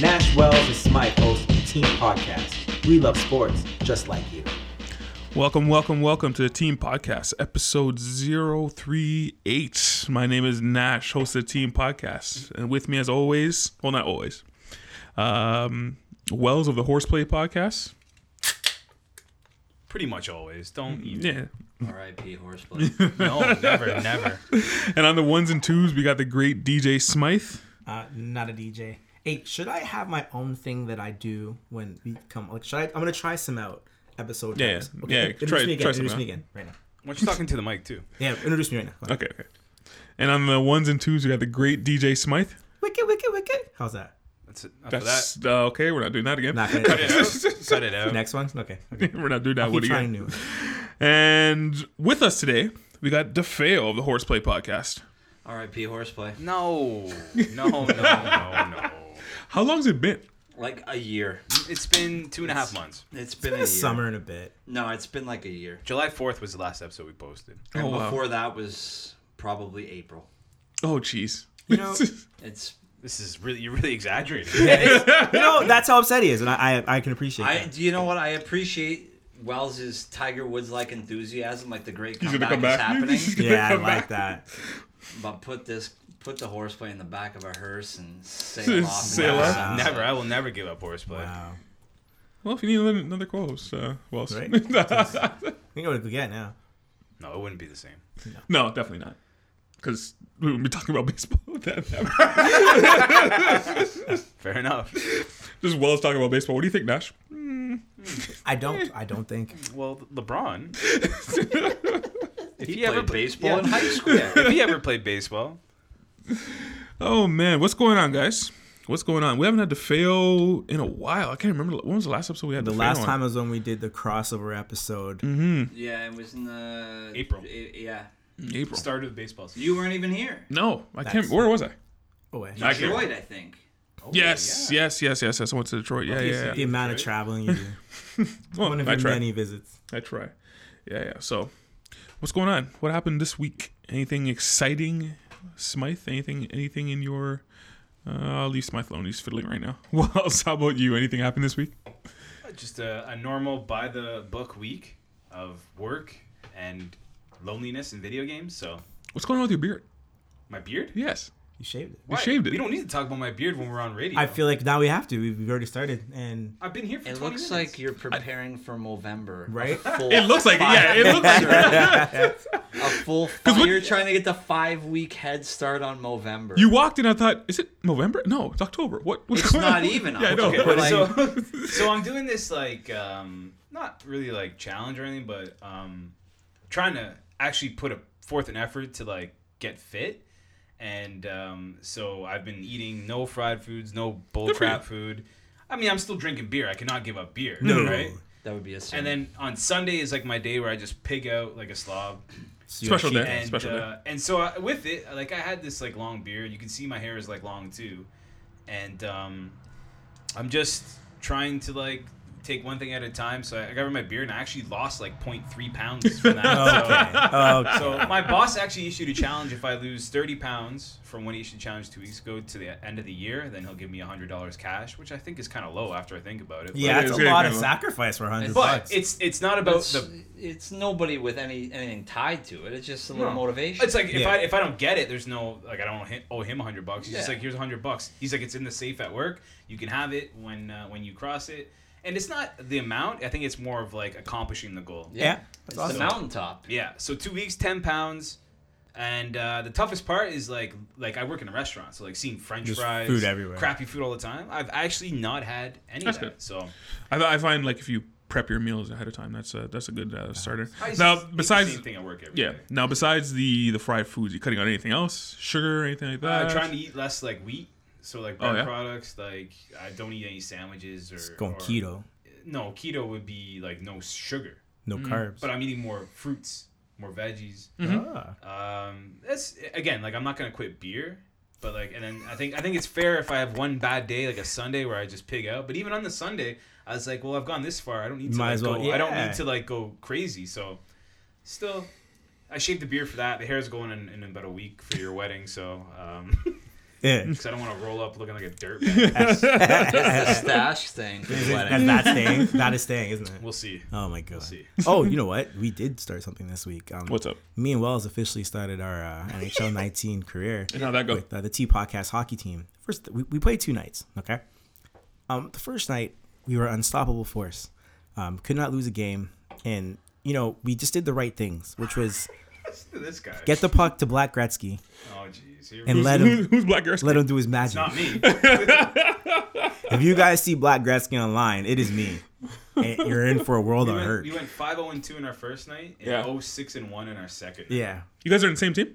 Nash Wells is Smythe, host of the Team Podcast. We love sports just like you. Welcome, welcome, welcome to the Team Podcast, episode 038. My name is Nash, host of the Team Podcast. And with me, as always, well, not always, um, Wells of the Horseplay Podcast. Pretty much always. Don't even. Yeah. R.I.P. Horseplay. No, never, never. And on the ones and twos, we got the great DJ Smythe. Uh, not a DJ. Hey, should I have my own thing that I do when we come? Like, should I? I'm gonna try some out episode. Yeah, times. yeah, Introduce try- me again. try some introduce out. me again right now. Why don't you talking to the mic too? Yeah, introduce me right now. Come on. Okay, okay. And on the ones and twos, we got the great DJ Smythe. Wicked, wicked, wicked. How's that? That's it. After That's uh, okay. We're not doing that again. Not gonna okay. that, cut it out. Next one. Okay. Okay. we're not doing that Keep one trying again. new. And with us today, we got DeFeo of the Horseplay Podcast. R.I.P. Horseplay. No, no, no, no, no. How long's it been? Like a year. It's been two and a half months. It's been a year. This summer in a bit. No, it's been like a year. July 4th was the last episode we posted. And Oh, wow. before that was probably April. Oh, jeez. You know, It's This is really, you're really exaggerating. you know that's how upset he is, and I I, I can appreciate. I. that. Do you know what? I appreciate Wells's Tiger Woods like enthusiasm, like the great gonna comeback come is back. happening. Yeah, I like that. but put this, put the horseplay in the back of a hearse and Sail sail off. off. Wow. never. I will never give up horseplay. Wow. Well, if you need another- another co-host, uh, well, Right? We can go to get now. No, it wouldn't be the same. no, definitely not, because we would be talking about baseball. That- Fair enough. Just Wells talking about baseball. What do you think, Nash? I don't. I don't think. Well, LeBron, if he, Played ever played, baseball yeah. in high school. if he ever played baseball, Oh man, what's going on, guys? What's going on? We haven't had to fail in a while. I can't remember when was the last episode we had. The DeFeo last on? time was when we did the crossover episode. Mm-hmm. Yeah, it was in the April. I- yeah, April. started of baseball season. you weren't even here. no, I can't. That's- Where was I? Oh wait. I can't. Detroit, I think. yes, yes, yes, yes, yes. I went to Detroit. Yeah, yeah. yeah. The amount of traveling you do. Well, One of I your try. many visits. I try. Yeah, yeah. So, what's going on? What happened this week? Anything exciting, Smythe? Anything? Anything in your? Uh, I'll leave Smythe alone. He's fiddling right now. Wells, how about you? Anything happened this week? just a, a normal by the book week of work and loneliness and video games. So What's going on with your beard? my beard. Yes, You shaved it. you shaved it. We don't need to talk about my beard when we're on radio. I feel like now we have to. We've, we've already started, and I've been here for. It 20 looks minutes. like you're preparing for Movember. Right? it looks like it. Yeah, it looks like it. a full. what- You're trying to get the five week head start on Movember. you walked in. I thought, is it November? No, it's October. What? What's It's going not on? even Yeah, I know. October. But Like- so, so I'm doing this like um, not really like challenge or anything, but um, trying to actually put a, forth an effort to like get fit. And um, so I've been eating no fried foods, no bull for you. crap food. I mean, I'm still drinking beer. I cannot give up beer, right? that would be a sin. And then on Sunday is like my day where I just pig out like a slob. So you Special actually- day. and Special day. uh, and so I, with it, like I had this like long beard. You can see my hair is like long too, and um, I'm just trying to like take one thing at a time. So I got rid of my beer and I actually lost like 0.3 pounds from that. So- Oh, Okay. okay. so my boss actually issued a challenge. If I lose 30 pounds from when he issued a challenge two weeks ago to the end of the year, then he'll give me $100 cash, which I think is kind of low after I think about it. Yeah, Okay, it's okay, a lot okay, of well. sacrifice for hundred But, bucks. but it's it's not about It's, the it's nobody with any anything tied to it. It's just a little No. motivation. It's like if Yeah. I if I don't get it, there's no like I don't hi- owe him hundred bucks. He's just Yeah. like here's hundred bucks. He's like it's in the safe at work. You can have it when uh, when you cross it. And it's not the amount. I think it's more of like accomplishing the goal. yeah, that's it's the awesome. mountaintop. Yeah. So two weeks, ten pounds, and uh, the toughest part is like like I work in a restaurant, so like seeing French Just fries, food everywhere. crappy food all the time. I've actually not had any That's of that. good. So I, I find like if you prep your meals ahead of time, that's a that's a good uh, starter. I just Now eat the besides same thing at work every yeah, day. now besides the the fried foods, you cutting out anything else? Sugar, anything like that? Uh, trying to eat less like wheat. So like bread Oh, yeah? products, like I don't eat any sandwiches or Going or- keto, No, keto would be like no sugar, no carbs. Mm-hmm. but I'm eating more fruits, more veggies. Mm-hmm. Ah. Um, that's again like I'm not gonna quit beer, but like and then I think I think it's fair if I have one bad day like a Sunday where I just pig out. But even on the Sunday, I was like, well, I've gone this far. I don't need to Might like, as well- go. I don't yeah. need to like go crazy. So, still, I shaved the beard for that. The hair's going in, in about a week for your wedding. So, um 'cause Yeah. I don't want to roll up looking like a dirtbag. It's the stash thing for the That- wedding. that's staying. That is staying, isn't it? We'll see. Oh my god. see. oh, you know what? We did start something this week. Um, What's up? Me and Wells officially started our uh, NHL 19 career. And how'd that go? With uh, the T Podcast hockey team. First, we, we played two nights. Okay. Um, the first night we were unstoppable force. Um, could not lose a game, and you know we just did the right things, which was Listen to this guy. get the puck to Black Gretzky oh jeez. Here we and let Who's, him who's Black Girl? let him do his magic. Not me. If you guys see Black Gretzky online, it is me. And you're in for a world We of went, hurt. we went 5 0 and 2 in our first night and Yeah. 0 6 and 1 in our second. night. Yeah. You guys are in the same team?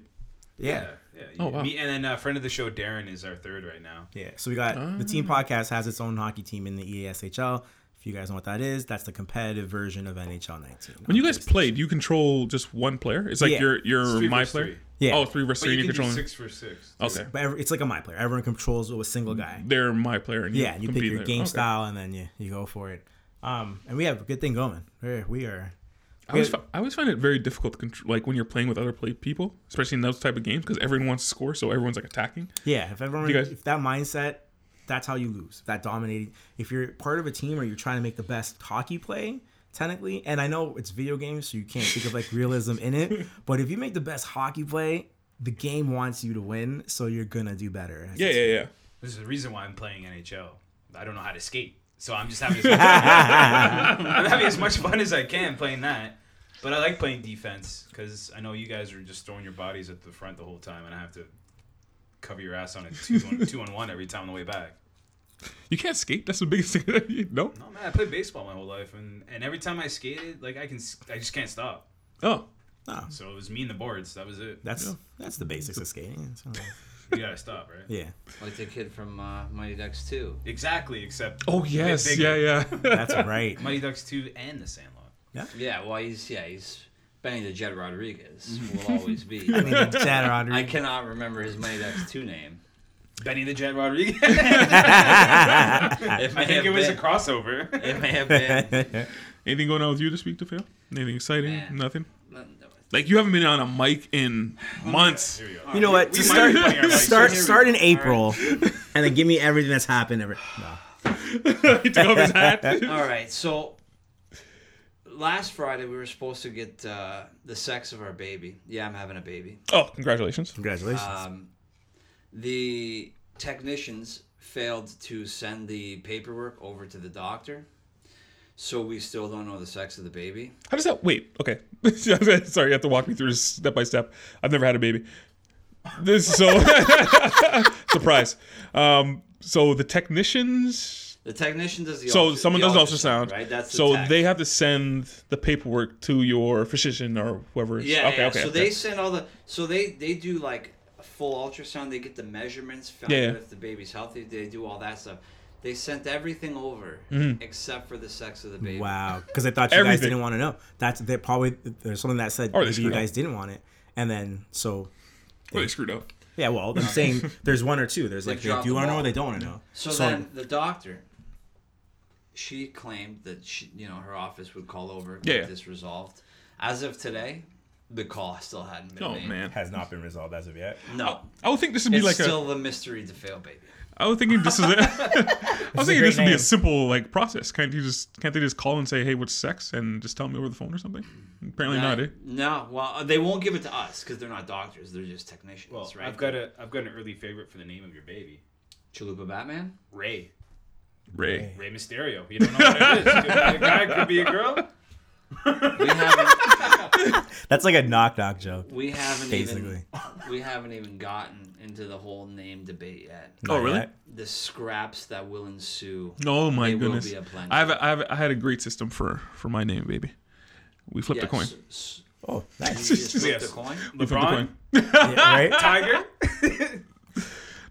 Yeah. Yeah. yeah. Oh, wow. Me, and then a uh, friend of the show, Darren, is our third right now. Yeah. So we got the team Ah. podcast has its own hockey team in the E EASHL. If you guys know what that is, that's the competitive version of NHL 19. When you guys play, do you control just one player? It's like Yeah. you're It's you're three my versus player. three. Yeah. Oh, three versus But three. you and can You're do controlling. 6 for 6. too. Okay, but every, it's like a my player. Everyone controls with a single guy. they're my player. And you Yeah, you pick compete your Mm-hmm. there. game Okay. style and then you, you go for it. Um, and we have a good thing going. We're, we are. I always, fi- I always find it very difficult to control, like when you're playing with other play people, especially in those type of games, because everyone wants to score, so everyone's like attacking. Yeah, if everyone, You guys- if that mindset, that's how you lose. That dominating. If you're part of a team or you're trying to make the best hockey play, technically, and I know it's video games, so you can't think of like realism in it. But if you make the best hockey play, the game wants you to win, so you're gonna do better. Yeah, yeah, yeah. There's a reason why I'm playing NHL. I don't know how to skate. So I'm just having as much I'm having as much fun as I can playing that. But I like playing defense because I know you guys are just throwing your bodies at the front the whole time, and I have to cover your ass on a two on, two on one every time on the way back. You can't skate. That's the biggest thing. that you- no. No man, I played baseball my whole life, and, and every time I skated, like I can, s- I just can't stop. Oh, So it was me and the boards. That was it. That's that's the basics of skating. It's not- You gotta stop, right? yeah, Like the kid from uh, Mighty Ducks 2. Exactly. Except oh a bit yes, bigger. yeah, yeah. that's right. Mighty Ducks two and the Sandlot. Yeah, well, he's yeah he's Benny the Jet Rodriguez will always be. I mean, Chad I Rodriguez. cannot remember his Mighty Ducks 2 name. Benny the Jet Rodriguez. It may I think it have was a been- crossover. It may have been. Anything going on with you this week, DeFeo? Anything exciting? Man. Nothing. All Like you haven't been on a mic in months. Oh, Here we go. You know what? We To might start be playing our mics. start Here we start go. in April, and then give me everything that's happened. Every, no. he took off his hat. right, so last Friday we were supposed to get uh, the sex of our baby. Yeah, I'm having a baby. Oh, congratulations. Congratulations. Um, the technicians failed to send the paperwork over to the doctor, so we still don't know the sex of the baby. How does that? Wait. Okay. Sorry, you have to walk me through this step by step. I've never had a baby. This so surprise. Um, so the technicians. The technician does the So ultra- someone the does ultrasound, ultrasound, right? That's the so tech. they have to send the paperwork to your physician or whoever. is- yeah, okay, yeah. okay. so okay. they send all the so they they do like a full ultrasound. They get the measurements, find Yeah, yeah. out if the baby's healthy. They do all that stuff. They sent everything over Mm-hmm. except for the sex of the baby. Wow, because I thought you guys Everything. Oh, didn't want to know. That's they probably there's something that said Or they maybe you screwed up. guys didn't want it, and then so Oh, they screwed up. yeah. Well, I'm saying there's one or two. There's like they dropped do the want to know, ball. or they don't want to know. So, then the doctor she claimed that she, you know her office would call over Yeah, get yeah. this resolved. As of today, the call still hadn't been Oh made. man, Has not been resolved as of yet. No, I would think this would be it's like a. still the mystery to fail, baby. I was thinking this is. A, I great was thinking this would be a name. simple like process. Can't you just can't they just call and say hey what's sex and just tell me over the phone or something? Apparently not. Eh? No, well, uh, they won't give it to us because they're not doctors; they're just technicians, Well, right? I've got a I've got an early favorite for the name of your baby, Chalupa Batman. Ray. Ray. Ray Mysterio. You don't know what it is. Could be a guy, could be a girl. We haven't, That's like a knock knock joke. we haven't Basically. even, we haven't even gotten into the whole name debate yet. Oh really? Not The scraps that will ensue. Oh my They will goodness. be a plenty. I've, I've I had a great system for for my name baby. We flipped a Yes, coin. s- Oh, nice. You just flipped Yes. a coin. We flipped a LeBron, coin. Yeah, right? Tiger.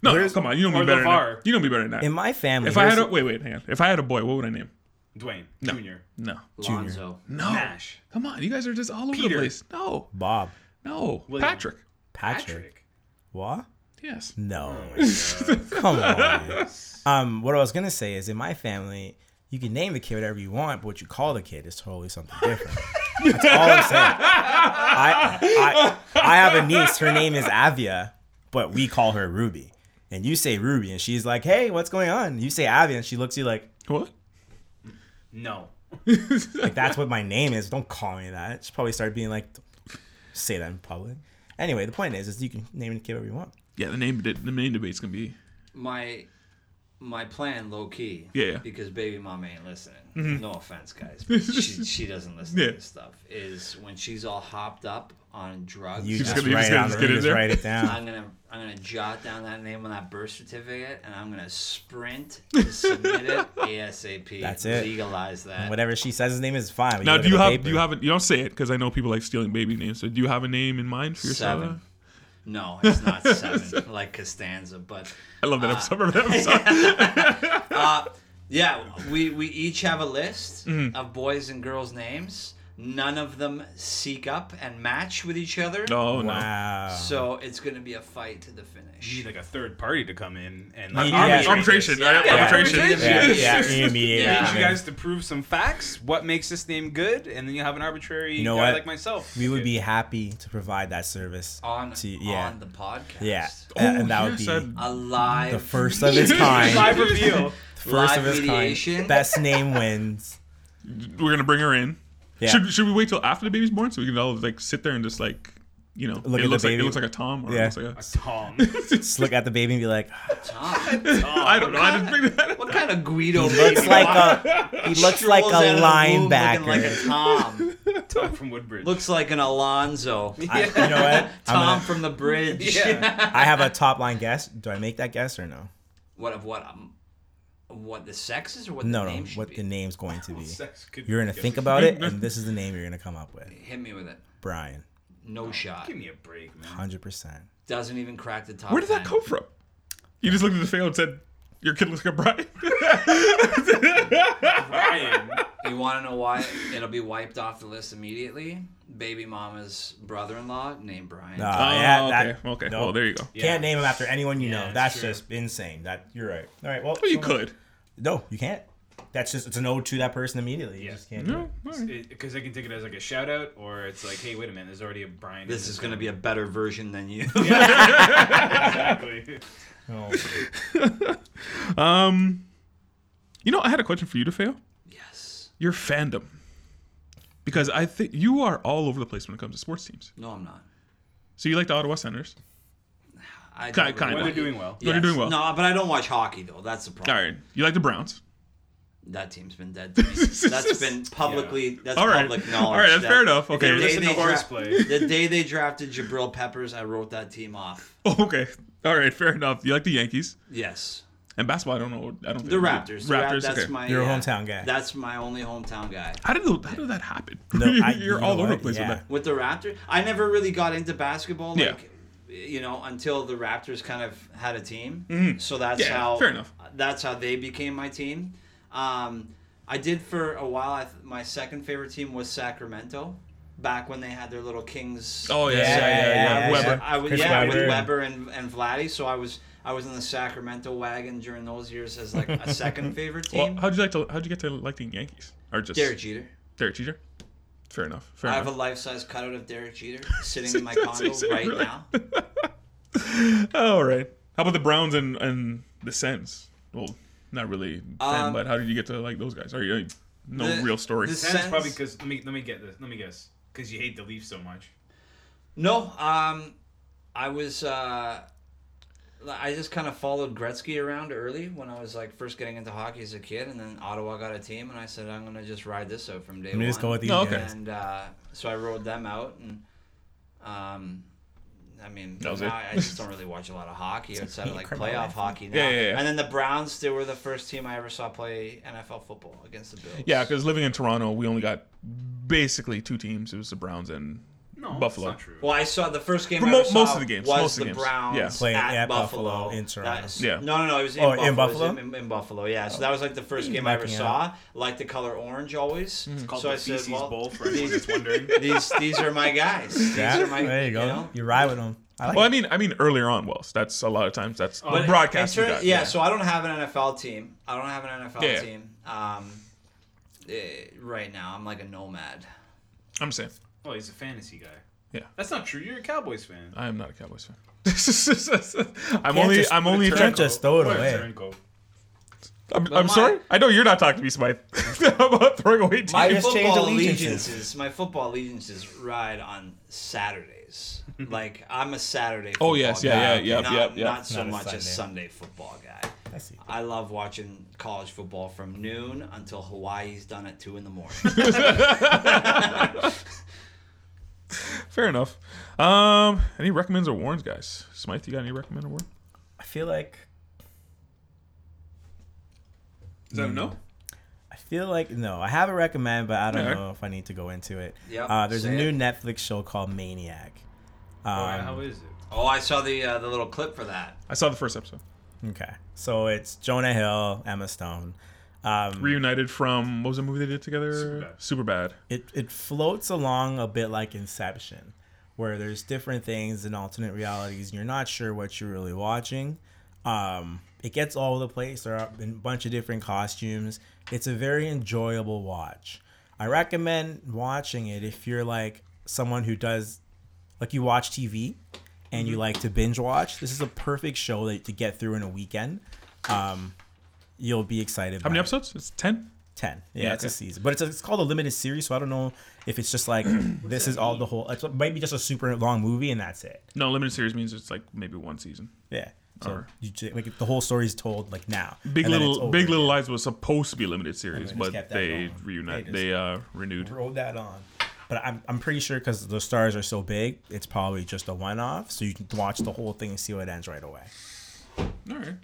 No, no, come on, you know or me better. Than that. LeVar. You know me better than that. In my family, if I had here's- a wait wait hang on. If I had a boy, what would I name? Dwayne Jr. No. Lonzo. No. Nash. Come on, you guys are just all over the Peter. place. No. Bob, No. William. Patrick. Patrick, Patrick. Wah? Yes. No. Oh, Come on. man. Um, what I was gonna say is in my family, you can name the kid whatever you want, but what you call the kid is totally something different. That's all I'm saying. I, I I have a niece, her name is Avia, but we call her Ruby. And you say Ruby and she's like, Hey, what's going on? You say Avia and she looks at you like, What? No. like that's what my name is. Don't call me that. She probably started being like "Don't say that in public. Anyway, the point is is you can name the kid whatever you want. Yeah, the name the name debate's gonna be My my plan, low key. Yeah, yeah. Because baby mama ain't listening. No offense, guys. But she, she doesn't listen Yeah. to this stuff. Is when she's all hopped up on drugs. You She's just, gonna- you write just it gotta down, you just get in just there. write it down. I'm gonna I'm gonna jot down that name on that birth certificate, and I'm gonna sprint to submit it ASAP. That's it. Legalize that. Whatever she says his name is fine. but Now, look do at you the have paper. do you have a, you don't say it because I know people like stealing baby names. So do you have a name in mind for yourself? Seven. No, it's not seven like Costanza, but I Ah. love that episode. I remember that episode. yeah, we we each have a list Mm-hmm. of boys and girls' names. None of them seek up and match with each Oh, other. No, no. Wow. So it's gonna be a fight to the finish. You need like a third party to come in and Yeah, like yeah. Arbitration. Yeah, yeah. Arbitration. Yeah, Yeah. yeah, Yeah. Need you immediately. guys to prove some facts. What makes this name good, and then you have an arbitrary You know guy what? like myself. We would be happy to provide that service on to yeah, on the podcast. yeah, Oh, and that yes, would be A live the first of its kind, live reveal. first of live its mediation. kind, best name wins. We're gonna bring her in. Yeah. Should should we wait till after the baby's born so we can all like sit there and just like you know Look at it the looks like it baby. looks like a Tom or Yeah. it looks like a Tom. Just look at the baby and be like, Tom. I don't know. I didn't think that. What kind of Guido looks like a, he looks like a linebacker. like a Tom. Tom from Woodbridge. Looks like an Alonzo. I, you know what? I'm Tom gonna- from the bridge. yeah. I have a top line guess. Do I make that guess or no? What of what? Um, what the sex is or what No, the no. name should What be? the name's going to be? Sex could You're gonna be- think about it, and this is the name you're gonna come up with, Hit me with it. Brian. Oh, No shot. Give me a break, man. Hundred percent. Doesn't even crack the top. Where did that 10. come from? You just looked at the fail and said, "Your kid looks like a bride." Brian. You want to know why it'll be wiped off the list immediately? Baby mama's brother-in-law named Brian. No, Oh, yeah, that- okay. Okay. no. Well, there you go. Can't name him after anyone you know. it's That's true. just insane. That you're right. All right. Well, Well, you so- could. No, you can't. That's just it's an ode to that person immediately. You Yeah. just can't. do No. it. all right. Because I can take it as like a shout out, or it's like, hey, wait a minute, there's already a Brian. in This is gonna be a better version than you. Exactly. No. You know, I had a question for you to fail. yes. Your fandom, because I think you are all over the place when it comes to sports teams. No, I'm not. So you like the Ottawa Senators. I Ki- don't kinda. watch- When they're doing well. When they're doing well. No, but I don't watch hockey though. That's the All problem. right. You like the Browns. That team's been dead to me. That's been publicly. That's All right. public knowledge. All right, that's that fair enough. Okay. The If day, Listen to they horseplay. dra- the day they drafted Jabril Peppers, I wrote that team off. Oh, okay. All right. Fair enough. You like the Yankees Yes, and basketball. I don't know. I don't. think the I do. Raptors. The Raptors. that's okay. my. You're a yeah, hometown guy. That's my only hometown guy. How did the, how did that happen? No, I- You're you know all over what? the place Yeah. with that. With the Raptors, I never really got into basketball. Yeah. Like, You know, until the Raptors kind of had a team, so that's Mm-hmm. Yeah, how fair enough. That's how they became my team. Um, I did for a while. I th- my second favorite team was Sacramento, back when they had their little Kings. Oh yeah. Yeah. Yeah, Yeah. yeah, yeah, yeah, I was- Weber. I was, Chris yeah, with Webber. Weber and, and Vladdy. So I was I was in the Sacramento wagon during those years as like a second favorite Well, team. how'd you like to? How'd you get to like the Yankees? Or just Derek Jeter. Derek Jeter? Fair enough. Fair I enough. have a life-size cutout of Derek Jeter sitting in my condo Is it right really? now. All right. How about the Browns and and the Sens? Well, not really fan, Um, but how did you get to like those guys? Are you no the- real story? the That's Sens- probably because let me let me get this. Let me guess. Because you hate the Leafs so much. No, um, I was. Uh, I just kind of followed Gretzky around early when I was like first getting into hockey as a kid, and then Ottawa got a team, and I said I'm gonna just ride this out from day Let me one. just go with these No, okay. guys. And uh, so I rode them out, and um, I mean, That was now it. I just don't really watch a lot of hockey outside of like Criminal playoff life. hockey now. Yeah, yeah, yeah. And then the Browns, they were the first team I ever saw play NFL football against the Bills. yeah, because living in Toronto, we only got basically two teams. It was the Browns and No, that's Buffalo. not true. Well, I saw the first game. For I mo- ever most saw of the games, was most of the the games. Browns Yeah. Playing at, at Buffalo. Buffalo in Toronto. That's- Yeah. No, no, no. It was in Oh, in Buffalo. It was Buffalo? Oh. Hmm. in, in Buffalo. Yeah. So that was like the first game I ever Backing saw. Like the color orange always. Hmm. called so the I said, feces well, bowl for anyone that's wondering. these these are my guys. These Yeah, are my. there you go. You, know? ride with them. I like Well, I it. mean, I mean earlier on, Wells. That's a lot of times that's the in broadcast. In we turn- got, yeah, So I don't have an NFL team. I don't have an NFL Yeah, yeah. team. Um, eh, right now, I'm like a nomad. I'm saying. Oh, he's a fantasy guy. Yeah. That's not true. You're a Cowboys fan. I am not a Cowboys fan. I'm only. just- I'm only. You can't just throw it What a away. Mm. turncoat. I'm, But I'm my- sorry. I know you're not talking to me, Smythe. about throwing away teams. My You just changed football allegiances. allegiances. My football allegiances ride on Saturdays. like I'm a Saturday. Oh, football yes, guy. yeah, yeah, yeah, Not, yeah, yeah. not so Not a much Sunday. a Sunday football guy. I see. I love watching college football from noon until Hawaii's done at two in the morning. Fair enough. Um, any recommends or warns, guys? Smythe, you got any recommend or warn? I feel like Is that a no? I feel like no, I have a recommend, but I don't Alright. know if I need to go into it. Yep, uh, there's a say new it. Netflix show called Maniac. Oh, Um, how is it? oh, I saw the uh, the little clip for that. I saw the first episode. okay, so it's Jonah Hill, Emma Stone. Um, Reunited from what was the movie they did together? Super bad. it it floats along a bit like Inception, where there's different things and alternate realities, and you're not sure what you're really watching. Um, it gets all over the place. There are a bunch of different costumes. It's a very enjoyable watch. I recommend watching it if you're like someone who does, like you watch TV, and you like to binge watch. This is a perfect show that to get through in a weekend. Um, you'll be excited. How many by it. episodes? It's ten. 10 yeah, Yeah, it's a okay. season but it's, it's called a limited series so i don't know if it's just like this is all the whole it's maybe just a super long movie and that's it No, limited series means it's like maybe one season. yeah so Alright. you ju- like the whole story is told like now Big and then it's Little over. Big Little Lies was supposed to be a limited series, just but kept that they going. They reunited. just- They uh renewed. roll that on but i'm, I'm pretty sure because the stars are so big it's probably just a one-off so you can watch the whole thing and see what ends right away All right,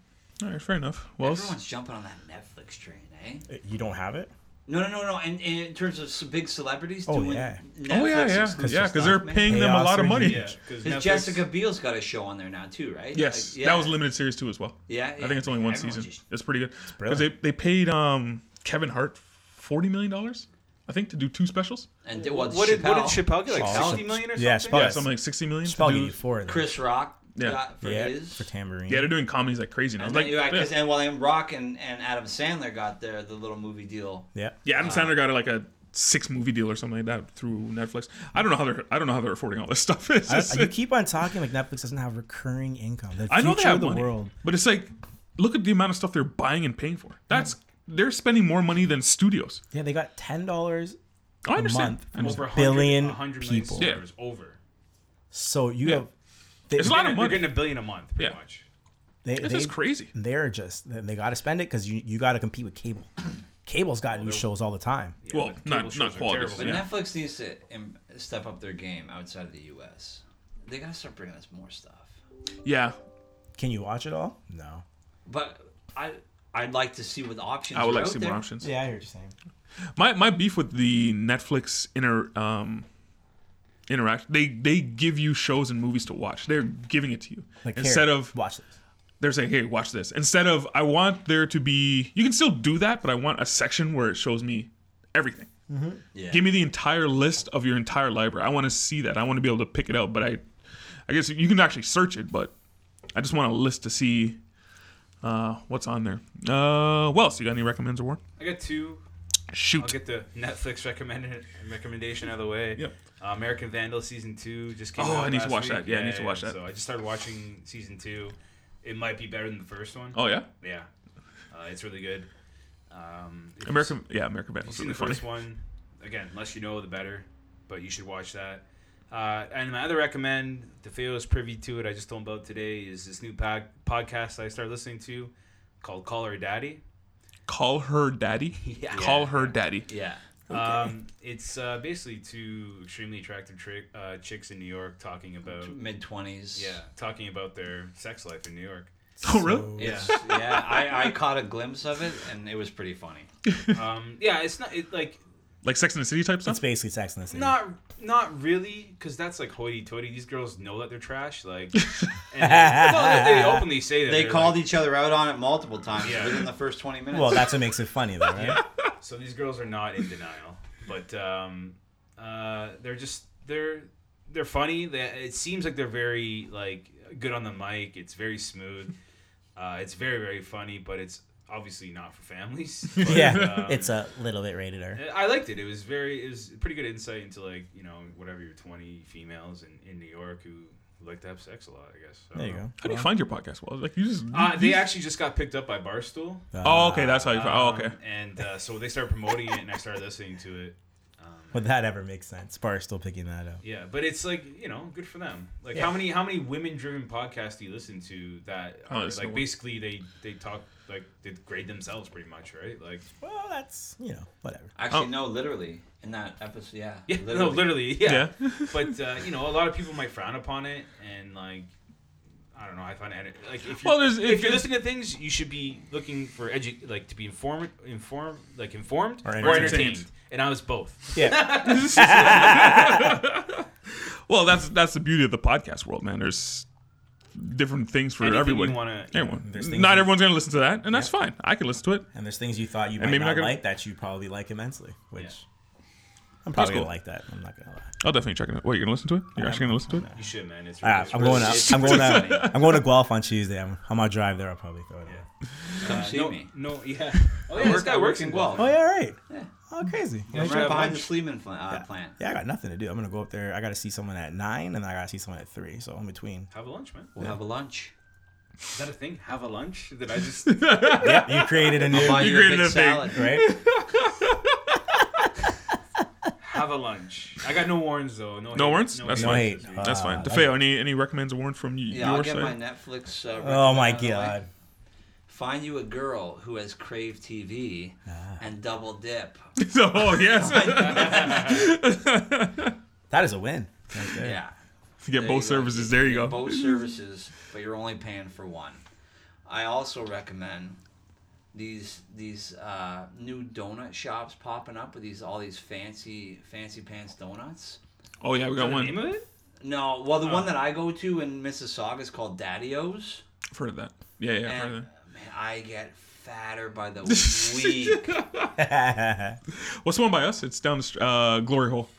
all right, fair enough. Well, Everyone's jumping on that Netflix train, eh? Uh, you don't have it No, no, no, no. And, and in terms of some big celebrities Oh, doing yeah. Netflix oh yeah, yeah, exclusive yeah, stuff, because they're man. paying them a Chaos lot of money. Reunion. Yeah, because 'Cause Jessica Biel's got a show on there now too, right? Yes, Like, yeah. that was limited series two as well. Yeah, I think yeah. it's only one Everyone season. just- It's pretty good because they brilliant. they paid um Kevin Hart forty million dollars, I think, to do two specials. And well, What did, what did Chappelle get? Like Chappelle. 60 million or something? Yeah, Chappelle. Yeah, Yes. something like sixty million. it's To probably do, four of them. Chris Rock Yeah. got for yeah his? for tambourine yeah, they're doing comedies like crazy now. And Like, then, yeah, yeah. 'cause- and well, then Rock and, and Adam Sandler got their the little movie deal. yeah Yeah, Adam Sandler got like a six movie deal or something like that through Netflix. I don't know how they're I don't know how they're affording all this stuff. It's I, just- Uh, you keep on talking like netflix doesn't have recurring income the I know they future of have the money, world but it's like look at the amount of stuff they're buying and paying for. That's they're spending more money than studios. yeah they got ten dollars I a understand. month I understand. Over 100, billion 100 million people. Yeah. subscribers, Over. So you Yeah. have they, It's a lot You're of money. getting a billion a month, pretty Yeah. much. they, This they, is crazy. They're just they, got to spend it because you you got to compete with cable. Cable's got new shows all the time. well, but cable not shows not are quality. terrible. But yeah. Netflix needs to im- step up their game outside of the U.S. They gotta start bringing us more stuff. yeah, Can you watch it all? No. But I I'd like to see what options. I would are like to out see there. more options. Yeah, I hear what you're saying. My my beef with the Netflix inter um interact they they give you shows and movies to watch. They're giving it to you Like instead here, of watch this. they're saying, "Hey, watch this." Instead of I want there to be you can still do that, but I want a section where it shows me everything. Yeah. Give me the entire list of your entire library. I want to see that. I want to be able to pick it out, but I I guess you can actually search it, but I just want a list to see uh, what's on there. Uh, well, so you got any recommends or I got two. I'll Shoot. get the Netflix recommended recommendation out of the way. Yep. Uh, American Vandal season two just came Oh, out. I need to last watch week. that. Yeah, I need to watch that. So I just started watching season two. It might be better than the first one. Oh yeah, Yeah, uh, it's really good. Um, if American. Yeah, American Vandal. You've is seen Really the funny. first one. Again, less you know, the better. But you should watch that. Uh, and my other recommend, DeFeo is privy to it. I just told him about today is this new pod- podcast I started listening to called Call Her Daddy. Call her daddy. Yeah. Call her daddy. Yeah. Um, it's uh, basically two extremely attractive tri- uh, chicks in New York Oh, talking about Mid twenties. yeah talking about their sex life in New York. Oh really? Yeah. yeah. I, I caught a glimpse of it and it was pretty funny. Um, yeah, it's not it, like Like Sex and the City type It's stuff. basically Sex and the City. not not really because that's like hoity-toity. These girls know that they're trash. Like, and, no, they they openly say that They They're called like- each other out on it multiple times Yeah. within the first twenty minutes. well, that's what makes it funny, though, right? so these girls are not in denial, but um, uh, they're just they're they're funny. They, it seems like they're very like good on the mic. It's very smooth. Uh, it's very very funny, but it's obviously not for families. But, yeah, um, it's a little bit rated R. I liked it. It was very, it was pretty good insight into like you know whatever your twenty females in, in New York who like to have sex a lot. I guess. I There don't you know. go. How do you find your podcast? Well, like you just. Uh, they actually just got picked up by Barstool. oh Uh, okay, that's how you. Find, oh Um, okay. And uh, so they started promoting it, and I started listening to it. Would that ever make sense? Bar still picking that up. Yeah, but it's like you know, good for them. Like how many how many women driven podcasts do you listen to that Oh, are, there's no one. like basically they they talk like they grade themselves pretty much, right? Like Well, that's you know whatever. actually Oh. no, literally in that episode. Yeah. yeah, no, literally, yeah. Yeah. but uh, you know, a lot of people might frown upon it, and like I don't know, I find it like if you're, Well, there's- if if you're it's- listening to things, you should be looking for edu- like to be informed, informed, like informed Or or entertained. entertained. and I was both. Yeah, Well, that's that's the beauty of the podcast world, man. There's different things for Anything you everyone. wanna- everyone. There's things Not you- everyone's gonna listen to that, and that's fine. I can listen to it. and there's things you thought you might maybe not not gonna- like that you probably like immensely, which Yeah. I'm probably cool. gonna like that. I'm not gonna lie. I'll definitely check it out. What, you're gonna listen to it? You're actually gonna listen to it? You should, man. It's really, Ah, it's I'm really- going up. it's I'm going really up. funny. I'm going to Guelph on Tuesday. I'm, I'm on drive there. I'll probably throw it. Yeah. Come see No, me. no, yeah. Oh yeah, this work- guy I work works in in Guelph. Guelph. Oh yeah, right. Oh crazy. I'm should have right behind the lunch. Sleeman fl- uh, plant. Yeah, I got nothing to do. I'm gonna go up there. I gotta see someone at nine, and then I gotta see someone at three. So in between, Have a lunch, man. We'll have a lunch. Is that a thing? Have a lunch? Did I just? yeah, you created a new Buy you a created big a thing. salad. right. Have a lunch. I got no warns though. No, No hate. warrants? that's No fine. hate. That's fine. Uh, DeFeo, any any recommends a warrant from y- Yeah, your I'll get side? my Netflix. Uh, Oh my recommend out of the way. god. Find you a girl who has Crave TV Ah. and double dip. oh yes. That is a win. Right there. Yeah. you get There both you go. services. There you go. Both services, but you're only paying for one. I also recommend these these uh, new donut shops popping up with these all these fancy fancy pants donuts. Oh yeah, we got The name one. of it? No, well the Oh. one that I go to in Mississauga is called Daddy-O's. I've heard of that. Yeah, yeah, I've heard And, of man, I get fatter by the week. that. What's the one by us? It's down the str- uh, Glory Hole.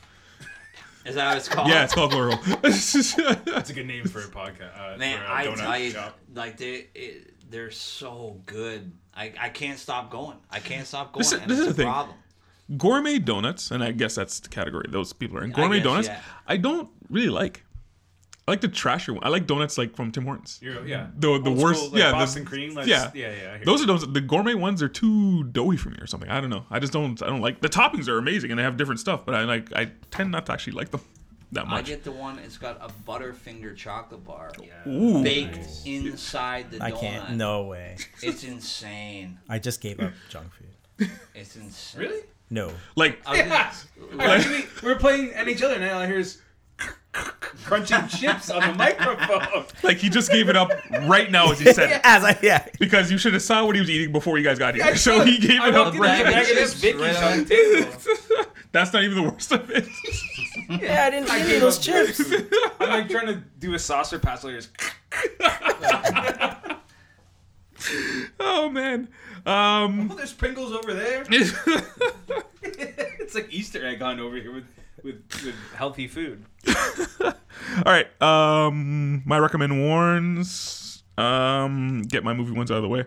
Is that what it's called? Yeah, it's called Glory Hole. That's a good name for a podcast. Uh, Man, for a I donut tell you, shop. like they, it, they're so good. I, I can't stop going. I can't stop going. This is- and this is it's a the thing. problem. gourmet donuts, and I guess that's the category those people are in. Gourmet guess, donuts, yeah. I don't really like. I like the trashier one. I like donuts like from Tim Hortons. You're, yeah. The the Old worst, school, like yeah, the- Boston cream. Let's, yeah, yeah, yeah. I hear Those are those. The gourmet ones are too doughy for me, or something. I don't know. I just don't. I don't like the toppings are amazing, and they have different stuff. But I like. I tend not to actually like them that I much. get the one. It's got a butterfinger chocolate bar Ooh, baked inside the I donut. can't. No way. It's insane. I just gave up junk food. It's insane. Really? No. like I was Yeah. I actually, we were playing NHL and all I hear is crunching chips on the microphone. like he just gave it up right now as he said it As I yeah. because you should have saw what he was eating before you guys got here. so should. he gave I it up. walked in right- there, Bag of bag of chips Vicky's right on on- the table. That's not even the worst of it. Yeah, I didn't give you those chips. I'm like trying to do a saucer pass later. oh man. Um. Well, oh, there's Pringles over there. it's like Easter egg on over here with, with, with healthy food. All right. Um, my recommend warns. Um, get my movie ones out of the way.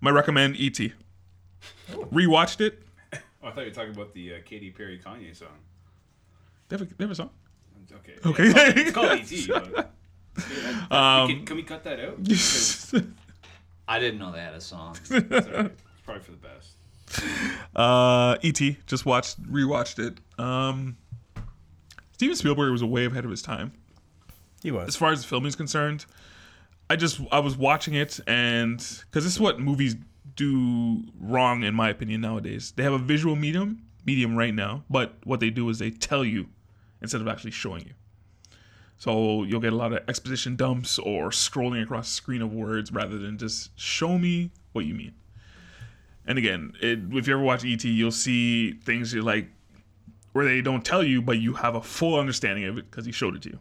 My recommend ET. Rewatched it. Oh, I thought you were talking about the uh, Katy Perry Kanye song. They have a, they have a song. Okay. Okay. It's called, it's called ET. But, Yeah, that- we can, can we cut that out? It's I didn't know they had a song. alright. It's probably for the best. Uh, ET. Just watched, rewatched it. Um, Steven Spielberg was way ahead of his time He as was. far as the film is concerned. I just I was watching it and because this is what movies do wrong in my opinion nowadays. They have a visual medium medium right now, but what they do is they tell you instead of actually showing you. So you'll get a lot of exposition dumps or scrolling across a screen of words rather than just show me what you mean. And again, it, if you ever watch ET, you'll see things you're like where they don't tell you, but you have a full understanding of it because he showed it to you.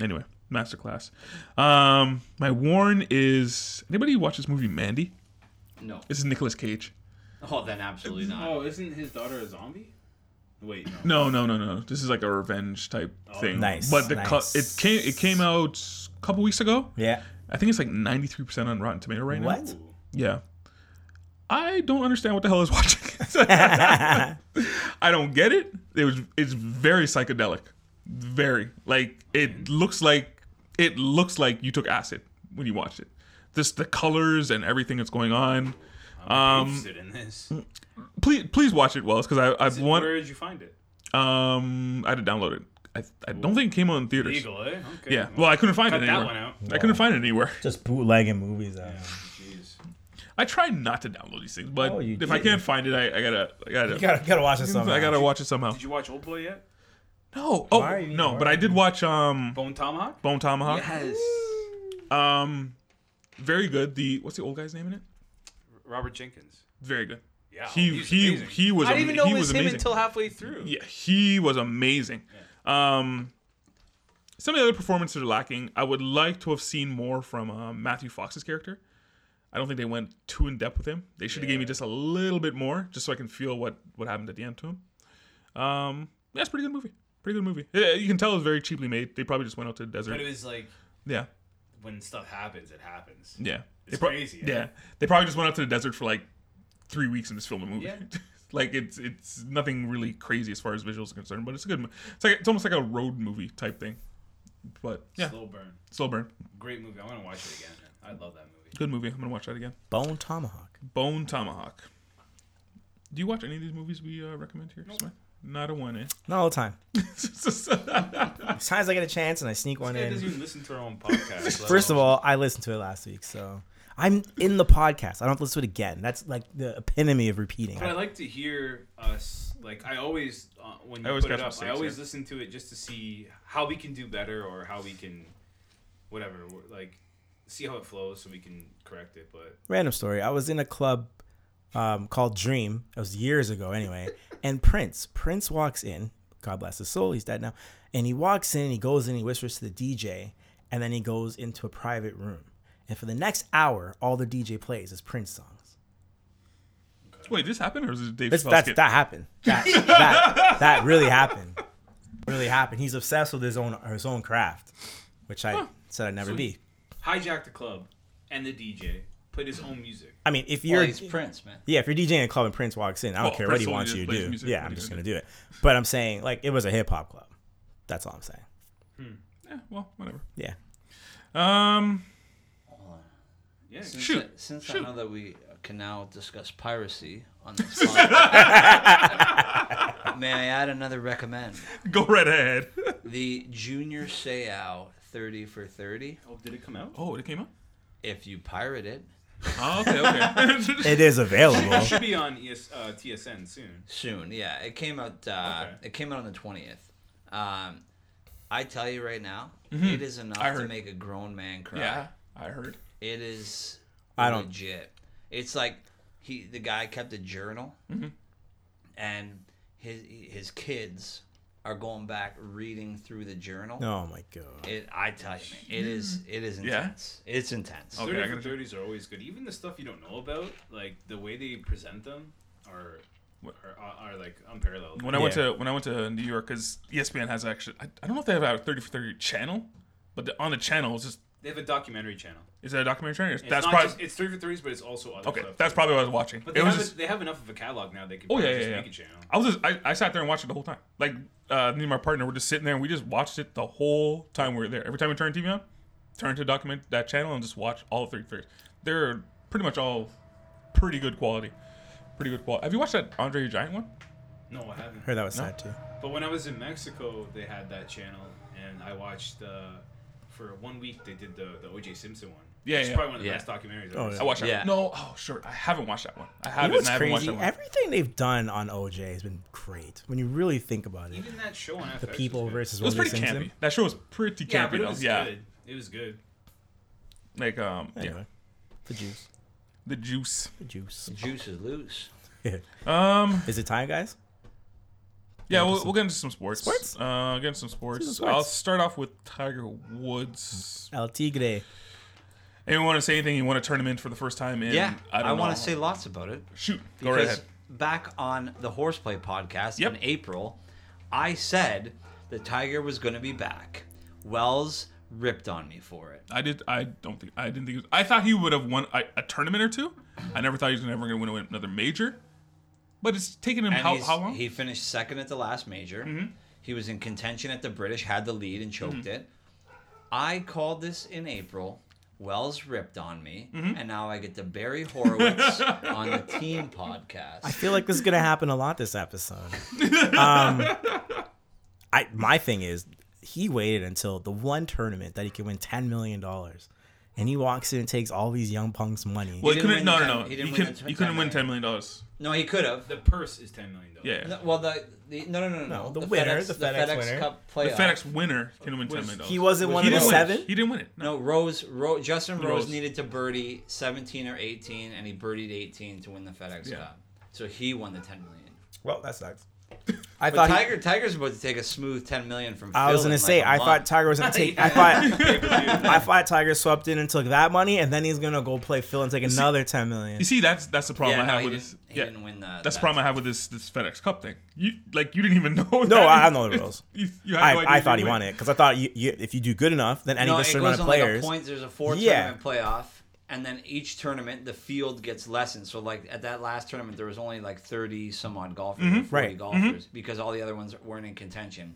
Anyway, masterclass. Um, my warn is anybody watch this movie Mandy? No. This is Nicolas Cage. Oh, then absolutely not. Oh, isn't his daughter a zombie? Wait, no. No, no, no, no. This is like a revenge type thing. Oh, Nice, But the co- nice. it came it came out a couple weeks ago. Yeah. I think it's like 93% on Rotten Tomato right now. What? Yeah. I don't understand what the hell is watching. I don't get it. It was it's very psychedelic. Very. Like it looks like it looks like you took acid when you watched it. Just the colors and everything that's going on. Um, I'm interested in this. Please please watch it, Wells, because I I've Where won did you find it? um I had to download it. I, I don't think it came out in theaters. Eagle, eh? Okay. Yeah. Well I couldn't find Cut it that anywhere. one out. I couldn't find it anywhere. Just bootlegging movies. Out. Jeez. I try not to download these things, but Oh, you if I did. can't find it I, I gotta I gotta, You gotta gotta watch this. Somehow. I gotta watch it somehow. Did you watch Old Boy yet? No. Oh Why are you- no, why but are I did watch um Bone Tomahawk? Bone Tomahawk. Yes. Um, very good. The what's the old guy's name in it? Robert Jenkins. Very good. Yeah. He he's he amazing. he was. I didn't am- even know he it was, was him amazing. until halfway through. yeah, he was amazing. Um, some of the other performances are lacking. I would like to have seen more from uh, Matthew Fox's character. I don't think they went too in depth with him. They should have gave me just a little bit more, just so I can feel what what happened at the end to him. Um, that's a pretty good movie. Pretty good movie. Yeah, you can tell it was very cheaply made. They probably just went out to the But it desert. was like Yeah. when stuff happens, it happens. Yeah. It's crazy, eh? Yeah. They probably just went out to the desert for like three weeks and just filmed a movie. Yeah. like it's it's nothing really crazy as far as visuals are concerned, but it's a good. mo- It's like it's almost like a road movie type thing. But yeah, slow, Slow burn. burn. Great movie. I'm gonna watch it again. I love that movie. Good movie. I'm gonna watch that again. Bone Tomahawk. Bone Tomahawk. Do you watch any of these movies we uh, recommend here? Smith? Not a one, eh? Not all the time. Sometimes I get a chance and I sneak one Yeah, in. doesn't even listen to our own podcast. let First of alone- all, I listened to it last week, so I'm in the podcast. I don't have to listen to it again. That's like the epitome of repeating. But I like to hear us. Like I always, uh, when you I always put it catch up, I mistakes, always yeah. listen to it just to see how we can do better or how we can, whatever. we're- Like, see how it flows so we can correct it. But Random story. I was in a club um, called Dream. It was years ago, anyway. and Prince, Prince walks in. God bless his soul. He's dead now. And he walks in. And he goes in. He whispers to the DJ, and then he goes into a private room. And for the next hour, all the DJ plays is Prince songs. Wait, this happened or is it Dave That's, Chappelle's that's skit? that happened. That, that that really happened. Really happened. He's obsessed with his own his own craft, which I said I'd never be. hijack the club and the DJ played his own music. I mean, if Well, you're he's Prince, man. yeah, if you're DJing a club and Prince walks in, I don't Well, care Oh, what Prince he only wants just you to plays do. music. yeah, What I'm are you just gonna gonna do it. But I'm saying like it was a hip hop club. That's all I'm saying. Yeah, well, whatever. Yeah. Um, Yeah, Since, Shoot. I, since I know that we can now discuss piracy on this podcast, may I add another recommend? go right ahead. The Junior Seau 30 for 30. oh, did it come out? oh, it came out. If you pirate it, Oh, okay, okay. It is available. It should be on ES, uh, TSN soon. soon. Yeah, it came out. Uh, Okay. It came out on the twentieth. Um, I tell you right now, it is enough Mm-hmm. I to heard. make a grown man cry. yeah, I heard. It is. I don't- Legit. It's like he the guy kept a journal, Mm-hmm. and his his kids are going back reading through the journal. Oh my god. It, I tell you, man, it is it is Yeah. Oh. intense. It's intense. Okay, I Thirty for gotta- thirties are always good. Even the stuff you don't know about, like the way they present them, are What? are, are, are like unparalleled. When I went Yeah. to when I went to New E York, because ESPN has actually I, I don't know if they have a thirty for thirty channel, but the, on the channel it's just They have a documentary channel. Is that a documentary? channel? It's that's not probably just, it's three for threes, but it's also other okay. stuff. That's probably what I was watching. But they, It was have just a, they have enough of a catalog now. They could oh probably yeah yeah just yeah. make a channel. I was just I, I sat there and watched it the whole time. Like uh, me and my partner were just sitting there and we just watched it the whole time we were there. Every time we turned TV on, turn to document that channel and just watch all three figures. They're pretty much all pretty good quality. Pretty good quality. Have you watched that Andre the Giant one? No, I haven't. Heard that was sad too. But when I was in Mexico, they had that channel, and I watched uh, for one week. They did the the O.J. Simpson one. Yeah, it's yeah. probably one of the Yeah. best documentaries. I've Oh, ever yeah. I watched that. Yeah. One. No, oh sure, I haven't watched that one. I You know have it and what's I haven't watched crazy? that one. Everything they've done on OJ has been great when you really think about seen. it. Even that show on FX. The people was good. versus it was O.J. pretty Simpson. campy. That show was pretty campy. Yeah, but it was though. yeah. good. It was good. Like um yeah, Anyway, the juice, the juice. the juice. Juice is loose. Um Is it time, guys? Yeah, we'll, we'll get into some sports. Sports? Uh, get into some sports. Let's do some sports. I'll start off with Tiger Woods. El Tigre. Anyone want to say anything? You want to turn him in for the first time? In, Yeah, I, I, don't want know. to say lots about it. Shoot, go right Because ahead. back on the Horseplay podcast Yep. in April, I said the Tiger was going to be back. Wells ripped on me for it. I did. I don't think. I didn't think. It was, I thought he would have won a, a tournament or two. I never thought he was never going to win another major. But it's taken him And how, he's- how long? Mm-hmm. He finished second at the last major. He was in contention at the British, had the lead, and choked it. I called this in April. Wells ripped on me, Mm-hmm. and now I get to bury Horowitz on the team podcast. I feel like this is gonna happen a lot this episode. Um, I my thing is he waited until the one tournament that he could win ten million dollars, and he walks in and takes all these young punks' money. well, he he couldn't. didn't win No, the no, no. ten- he He, didn't win couldn't. the He couldn't ten win million. ten million dollars. no, he could have. The purse is ten million dollars. Yeah. No, well, the, the no, no, no, no, No, the winner, the FedEx winner. Cup the playoff. FedEx winner can win ten million dollars. he wasn't one He of the didn't win it. seven. He didn't win it. No. No, Rose, Ro Justin Rose. Rose. needed to birdie 17 or 18, and he birdied 18 to win the FedEx Yeah. Cup. So he won the 10 million. Well, that sucks. I But thought he- Tiger, Tiger's about to take a smooth 10 million from. I was Phil in gonna like say a I month. thought Tiger was gonna take. I thought I thought Tiger swept in and took that money, and then he's gonna go play Phil and take another ten million. You see, that's that's the problem Yeah, I no, have he with didn't- this. he didn't win the- That's the that. problem I have with this this FedEx Cup thing. You like you didn't even know. No, I- I know the rules. You, you had no idea I, I he thought he win. won it because I thought you, you, if you do good enough, then any No, it certain goes amount on of like a players. points. There's a four Yeah. tournament playoff, and then each tournament the field gets lessened. So like at that last tournament, there was only like 30 some odd golfers, or 40 Mm-hmm. Right. golfers, because all the other ones weren't in contention.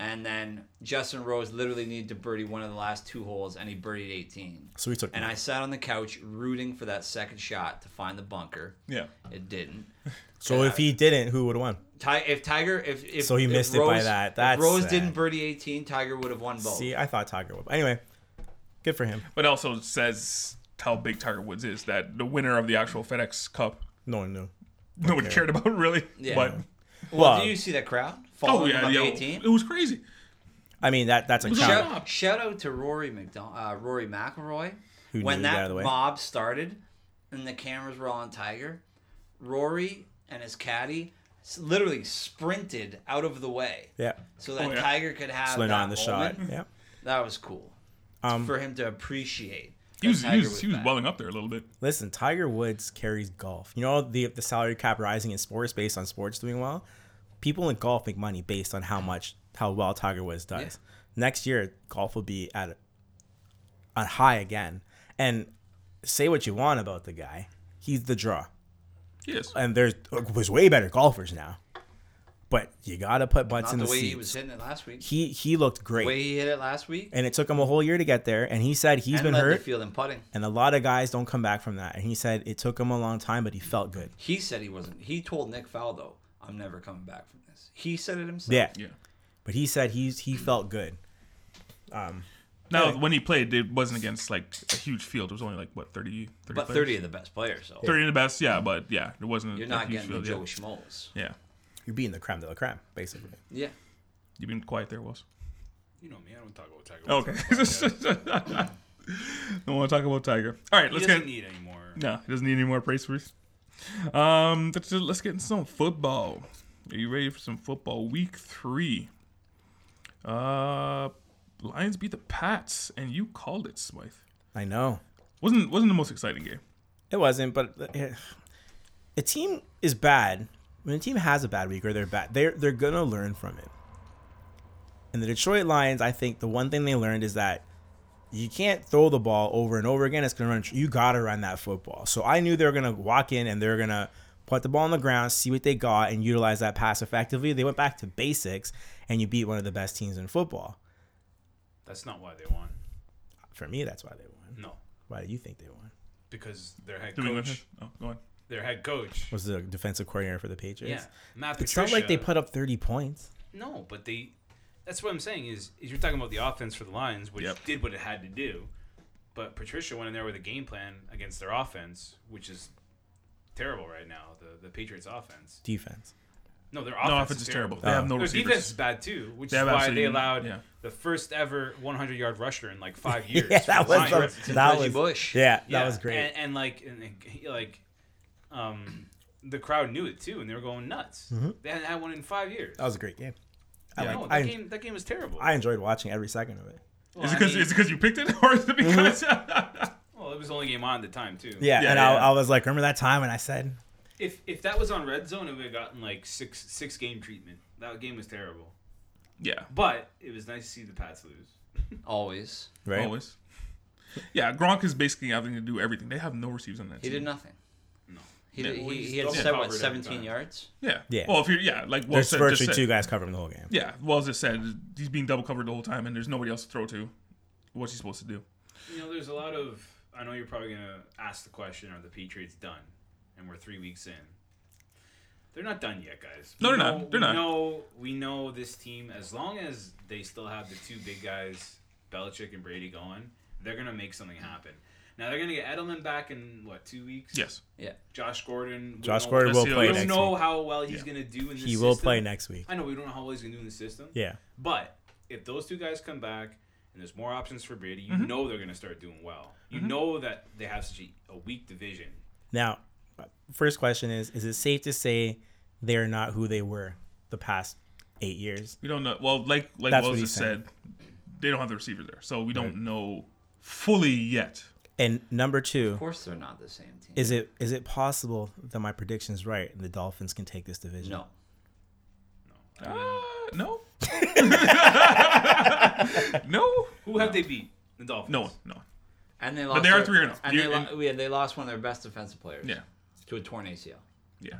And then Justin Rose literally needed to birdie one of the last two holes, and he birdied 18. So he took And I sat on the couch rooting for that second shot to find the bunker. Yeah. It didn't. so if he didn't, who would have won? Ti- if Tiger, if, if So he if missed it by Rose- that. if That's Rose sad. didn't birdie 18. Tiger would have won both. See, I thought Tiger would. Anyway, good for him. But also says how big Tiger Woods is. That the winner of the actual FedEx Cup, No one knew. no one cared about really. Yeah. But well, Well- do you see that crowd? oh Following him yeah, on yeah, the 18? it was crazy. I mean, that that's a Was it count. Shep? Shout, shout out to Rory McDonald, uh, Rory McIlroy. Who when knew to get out that of the way. mob started, and the cameras were on Tiger, Rory and his caddy s- literally sprinted out of the way, Yeah. so that Oh, yeah. Tiger could have Slid that on the shot. moment. Yeah. That was cool Um, for him to appreciate. He that was, he Tiger was, he was back. welling up there a little bit. Listen, Tiger Woods carries golf. You know the the salary cap rising in sports based on sports doing well. People in golf make money based on how much how well Tiger Woods does. Yeah. Next year, golf will be at a, on high again. And say what you want about the guy, he's the draw. Yes, And there's there's way better golfers now, but you gotta put butts Not in the the, way seats. he was hitting it last week. he he looked The great, way he hit it last week. and it took him a whole year to get there. And he said he's and been led hurt. The field in putting. and a lot of guys don't come back from that. And he said it took him a long time, but he felt good. He said he wasn't. He told Nick Faldo, "I'm never coming back from this." He said it himself. Yeah, yeah. but he said he's he felt good. Now Yeah. when he played, it wasn't against like a huge field. It was only like what 30, 30 But players? 30 of the best players, so 30 of the best. Yeah, but yeah, it wasn't. you're a not huge getting the field, Joe yeah. Schmoes. Yeah, You're being the creme de la creme, basically. Yeah. you've been quiet there, Wells. You know me. I don't talk about Tiger. Woods. Okay, don't want to talk about Tiger. All right, He let's doesn't get. need any more. No, he doesn't need any more praise for us. Um, let's, let's get into some football. Are you ready for some football? Week three. Uh, Lions beat the Pats, and you called it, Smythe. I know wasn't wasn't the most exciting game. it wasn't, but eh, a team is bad when a team has a bad week or they're bad. They're they're gonna learn from it. And the Detroit Lions, I think the one thing they learned is that you can't throw the ball over and over again. It's gonna run. You gotta run that football. So I knew they were gonna walk in and they're gonna put the ball on the ground, see what they got, and utilize that pass effectively. They went back to basics, and you beat one of the best teams in football. That's not why they won. For me, that's why they won. No, Why do you think they won? because their head New England. coach, Oh, go on. their head coach. Was the defensive coordinator for the Patriots? Yeah, Matt It's not like they Patricia- put up 30 points. No, but they. That's what I'm saying is, is you're talking about the offense for the Lions, which Yep. did what it had to do, but Patricia went in there with a game plan against their offense, which is terrible right now. The the Patriots' offense. Defense. No, their No, offense, offense is terrible. They Oh. have no Their receivers. defense is bad too, which They is have why absolutely- they allowed yeah. the first ever 100 yard rusher in like five years. Yeah, for that the was Lions. the- It's in that Reggie was Bush. Yeah, Yeah, that was great. And, and like, and, and, he- like, um, the crowd knew it too, and they were going nuts. Mm-hmm. They hadn't had one in five years. Oh, that was a great game. I no, liked- that I- game that game was terrible. I enjoyed watching every second of it. well, Is it I because mean- is it because you picked it or is it because? well, it was the only game on at the time too. Yeah, Yeah, and yeah. I, I was like, remember that time when I said, If if that was on Red Zone, it would have gotten like six six game treatment. That game was terrible, yeah. but it was nice to see the Pats lose. Always. right? Always. Yeah, Gronk is basically having to do everything. They have no receivers on that He team. did nothing. No. He, Yeah. did, Well, he, he's he had double said, what, covered every 17 time. yards? Yeah. Yeah. Well, if you're yeah, like well There's said, just virtually said. two guys covering the whole game. Yeah. Well, as I said, he's being double covered the whole time, and there's nobody else to throw to. What's he supposed to do? You know, there's a lot of. I know you're probably gonna ask the question: Are the Patriots done? And we're three weeks in. They're not done yet, guys. No, We they're not. know- They're we not. Know, we know this team. As long as they still have the two big guys, Belichick and Brady, going, they're gonna make something happen. Now they're gonna get Edelman back in what two weeks? Yes. Yeah. Josh Gordon. we Josh don't- Gordon will Let's see play We how next don't know week. how well he's Yeah. gonna do in this. He will system. play next week. I know we don't know how well he's gonna do in the system. Yeah. But if those two guys come back and there's more options for Brady, you Mm-hmm. know they're going to start doing well. You know that they have such a, a weak division. Now, first question is: Is it safe to say they're not who they were the past eight years? We don't know. Well, like like That's what Wells he's just saying. said, they don't have the receiver there, so we don't know fully yet. And number two, Of course they're not the same team. is it is it possible that my prediction's right and the Dolphins can take this division? no. Uh, no. no. Who have they beat? The Dolphins. No one. No. one. And they lost. they are their- 3 and 0. And You- they, lo- and- yeah, they lost one of their best defensive players. Yeah. To a torn ACL. Yeah.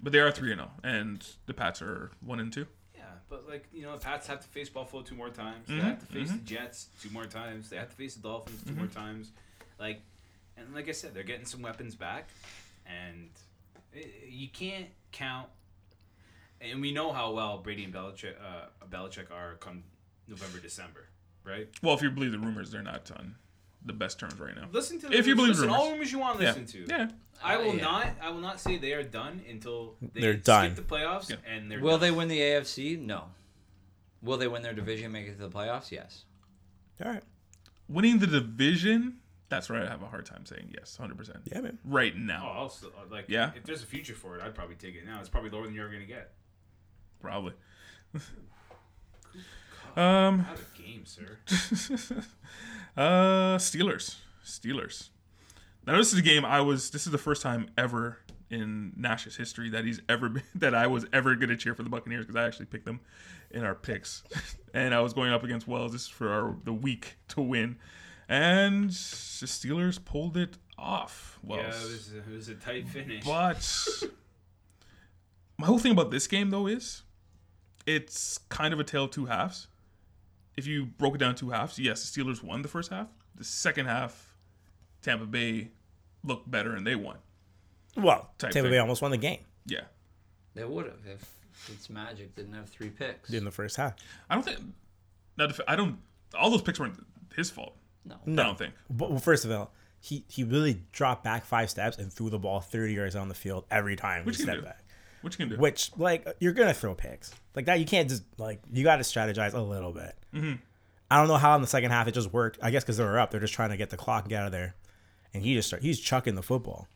But they are three and zero, and the Pats are one and two. Yeah, but like you know, the Pats have to face Buffalo two more times. Mm-hmm, They have to face the Jets two more times. They have to face the Dolphins 2 more Mm-hmm. times. Like, and like I said, they're getting some weapons back, and i- you can't count. And we know how well Brady and Belichick, uh, Belichick are come November, December, right? Well, if you believe the rumors, they're not on the best terms right now. Listen to If you believe listen, rumors. all rumors you want to yeah. listen to. Yeah. I will Uh, yeah. not. I will not say they are done until they They're skip done. the playoffs Yeah. and they're. Will done. they win the AFC? No. Will they win their division and make it to the playoffs? Yes. All right. Winning the division, that's where I have a hard time saying yes, hundred percent. Yeah, man. Right Oh, now, I'll still, like Yeah. If there's a future for it, I'd probably take it now. It's probably lower than you're ever gonna get. probably. Out of game, sir. Uh, Steelers. Steelers. Now this is a game I was. This is the first time ever in Nash's history that he's ever been, that I was ever going to cheer for the Buccaneers because I actually picked them in our picks, and I was going up against Wells. This is for our, the week to win, and the Steelers pulled it off. Wells, yeah, it was, it was a tight finish. but my whole thing about this game though is it's kind of a tale of two halves. If you broke it down two halves, yes, the Steelers won the first half. The second half, Tampa Bay looked better and they won. Well, Type Tampa thing. Bay almost won the game Yeah. They would have if it's Magic didn't have three picks. in the first half. I don't think now def- I don't all those picks weren't his fault. No. I don't think. But well, first of all, he he really dropped back five steps and threw the ball thirty yards on the field every time Which he you can stepped do. back. What you can do. Which like you're gonna throw picks like that. You can't just like you got to strategize a little bit. Mm-hmm. I don't know how in the second half it just worked. I guess because they were up, they're just trying to get the clock and get out of there. And he just start, he's chucking the football.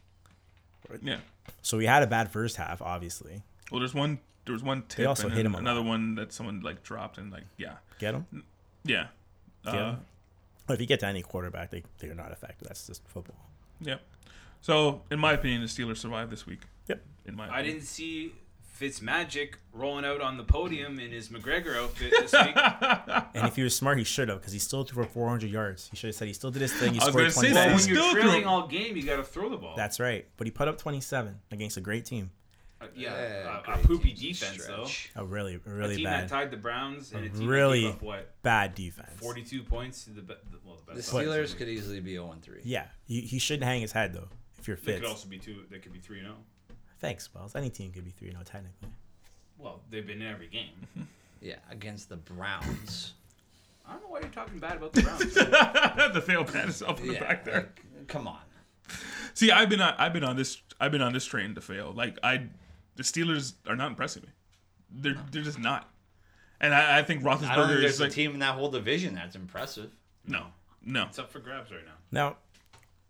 Yeah. So we had a bad first half, obviously. Well there's one there was one tip also and hit him a lot. another one that someone like dropped and like yeah. Get him. Yeah. Uh, But if you get to any quarterback, they they're not effective. That's just football. yeah. So in my opinion the Steelers survived this week. Yep. In my I didn't see Fitzmagic rolling out on the podium in his McGregor outfit this week. And if he was smart, he should have because he still threw for 400 yards. He should have said he still did his thing. He I was scored gonna say 27. that. well, when He's you're still trailing throwing- all game, you got to throw the ball. That's right. But he put up 27 against a great team. Uh, yeah, Yeah, a, a great poopy team defense though. stretch. A really, a really team that bad, tied the Browns and a team really that gave up what bad defense. 42 points to the be- the- well the The best. Steelers offense could in easily be 0 3. Yeah, he, he shouldn't hang his head though. If you're the league. They could Fitz, also be two. They could be three and oh. zero. thanks, Wells. Any team could be three 0 technically. Well, they've been in every game. Yeah, against the Browns. I don't know why you're talking bad about the Browns. the fail pat itself in the yeah, back there. like, come on. See, I've been on, I've been on this I've been on this train to fail. Like I, the Steelers are not impressing me. They're they're just not. And I, I think I don't think Roethlisberger there's is a like team in that whole division that's impressive. no no. it's up for grabs right now. Now,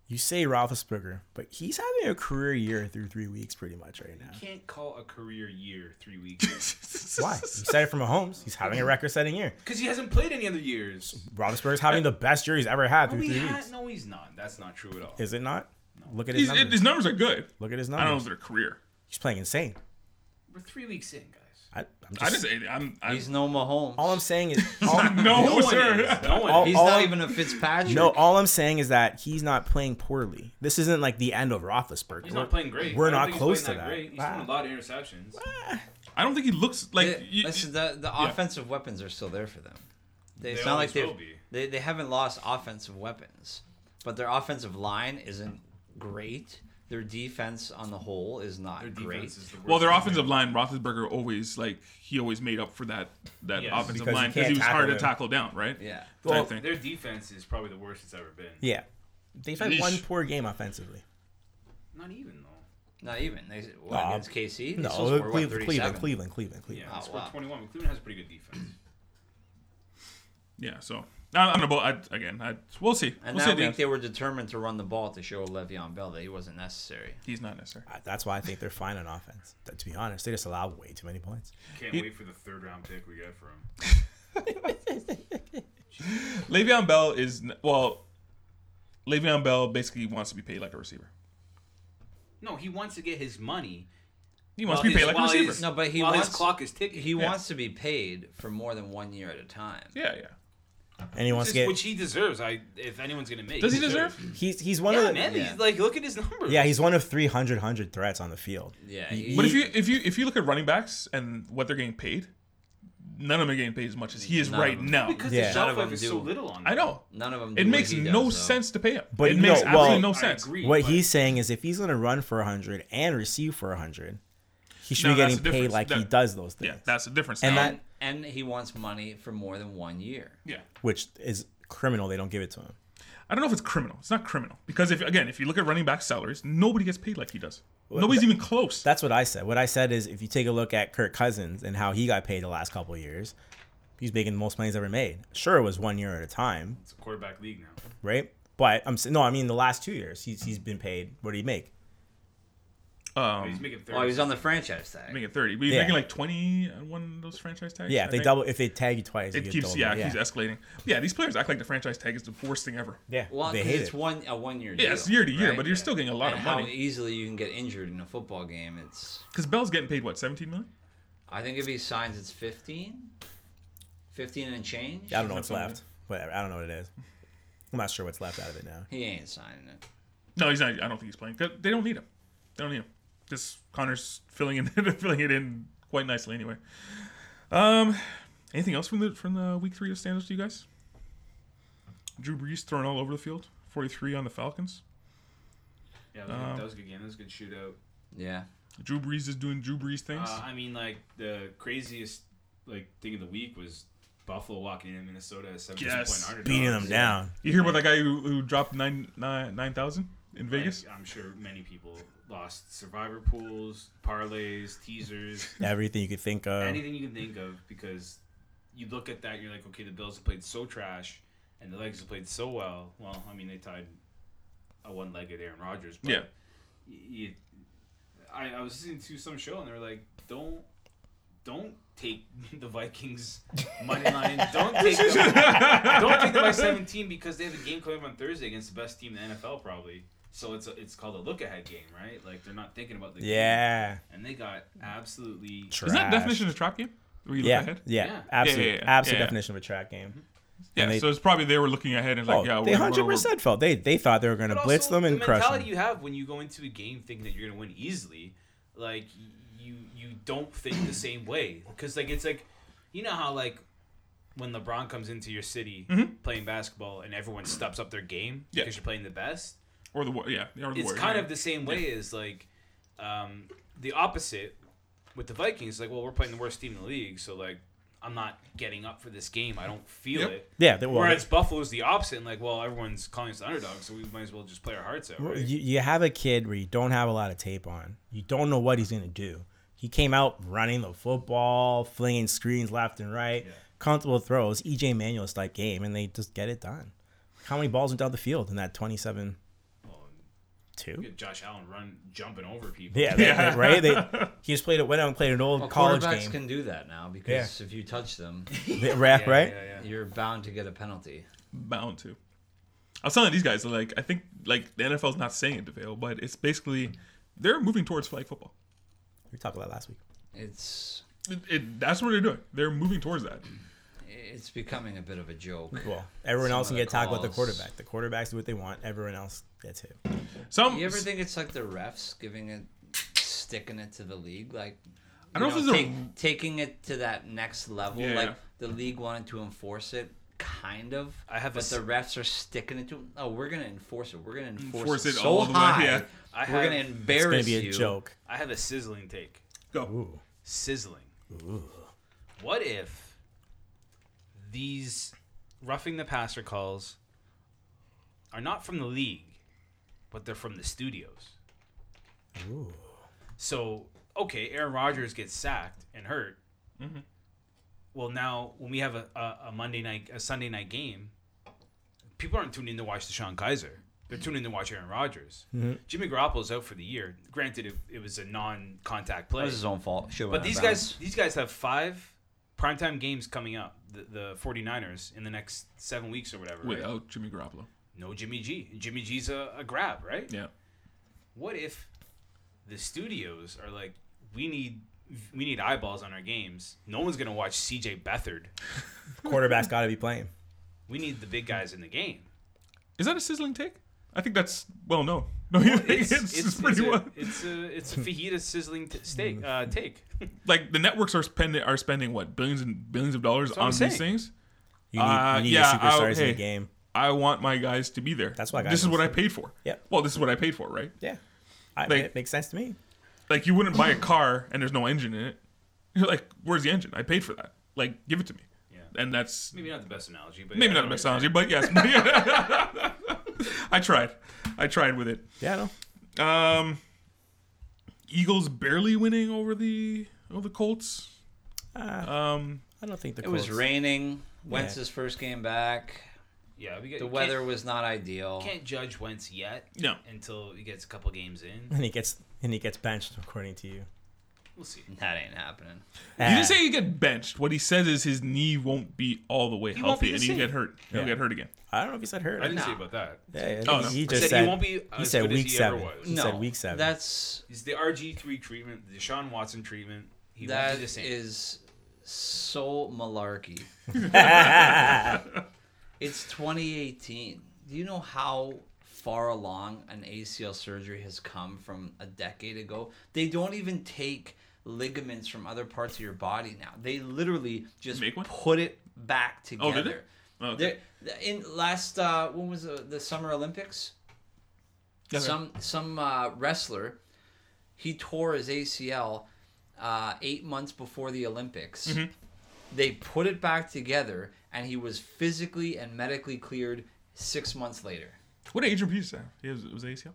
you say Roethlisberger, but he's having a career year through three weeks, pretty much right now. You can't call a career year three weeks Why? You said it from Mahomes. He's having a record-setting year. because he hasn't played any other years. Roethlisberger's having the best year he's ever had No, through Oh, he three ha- weeks. no, he's not. That's not true at all. Is it not? Look at his He's, numbers. his numbers are good. Look at his I don't know if numbers. they're career. He's playing insane. We're three weeks in, guys. I, I'm just, I just I'm, I'm He's no Mahomes. all I'm saying is all, no, No one sir. is. No one. All- is. He's all not I'm- even a Fitzpatrick. no. All I'm saying is that he's not playing poorly. This isn't like the end of Roethlisberger. He's not playing great. we're I don't not think he's close playing to that. Great. He's Wow. thrown a lot of interceptions. I don't think he looks like. Yeah, you- listen, the, the offensive weapons are still there for them. They, it's They not like always they've- will be. they they haven't lost offensive weapons, but their offensive line isn't great. Their defense on the whole is not Their great. defense is the worst. well, their offensive line, Roethlisberger always like he always made up for that that Yes. offensive Because you line because he can't was hard tackle him. to tackle down, right? yeah. Well, Type thing. Their defense is probably the worst it's ever been. Yeah, they've had Yeesh. one poor game offensively. Not even though. Not even. They what, Nah. against KC. They No, still scored, what, Cleveland, 37? Cleveland, Cleveland, Cleveland, Cleveland. Yeah, Oh, they scored wow. 21. but Cleveland has a pretty good defense. Yeah. So I, I'm gonna bo- I, again. I, we'll see. And we'll that see. week Dan. they were determined to run the ball to show Le'Veon Bell that he wasn't necessary. He's not necessary. Uh, That's why I think they're fine on offense. Th- To be honest, they just allow way too many points. Can't wait for the third round pick we get for him. Le'Veon Bell is n- well. Le'Veon Bell basically wants to be paid like a receiver. No, he wants to get his money. He wants Well, to be paid he's- like a well, receiver. he's- No, but he while wants his clock is ticking. He Yeah. wants to be paid for more than one year at a time. Yeah, yeah. And he wants Just- to get. which he deserves. I if anyone's gonna make. Does he deserve? He's he's one of Yeah, the, man. Yeah. He's like, look at his numbers. yeah he's one of 300 hundred threats on the field. Yeah, He- he- But if you if you if you look at running backs and what they're getting paid, none of them are getting paid as much as he is None of right them. now. because Yeah. the None shelf of life them is do. so little on. I him. know None of them. it do what makes he does, no though. sense to pay him. But it no, makes well- absolutely no I sense. agree, what but he's saying is, if he's going to run for 100 and receive for 100, he should No, be that's getting the paid difference. like he That- does those Yeah, things, that's the difference. And now. that- And, and he wants money for more than one year. yeah. which is criminal. They don't give it to him. I don't know if it's criminal. It's not criminal because if again, if you look at running back salaries, nobody gets paid like he does. Nobody's even close. That's what I said. What I said is, if you take a look at Kirk Cousins and how he got paid the last couple of years, he's making the most money he's ever made. Sure, it was one year at a time, It's a quarterback league now. right? But I'm s- no, I mean the last two years he's he's been paid. What did he make? He's um, making thirty. Oh, he's on the franchise tag. making thirty. We're Yeah. making like twenty on one of those franchise tags. Yeah, I if they think. double if they tag you twice, you It get keeps double yeah, money. it keeps escalating. Yeah, these players act like the franchise tag is the worst thing ever. yeah. Well, they 'cause hate it's it. one a one year. Yeah, deal, it's year to year, right? but you're still getting a lot And of how money easily you can get injured in a football game. It's because Bell's getting paid what seventeen million. I think if he signs, it's 15? 15 and change. I don't know what's left. Whatever. I don't know what it is. I'm not sure what's left out of it now. He ain't signing it. No, he's not. I don't think he's playing. 'Cause They don't need him. They don't need him. Just Connor's filling in, filling it in quite nicely anyway. Um, anything else from the from the week three of standards to you guys? Drew Brees thrown all over the field. Forty three on the Falcons. Yeah, that was, um, a- that was a good game. That was a good shootout. Yeah. Drew Brees is doing Drew Brees things. Uh, I mean, like the craziest like thing of the week was Buffalo walking into Minnesota as seventeen Yes. point underdogs. Beating them down. you hear about that guy who, who dropped nine nine nine thousand in Like, Vegas? I'm sure many people lost survivor pools, parlays, teasers, Everything you could think of. anything you can think of because you look at that and you're like, okay, the Bills have played so trash and the Legs have played so well. Well, I mean, they tied a one-legged Aaron Rodgers, but Yeah. y- you, I, I was listening to some show and they were like, don't. Don't take the Vikings money line. Don't take them. Don't take them by seventeen because they have a game coming up on Thursday against the best team in the NFL, probably. So it's a, it's called a look ahead game, right? Like they're not thinking about the game. Yeah. And they got absolutely Isn't that Trash. definition of trap game? Where you look yeah, ahead? yeah, Yeah. absolute, Yeah, yeah, yeah. absolute Yeah, Mm-hmm. yeah. definition of a track game. Yeah, they- so it's probably they were looking ahead and like, Oh, yeah, they we're gonna- hundred percent felt they they thought they were going to But blitz also, them and the crush mentality them. you have when you go into a game thinking that you're gonna win easily, like y- you you don't think the same way because like it's like you know how like when LeBron comes into your city playing basketball and everyone steps up their game Mm-hmm. Yeah. because you're playing the best. Or the wa- yeah, they are the It's Warriors, kind yeah. of the same way as like um, the opposite with the Vikings. Like, well, we're playing the worst team in the league, so like I'm not getting up for this game. I don't feel Yep. it. Yeah, they were. Whereas Buffalo's the opposite, and like, well, everyone's calling us the underdog, so we might as well just play our hearts out. Right? You, you have a kid where you don't have a lot of tape on. You don't know what he's going to do. He came out running the football, flinging screens left and right, comfortable throws, E EJ Manuel type game, and they just get it done. How many balls went down the field in that 27 2? Get Josh Allen run jumping over people. Yeah, they- they- right? They, he just played it, went out and played an old Well, college quarterbacks game. can do that now because if you touch them, They- right? Yeah, right? Yeah, yeah. you're bound to get a penalty. bound to. I was telling these guys like I think like the NFL's not saying it to fail, but it's basically they're moving towards flag football. We talked about that last week. It's It, it, that's what they're doing. They're moving towards that. it's becoming a bit of a joke. Well, everyone Some else of can the get tackled with the calls. quarterback. The quarterbacks do what they want. Everyone else gets hit. Some You ever think it's like the refs giving it, sticking it to the league, like I don't you know if know, there's a- take- taking it to that next level? Yeah, like yeah. the league wanted to enforce it, kind of. I have a but the s- refs are sticking it to. Oh, we're gonna enforce it. We're gonna enforce, Enforce it, it so all the way, high. yeah. I we're have- gonna It's going embarrass to be a you. joke. I have a sizzling take. go. Ooh. Sizzling. What if these roughing the passer calls are not from the league, but they're from the studios? Ooh. So, okay, Aaron Rodgers gets sacked and hurt. Mm-hmm. Well, now when we have a, a, a Monday night, a Sunday night game, people aren't tuning in to watch Deshaun Kaiser. They're tuning in to watch Aaron Rodgers. Mm-hmm. Jimmy Garoppolo's out for the year. Granted, it, it was a non-contact That play. was his own fault. Should've But went these out of guys, bounds. these guys have five primetime games coming up. The, the 49ers in the next seven weeks or whatever. right? Without Jimmy Garoppolo. No Jimmy G. Jimmy G's a, a grab, right? Yeah. what if the studios are like we need we need eyeballs on our games no one's gonna watch cj bethard Quarterback's got to be playing. we need the big guys in the game Is that a sizzling take? I think that's well known. No, you think it's it's, it's, it's pretty it's, well. a, it's a it's a fajita sizzling t- steak uh take Like the networks are spending are spending what billions and billions of dollars what on I'm these saying. things. You need, Uh, you need your yeah, I- superstars in hey. the game. I want my guys to be there. That's why guys this is are what I sick. paid for. Yep. Well, this is what I paid for, right? Yeah. I, Like- it makes sense to me. Like you wouldn't buy a car and there's no engine in it. You're like, where's the engine? I paid for that. Like, give it to me. yeah And that's maybe not the best analogy but maybe yeah, not a I best know what analogy, but yes. I tried. I tried with it. Yeah, no. Um, Eagles barely winning over the over the Colts. I don't think the It was Colts- raining. Wentz his first game back. you're saying. yeah we get, The you weather can't, was not ideal. can't judge wentz yet No. until he gets a couple games in and he gets and he gets benched according to you. Ah, we'll see That ain't happening. He didn't say he get benched. What he says is his knee won't be all the way won't be healthy, the and he'll same. get hurt. He'll get hurt again. I don't know if he said hurt. i didn't Nah. see about that Yeah, yeah, Oh, he- no. he He just said he said, won't be he as said good as week he ever seven. was. He no, said week seven. That's he's the rg3 treatment the deshaun watson treatment he won't that be the same is so malarkey. it's 2018. Do you know how far along an ACL surgery has come from a decade ago? They don't even take ligaments from other parts of your body now. They literally just Make one? put it back together. did they? Oh, okay. There- In last uh, when was the, the Summer Olympics? some some uh, wrestler he tore his acl uh, eight months before the olympics Mm-hmm. they put it back together and he was physically and medically cleared six months later What did Adrian Peterson have? He was, was ACL?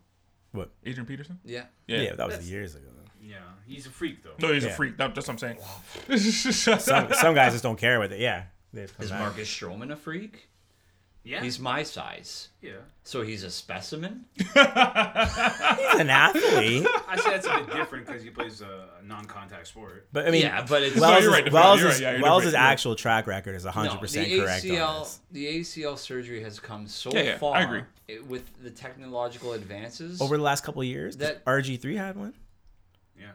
What? Adrian Peterson? yeah Yeah, Yeah. that was years ago. yeah he's a freak though No, he's a Yeah. freak. That, that's what I'm saying. Some, some guys just don't care with it. Yeah, they just come is back. marcus stroman a freak yeah he's my size yeah so he's a specimen He's an athlete. I Actually, that's a bit different because he plays a non-contact sport. But I mean, yeah, but it's No, Wells' you're right, Defino, Wells' you're right, yeah, you're Wells' right, you're right. actual track record is 100% the correct. on ACL, this. The ACL surgery has come so Yeah, yeah, I far agree. i- with the technological advances. Over the last couple of years, 'cause That- RG3 had one. Yeah.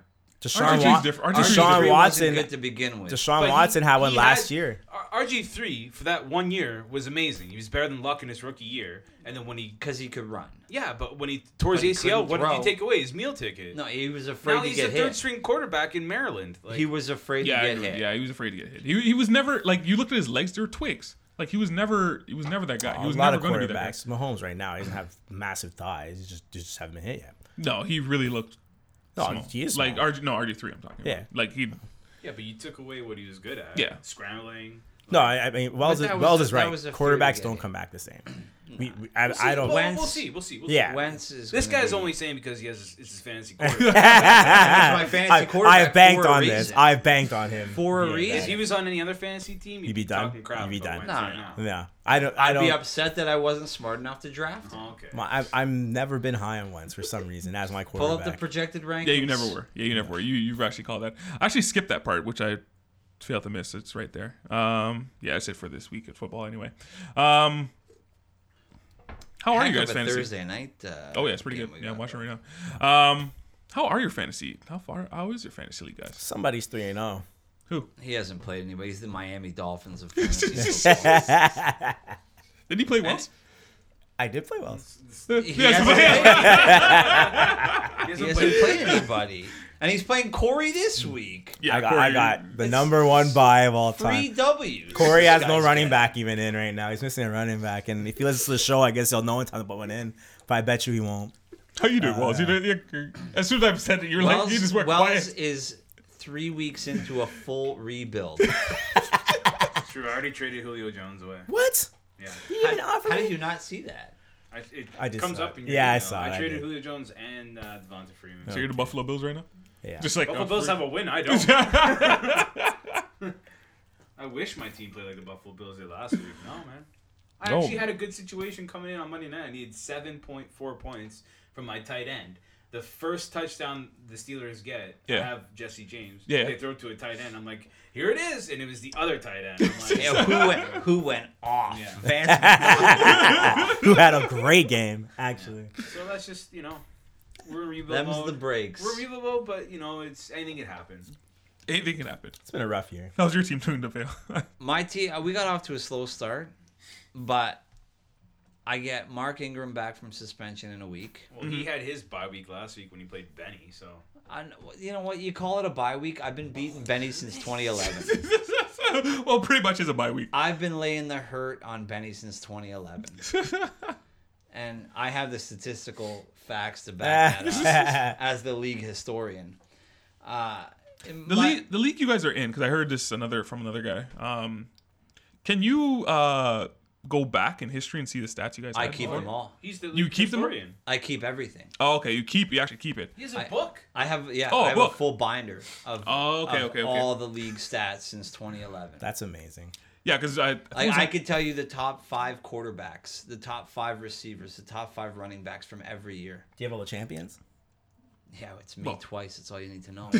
Deshaun, RG3 Wa- 's different. RG3 's Deshaun RG3 Watson. wasn't good to begin with. Deshaun But he- Watson had one he last had- year. R- RG3 for that one year was amazing. He was better than Luck in his rookie year, and then when he because he could run. yeah, but when he tore his But he ACL, couldn't what did throw. you take away? His meal ticket. No, he was afraid now to he's the get third hit. string quarterback in Maryland. Like, He was afraid Yeah, I to get agree. hit. yeah, he was afraid to get hit. He, he was never like you looked at his legs; they were twigs. Like he was never, he was never that guy. He A was lot never of going to be that quarterbacks. Mahomes right now, he doesn't have massive thighs. He just, they just haven't been hit yet. guy. No, he really looked. No, small. he is like small. RG, no RG three. I'm talking. Yeah. about. like he. yeah, but you took away what he was good at. Yeah. scrambling. No, I, I mean Wells. Is, that was Wells the- is that right. was the fear to Quarterbacks get don't hit. come back the same. We, we, I, I don't. We'll, Wentz- we'll see. We'll see. We'll Yeah. See. Wentz is. This gonna guy's be- only saying because he has his, it's his fantasy quarterback. my fantasy I, quarterback I've banked for a on this. reason. I've banked on him. for a Yeah, reason. if he was on any other fantasy team, you'd, You'd be done. talking crap You'd be done. about Wentz right No, now. No, I don't. I I'd don't. be upset that I wasn't smart enough to draft him. Oh, okay. my- I've, I've never been high on Wentz for some reason as my Pull up the quarterback. projected rankings. Yeah, you never were. Yeah, you never were. You you've actually called that. I actually skipped that part, which I failed to miss. It's right there. Um, yeah, that's it for this week at football. Anyway, um, how are Heck you of guys a fantasy? Thursday night. Uh, Oh yeah, it's pretty game good. we Yeah, got I'm watching there. right now. Um, how are your fantasy? How far? How is your fantasy league, guys? Somebody's three and oh. zero. Who He hasn't played anybody. He's the Miami Dolphins of fantasy. football. I did he play once? did play Wells. He Yes, hasn't but- played- He hasn't he hasn't played- played anybody, and he's playing Corey this week. Mm. Yeah, I got, Corey, I got the It's number one buy of all Three time. W's. Corey This has no guy's running good. back even in right now. He's missing a running back, and if he listens to the show, I guess he'll know in time to put one in. But I bet you he won't. How you doing, Walls? You uh, did, you, as soon as I said it, you were like, Wells, you just went Wells quiet. is three weeks into a full rebuild. True, I already traded Julio Jones away. What? Yeah, You didn't how, offer how me? did you not see that? I, it I did comes saw up it. in your Yeah, I email. saw it, I I traded did. Julio Jones and uh, Devonta Freeman. So you're the Buffalo Bills right now? Yeah. Just like Buffalo uh, Bills for- have a win. I don't. I wish my team played like the Buffalo Bills did last week. No, man. I No. actually had a good situation coming in on Monday night. I needed 7.4 points from my tight end. The first touchdown the Steelers get, Yeah. I have Jesse James. Yeah. They throw to a tight end. I'm like, here it is. And it was the other tight end. I'm like, Yeah, who went? Who went off? Yeah. Vance Who had a great game, actually. so that's just, you know, we're in rebuild them's mode. the breaks. We're rebuild mode, but, you know, it's anything can happen. anything can happen. It's been a rough year. How's your team doing to fail? My team. We got off to a slow start, but I get Mark Ingram back from suspension in a week. Well, Mm-hmm. he had his bye week last week when he played Benny, so. I, you know what? You call it a bye week. I've been beating Benny since 2011. well, pretty much is a bye week. I've been laying the hurt on Benny since 2011. and I have the statistical facts to back that up as the league historian. Uh, in The my- league, the league you guys are in, because I heard this another from another guy. Um, can you uh go back in history and see the stats you guys? I had keep before? them all. He's the You keep them? historian. I keep everything. Oh, okay. You keep. You actually keep it. He has a I- book. I have yeah. Oh, I have book. a full binder of, Oh, okay, of okay, okay. all the league stats since 2011. That's amazing. Yeah, because I. Like, who's I that- could tell you the top five quarterbacks, the top five receivers, the top five running backs from every year. Do you have all the champions? Yeah, it's me Well. twice. It's all you need to know. Oh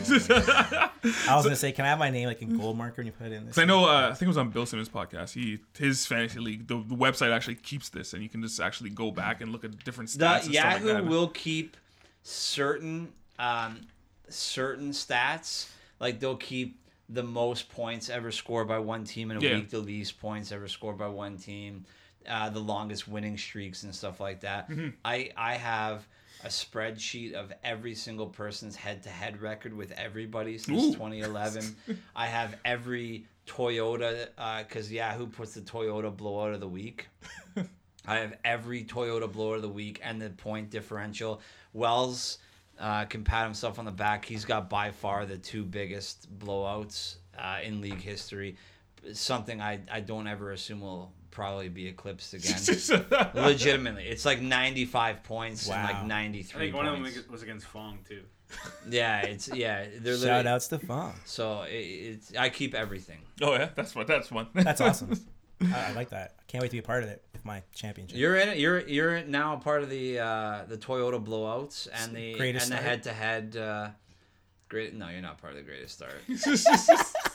I was gonna say, can I have my name like in gold marker when you put it in this? 'cause I know. Uh, I think it was on Bill Simmons' podcast. He his fantasy league. The, the website actually keeps this, and you can just actually go back and look at different the stats. and stuff like Yahoo that. will keep certain um, certain stats. Like they'll keep the most points ever scored by one team in a Yeah. week, the least points ever scored by one team, uh, the longest winning streaks and stuff like that. Mm-hmm. I I have a spreadsheet of every single person's head-to-head record with everybody since Ooh. 2011. I have every Toyota because Yahoo puts the Toyota blowout of the week. I have every Toyota blower of the week and the point differential. Wells uh, can pat himself on the back. He's got by far the two biggest blowouts uh, in league history. Something I, I don't ever assume will probably be eclipsed again. Legitimately, it's like 95 points and Wow. like I 93 think one of them points. was against Fong too. Yeah, it's yeah. They're Shout literally- outs to Fong. So it, it's I keep everything. Oh yeah, that's one. That's one. That's awesome. I, I like that. I can't wait to be a part of it. with my championship. You're in it. You're you're now a part of the uh, the Toyota blowouts and the Greatest and the Start. head to head. Great. No, you're not part of the greatest start.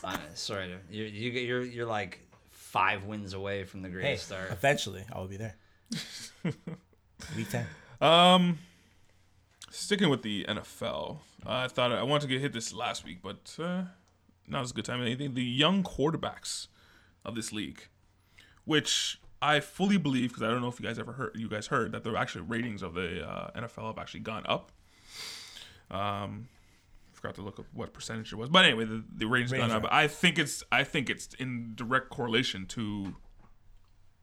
I'm sorry, to- you you get you're you're like five wins away from the hey, greatest start. eventually I'll be there. Week ten. Um, sticking with the NFL, I thought I wanted to get hit this last week, but uh, now is a good time. I think the young quarterbacks of this league, which I fully believe, because I don't know if you guys ever heard, you guys heard that the actually ratings of the uh, NFL have actually gone up. Um, forgot to look up what percentage it was, but anyway, the, the ratings have gone Ratings up. I think it's I think it's in direct correlation to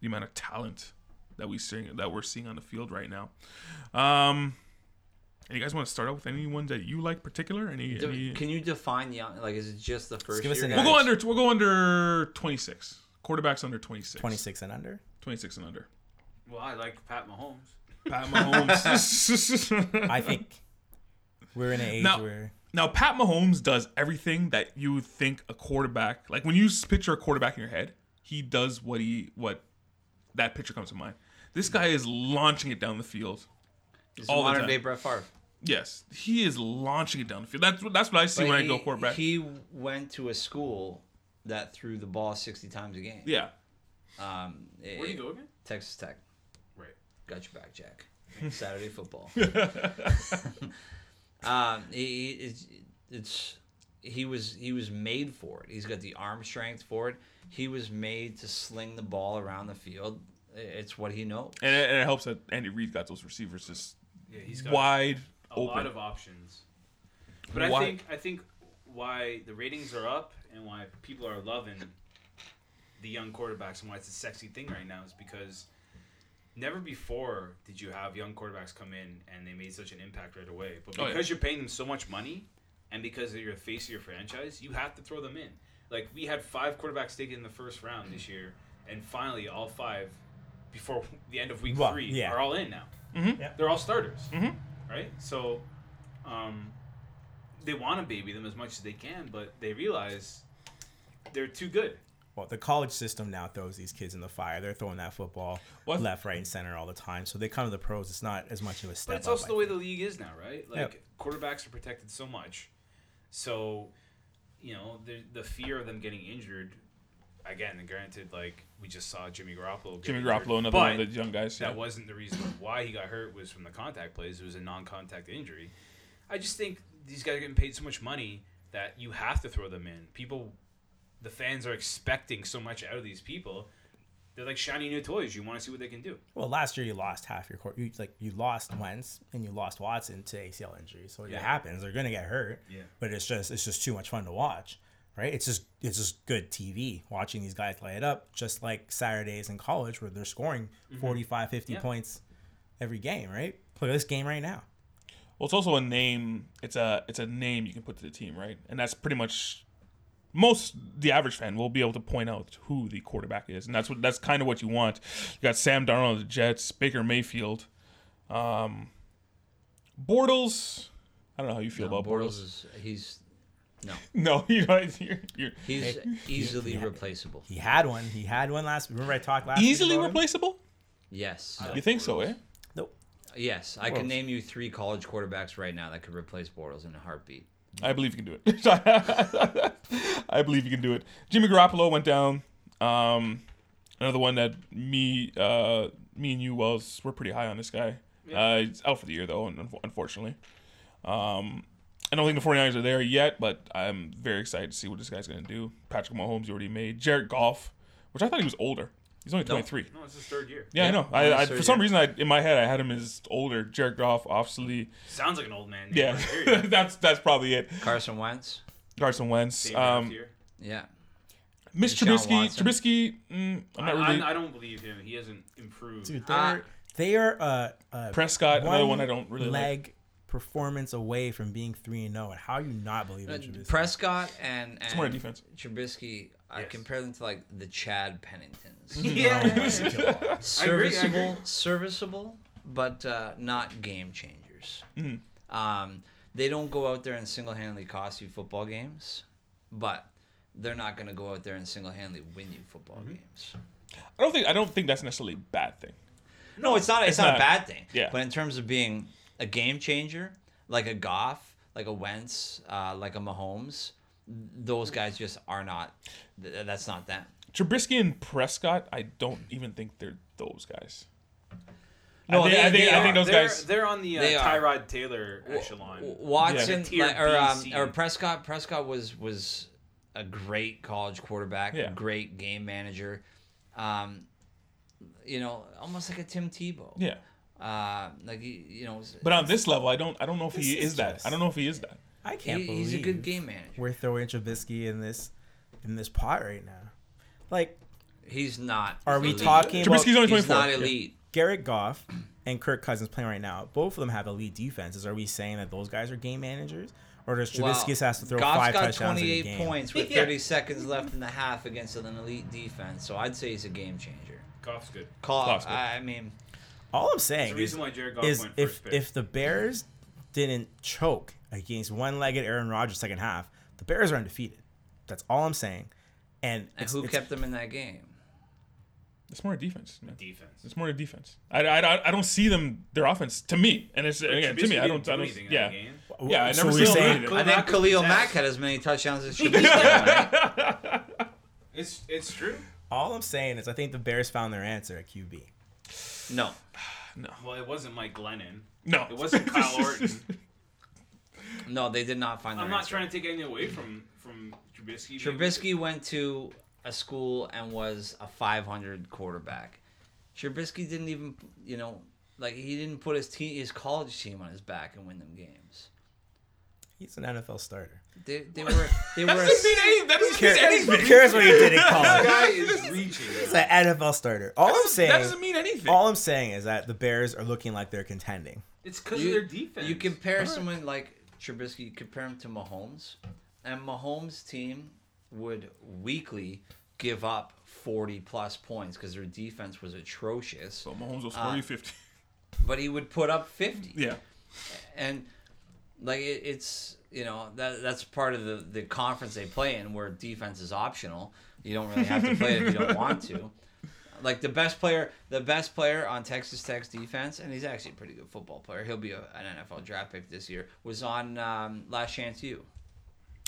the amount of talent that we seeing that we're seeing on the field right now. Um, and you guys want to start out with any ones that you like particular? Any? Do- any- Can you define the like? Is it just the first? give us year an guys? we'll go under. We'll go under twenty six. Quarterbacks under 26. Twenty six and under. 26 and under. Well, I like Pat Mahomes. Pat Mahomes. I think we're in an age Now- where now, Pat Mahomes does everything that you would think a quarterback like when you s- picture a quarterback in your head. He does what he what that picture comes to mind. This guy is launching it down the field. It's all the modern time. day Brett Favre. Yes, he is launching it down the field. That's what that's what I see when I he, go quarterback. He went to a school that threw the ball sixty times a game. yeah, Um, Where do it- you go again? Texas Tech. Right. Got your back, Jack. Saturday football. um, he, he- it's, it's he was he was made for it. He's got the arm strength for it. He was made to sling the ball around the field. I- It's what he knows. and it, and it helps that Andy Reid got those receivers just Yeah, he's got wide a open. lot of options. But Why- I think I think why the ratings are up and why people are loving the young quarterbacks and why it's a sexy thing right now is because never before did you have young quarterbacks come in and they made such an impact right away. But Oh, because yeah. you're paying them so much money and because they're the face of your franchise, you have to throw them in. Like we had five quarterbacks taken in the first round this year, and finally all five before the end of week Well, three yeah. Mm-hmm. are all in now. Yeah. They're all starters, right? So, um, they want to baby them as much as they can, but they realize they're too good. well the college system now throws these kids in the fire. They're throwing that football What? left, right, and center all the time. So they come to the pros. It's not as much of a step. But it's up, also I the way think. the league is now, right? Like quarterbacks are protected so much, so you know the the fear of them getting injured. Again, and granted, like we just saw Jimmy Garoppolo. Get Jimmy injured, Garoppolo, another but one of the young guys. Yeah. That wasn't the reason why he got hurt was from the contact plays. It was a non-contact injury. I just think these guys are getting paid so much money that you have to throw them in. People, the fans are expecting so much out of these people. They're like shiny new toys. You want to see what they can do. Well, last year you lost half your court. You like you lost Wentz and you lost Watson to ACL injury. So Yeah. it happens. They're gonna get hurt. Yeah. But it's just it's just too much fun to watch, right? It's just it's just good TV watching these guys light it up. Just like Saturdays in college where they're scoring 45, 50 Mm-hmm. Yeah. points every game, right? Look at this game right now. Well, it's also a name. It's a it's a name you can put to the team, right? And that's pretty much most the average fan will be able to point out who the quarterback is, and that's what that's kind of what you want. You got Sam Darnold of the Jets, Baker Mayfield, um, Bortles. I don't know how you feel No, about Bortles. Bortles is he's no No, you know, you're, you're he's easily replaceable. He had one. He had one last. Remember I talked last. week easily about him? replaceable. Yes, You think so, eh? Nope. yes. I Bortles. can name you three college quarterbacks right now that could replace Bortles in a heartbeat. I believe you can do it. I believe you can do it. Jimmy Garoppolo went down. Um, another one that me, uh, me and you, Wells, were pretty high on this guy. Uh, he's out for the year though, un- unfortunately. Um, I don't think the 49ers are there yet, but I'm very excited to see what this guy's going to do. Patrick Mahomes, you already made. Jared Goff, which I thought he was older. He's only 23. No, it's his third year. Yeah, I know. I, Yeah, I, so for some yeah. reason, I in my head, I had him as older. Jared Goff, obviously. Sounds like an old man. Yeah, Period. that's that's probably it. Carson Wentz. Carson Wentz. Same Um, draft year. Yeah. Mitch Deshaun Trubisky. Watson. Trubisky. Mm, I'm I, not really. I, I don't believe him. He hasn't improved. Dude, they're, Ah. they are uh, uh, Prescott, another one I don't really like. leg performance away from being three and zero. And how you not Uh, believe in Trubisky? Prescott and, more a and defense. Trubisky, I Yes. compare them to like the Chad Penningtons. yeah. serviceable, I agree, I agree. serviceable, but uh, not game changers. Um, they don't go out there and single-handedly cost you football games, but they're not going to go out there and single-handedly win you football games. I don't think I don't think that's necessarily a bad thing. No, it's not. It's, not, not. a bad thing. Yeah. But in terms of being a game changer, like a Goff, like a Wentz, uh, like a Mahomes, those guys just are not. th- That's not them. Trubisky and Prescott, I don't even think they're those guys. No, I think, I they- think, they I think are. those they're, guys. They're on the uh, They are. Tyrod Taylor echelon. W- Watson Yeah. like, Tier or um, B, C. or Prescott. Prescott was was a great college quarterback, Yeah. great game manager. Um, you know, almost like a Tim Tebow. Yeah, Uh, like he- you know, but on this level, I don't I don't know if he This is, is that. just- I don't know if he is that. I can't he, believe he's a good game manager. we're throwing Trubisky in this in this pot right now. Like, He's not. Are we elite. talking- Well, Trubisky's only twenty He's four. not elite. Garrett Goff and Kirk Cousins playing right now, both of them have elite defenses. Are we saying that those guys are game managers? Or does Trubisky just has to throw Goff's five got touchdowns in a 28 game? points with Yeah. 30 seconds left in the half against an elite defense, so I'd say he's a game changer. Goff's good. Call, Possible. I I mean, All I'm There's saying a is, reason why Jared Goff is went if first pick. if the Bears didn't choke against one-legged Aaron Rodgers second half, the Bears are undefeated. That's all I'm saying. And, and it's- who it's- kept him in that game? It's more a defense. Man. defense. It's more a defense. I, I, I- I don't see them their offense to me, and it's again to Trubisky me. I didn't don't. do I don't. anything in Yeah. that game. Yeah, I So never we're see them saying- do Cool. anything. I Mack think was Khalil possessed. Mack had as many touchdowns as Trubisky. had, right? It's it's true. All I'm saying is I think the Bears found their answer at QB. No, Well, it wasn't Mike Glennon. No, It wasn't Kyle Orton. no, they did not find. Their I'm not answer. trying to take anything away from from Trubisky. Trubisky went to a school and was a 500 quarterback. Trubisky didn't even, you know, like he didn't put his team, his college team on his back and win them games. He's an NFL starter. They, they were they were a Doesn't mean any- that doesn't mean anything. Who cares what he did in college? guy is reaching. He's an NFL starter. All I'm saying. That doesn't mean anything. All I'm saying is that the Bears are looking like they're contending. It's because of You- their defense. You compare someone like Trubisky, compare him to Mahomes, and Mahomes' team would weekly give up 40 plus points because their defense was atrocious, so Oh, Mahomes will Uh, score you fifty. but he would put up 50. Yeah. And like it, it's you know that that's part of the the conference they play in where defense is optional. You don't really have to play it if you don't want to. Like the best player, the best player on Texas Tech's defense, and he's actually a pretty good football player. He'll be a, an NFL draft pick this year. Was on um, Last Chance U.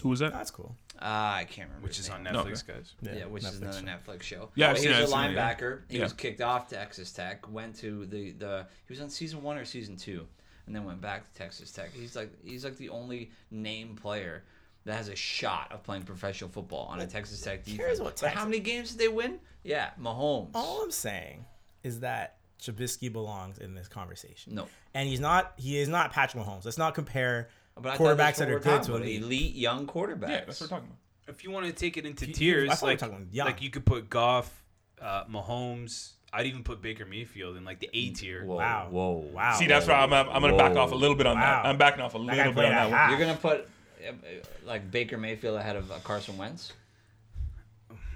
Who was that? That's cool. Uh, I can't remember. which his is name. on Netflix, guys. Yeah, which is another show. Netflix show. Yeah, Oh, I've he seen it, was a I've seen it, yeah. linebacker. He Yeah. was kicked off Texas Tech. Went to the the he was on season one or season two, and then went back to Texas Tech. He's like he's like the only name player that has a shot of playing professional football on a Texas Tech defense. here's what but Texas- how many games did they win? Yeah, Mahomes. All I'm saying is that Trubisky belongs in this conversation. No. and he's not. He is not Patrick Mahomes. Let's not compare But I thought quarterbacks that's that what are we're good talking to about, elite. elite young quarterbacks. Yeah, that's what we're talking about. If you want to take it into I tiers, thought we were like talking- yeah. like you could put Goff, uh, Mahomes. I'd even put Baker Mayfield in like the A tier. Whoa, Wow. Whoa. Wow. See, that's why I'm, I'm, I'm gonna back Whoa. off a little bit on that. Wow. I'm backing off a guy little bit played on at that one. half. You're gonna put uh, like Baker Mayfield ahead of uh, Carson Wentz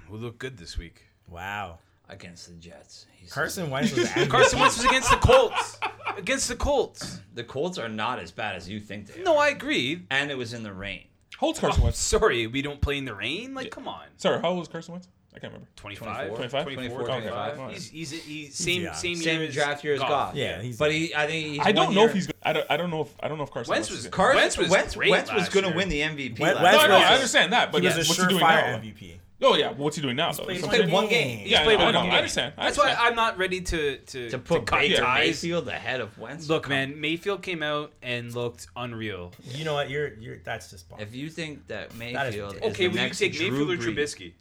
Who looked good this week? Wow, against the Jets. He's Carson Wentz was actually- Carson Wentz was against the Colts. Against the Colts. The Colts are not as bad as you think they are. No, I agree. And it was in the rain. Holds Carson Wentz. Sorry, we don't play in the rain. Like, come on. Sorry, how old is Carson Wentz? I can't remember. 25? 25? 24, 25. 25. He's, he's, he's same, Yeah. same, Same year as draft year as Goff. Goff. Yeah, he's- but he, I think he's. I don't one know year- if he's. Good. I don't. I don't know if. I don't know if Carson Wentz is was good. Carson- Wentz was great last gonna year. win the MVP. Wentz- last Wentz No, year. no, I was- understand that, but he was what's a he doing surefire now? MVP. Oh yeah, what's he doing now? though? played Some one shit- one game. game. Yeah, I played know, I one know. game. I understand. I That's why understand. I'm not ready to to, To put cut Baker ties. Mayfield ahead of Wentz. Look, man, Mayfield came out and looked unreal. You know what? You're you're. That's just bomb. If you think that Mayfield is Okay, the would you next take Drew Mayfield or Brees- Trubisky?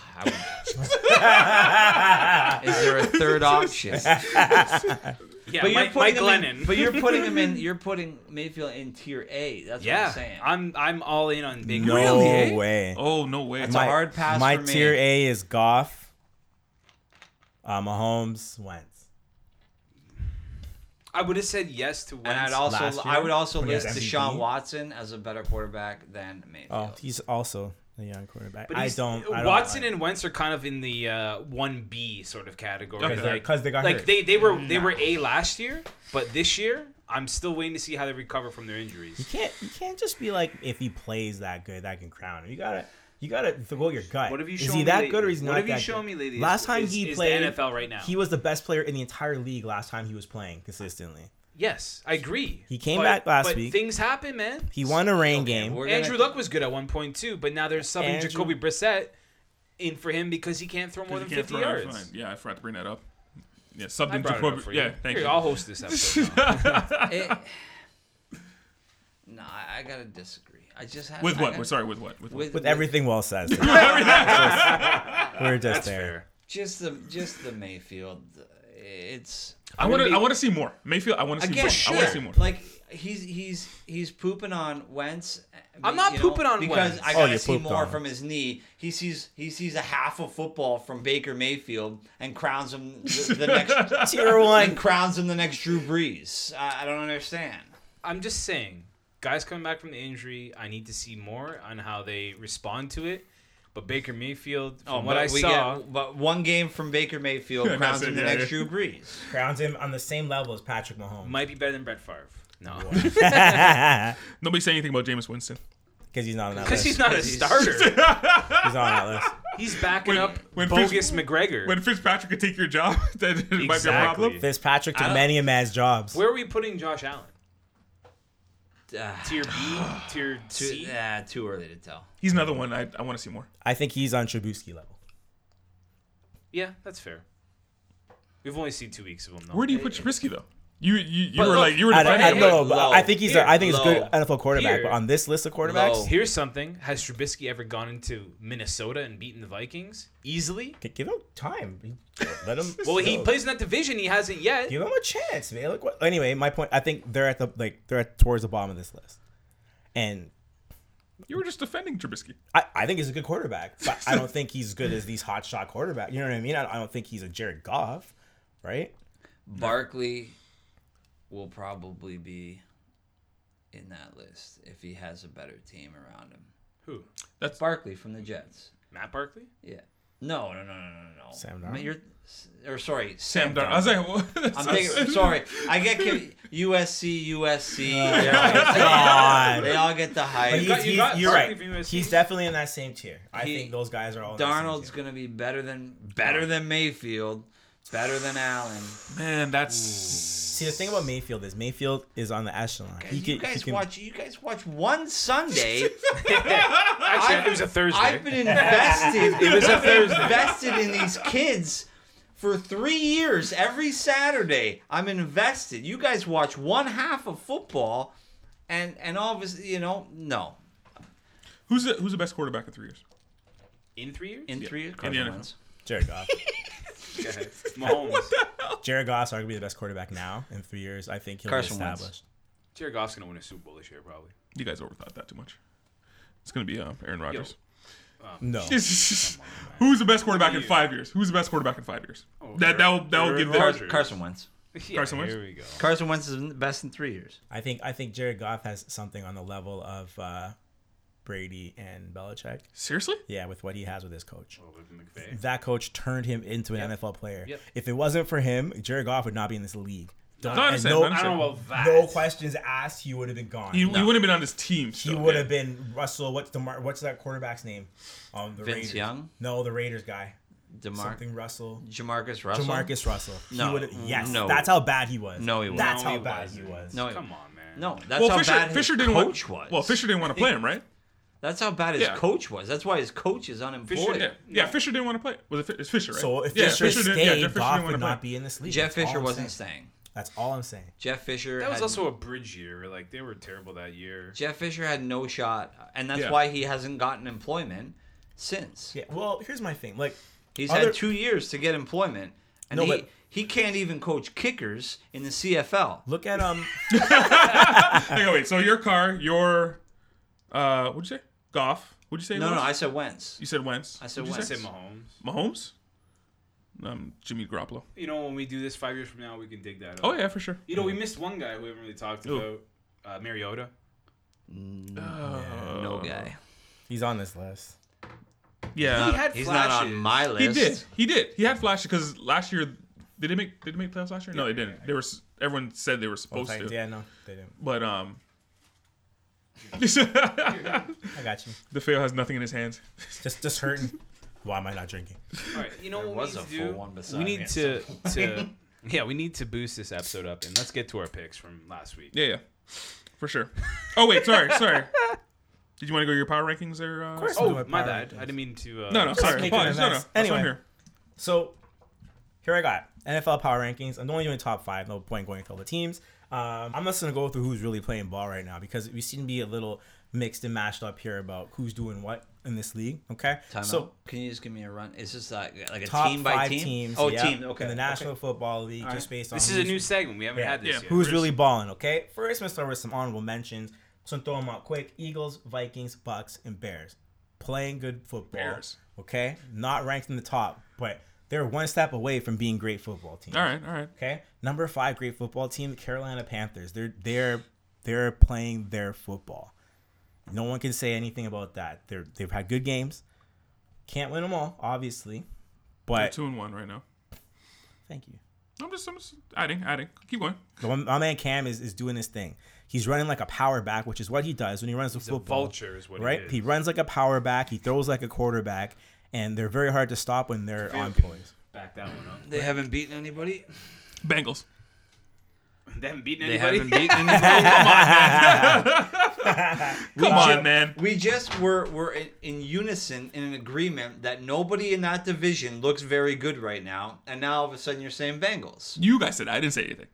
I would- is there a third option? Yeah, But you're Mike, putting Mike him in, Glennon. but you're putting him in. You're putting Mayfield in tier A. That's what yeah, I'm saying. I'm I'm all in on Baker. no Really, eh? way. Oh no way. That's It's a hard pass My for me. tier A is Goff, uh, Mahomes, Wentz. I would have said yes to Wentz. and I'd also, last I year would also when he was list MVP? Deshaun Watson as a better quarterback than Mayfield. Oh, he's also a young quarterback. But I he's- don't. I don't Watson like- and Wentz are kind of in the uh, one B sort of category. Okay. 'Cause they're- Like- 'cause they got like hurt. they they were they were A last year, but this year I'm still waiting to see how they recover from their you injuries. can't you can't just be like if he plays that good that can crown him. You gotta You gotta th- go with your gut. What have you is shown he me that lately? good or is he What not have you that shown good? me lately Last is- time is- he is the played NFL right now? he was the best player in the entire league. Last time he was playing consistently, Yes, I agree. He came But- back last but week. Things happen, man. he won a rain game. we're gonna- Andrew Luck was good at one point too, but now they're subbing Andrew- Jacoby Brissett in for him because he can't throw more than You can't fifty throw it, yards. fine. Yeah, I forgot to bring that up. Yeah, I something brought to it up for corporate. Yeah, you. thank Here, you. I'll host this episode. now. it- no, I, I gotta disagree. I just have With I what? gotta- We're sorry, with what? With, what? With, With everything well said, we're just there. Just the just the Mayfield. uh, It's I want to. I want to see more Mayfield. I want to see again more. I want sure. to see more. Like he's he's he's pooping on Wentz. uh, I'm not you pooping on because Wentz. I Oh, gotta you see pooped more on from his knee. He sees he sees a half of football from Baker Mayfield and crowns him the, the next Tier and one. crowns him the next Drew Brees. I, I don't understand. I'm just saying, guys coming back from the injury, I need to see more on how they respond to it. But Baker Mayfield, Oh, from Oh, what but I we saw, get- but one game from Baker Mayfield that's crowns it, him the yeah, next yeah. Drew Brees. Crowns him on the same level as Patrick Mahomes might be better than Brett Favre. No, because Nobody say anything about Jameis Winston. he's not on that because list. He's he's not a starter. not on that list. He's backing When- up when bogus Fitz- McGregor. When Fitzpatrick could take your job, that might be a Exactly. problem. Fitzpatrick took many a man's jobs. Where are we putting Josh Allen? Ah, Tier B, tier too, C. ah, too early to tell. He's another one. I, I want to see more. I think he's on Trubisky level. Yeah, that's fair. We've only seen two weeks of him. Though. Where do you put Trubisky though? You you, you But were look, like you were I, don't- I defending. don't know, him. but Low. I think he's a, I think he's a good Low. NFL quarterback. Here. But on this list of quarterbacks, Low. Here's something: Has Trubisky ever gone into Minnesota and beaten the Vikings easily? g- give him time. Let him. Well, he go. plays in that division. He hasn't yet. Give him a chance, man. Look what, anyway, my point. I think they're at the like they're at towards the bottom of this list, and You were just defending Trubisky. I, I think he's a good quarterback, but I don't think he's as good as these hotshot quarterbacks. You know what I mean? I, I don't think he's a Jared Goff, right? Barkley will probably be in that list if he has a better team around him. Who? Barkley from the Jets. Matt Barkley? Yeah. No, no, no, no, no, no. Sam I Darnold? mean, you're, or sorry, Sam, Sam Darnold. Darnold. I was like, what? I'm thinking- I'm sorry. I get con- USC, USC. Oh, they're all- God. they all get the hype. He's- you he's- got you're Barkley right. from USC. He's definitely in that same tier. I He- think those guys are all. in that same Darnold's tier. gonna be better than better than Mayfield, better than Allen. Man, that's See, the thing about Mayfield is Mayfield is on the echelon. He you could- he guys can- watch. You guys watch one Sunday. Actually, it was a Thursday. I've been invested. It was a I've been Thursday. Invested in these kids for three years. Every Saturday, I'm invested. You guys watch one half of football, and and all of us, you know, no. who's the, who's the best quarterback in three years? in three years. In three years, Indiana. Jared Goff. Go ahead. Mahomes. Jared Goff's arguably the best quarterback now. In three years, I think he'll Carson be Wentz. established. Jared Goff's gonna win a Super Bowl this year, probably. You guys overthought that too much. It's gonna be uh, Aaron Rodgers. No, Who's the best quarterback in five years? Who's the best quarterback in five years? Oh, That that will that will Aaron give Rodgers. them. Carson, Carson Wentz. Yeah, Carson Wentz? Here we go. Carson Wentz is the best in three years. I think I think Jared Goff has something on the level of uh, Brady and Belichick. Seriously? Yeah, with what he has with his coach. Oh, with McVay. That coach turned him into an NFL player. Yep. If it wasn't for him, Jared Goff would not be in this league. Don't, I and understand, I no, I understand. don't know about that. no questions asked, he would have been gone. He, He, he wouldn't have been on this team. still, would yeah. have been Russell. What's the mar- what's that quarterback's name? Um, the Vince Raiders. Young? No, the Raiders guy. Demar- Something Russell. Jamarcus Russell. Jamarcus Russell. No, he would. Yes, no. that's how bad he was. No, he wasn't. That's No, how he bad wasn't. he was. No, he- Come on, man. No, that's Well, how Fisher bad his Fisher didn't coach want, was. Well, Fisher didn't want to play him, right? That's how bad his Yeah. coach was. That's why his coach is unemployed. Fisher Yeah, did. yeah. Fisher didn't want to play. Was it Fi- it's Fisher? Right? So if yeah, Fisher, stayed, didn't- Jeff Fisher Goff didn't wanna would not play. be in this league. Jeff That's all Fisher I'm wasn't saying. staying. That's all I'm saying. Jeff Fisher. That was had- also a bridge year. Like they were terrible that year. Jeff Fisher had no shot, and that's Yeah. why he hasn't gotten employment since. Yeah. Well, here's my thing. Like, He's Other- had two years to get employment, and No, he, but- he can't even coach kickers in the CFL. look at um. Hang on, wait. So your car, your uh, what'd you say? Goff. What'd you say? it No, no, was? I said Wentz. You said Wentz. I said What'd you I Wentz. say? said Mahomes. Mahomes. Um, Jimmy Garoppolo. You know, when we do this five years from now, we can dig that up. Oh yeah, for sure. You know, we missed one guy we haven't really talked Who? about. Uh, Mariota. No guy. He's on this list. Yeah, He had He's flashes. not on my list. He did. He did. He had flashes because last year did they make did they make playoffs last year? No, they didn't. They were s- everyone said they were supposed Titans, to. Yeah, no, they didn't. But um, I got you. The fail has nothing in his hands. Just just hurting. Why am I not drinking? All right, you know There what was we a need to full do? one beside we need me at to to yeah, we need to boost this episode up and let's get to our picks from last week. Yeah, yeah, for sure. Oh wait, sorry, sorry. Did you want to go to your power rankings there? Uh, of course. Oh, Do it my power bad. rankings. I didn't mean to. Uh, No, no, sorry. making Apologies. it No, no. nice. That's why I'm Anyway. here. So here I got NFL power rankings. I'm only doing top five. No point going through all the teams. Um, I'm just gonna go through who's really playing ball right now because we seem to be a little mixed and mashed up here about who's doing what in this league. Okay. Time so out. Can you just give me a run? Is this like, like a top team by five team? teams. Oh, yeah, team. Okay. In the National Football League, All just right. based on This is a who's- new segment. We haven't Yeah. had this Yeah. yet. Who's really balling, okay? First, I'm gonna start with some honorable mentions. So I'm gonna throw them out quick: Eagles, Vikings, Bucks, and Bears. Playing good football, Bears. okay? Not ranked in the top, but they're one step away from being great football teams. All right, all right. Okay, number five, great football team, the Carolina Panthers. They're they're they're playing their football. No one can say anything about that. They're they've had good games. Can't win them all, obviously, They're but two and one right now. thank you. I'm just, I'm just adding, adding. Keep going. The one, my man Cam is, is doing his thing. He's running like a power back, which is what he does when he runs the He's a football. vulture is what right? it is. He runs like a power back. He throws like a quarterback, and they're very hard to stop when they're on poise. Back that one up. They haven't beaten anybody. Bengals. They haven't beaten They anybody. haven't beaten anybody. Come on, man. we just were were in, in unison in an agreement that nobody in that division looks very good right now, and now all of a sudden you're saying Bengals. You guys said that. I didn't say anything.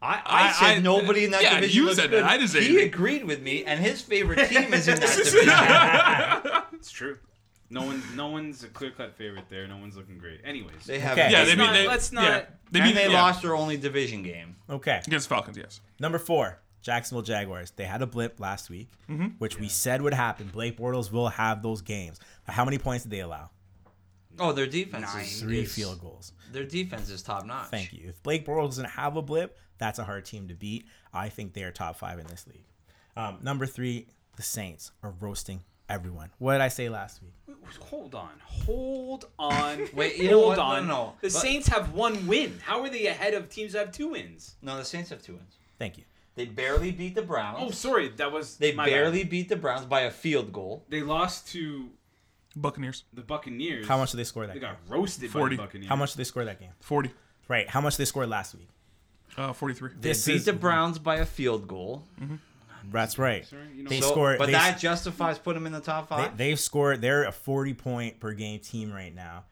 I, I, I- said I- nobody in that yeah, division. you looks said good. that. I didn't say He anything. agreed with me, and his favorite team is in that division. It's true. No one, no one's a clear cut favorite there. No one's looking great. Anyways, They have. Okay. Yeah, Let's they beat. not- They, let's yeah, not- they and beat. they yeah. lost their only division game. Okay. against Falcons. Yes. Number four, Jacksonville Jaguars. They had a blip last week, Mm-hmm. which we said would happen. Blake Bortles will have those games. But how many points did they allow? Oh, their defense is Three is- field goals. Their defense is top notch. Thank you. If Blake Bortles doesn't have a blip, that's a hard team to beat. I think they are top five in this league. Um, number three, the Saints are roasting everyone. What did I say last week? hold on, hold on, Wait, you know hold what? No, on. no, no. The But- Saints have one win. How are they ahead of teams that have two wins? No, the Saints have two wins. Thank you. They barely beat the Browns. Oh, sorry, that was They my bad. barely beat the Browns by a field goal. They lost to Buccaneers. the Buccaneers. How much did they score that They game? got roasted 40. by the Buccaneers. How much did they score that game? Forty. Right. How much did they score last week? Uh, forty-three. They This beat is- the Browns by a field goal. That's right. Sorry, you know- They So- scored. but they- that justifies putting them in the top They, five. they've scored. They're a forty point per game team right now.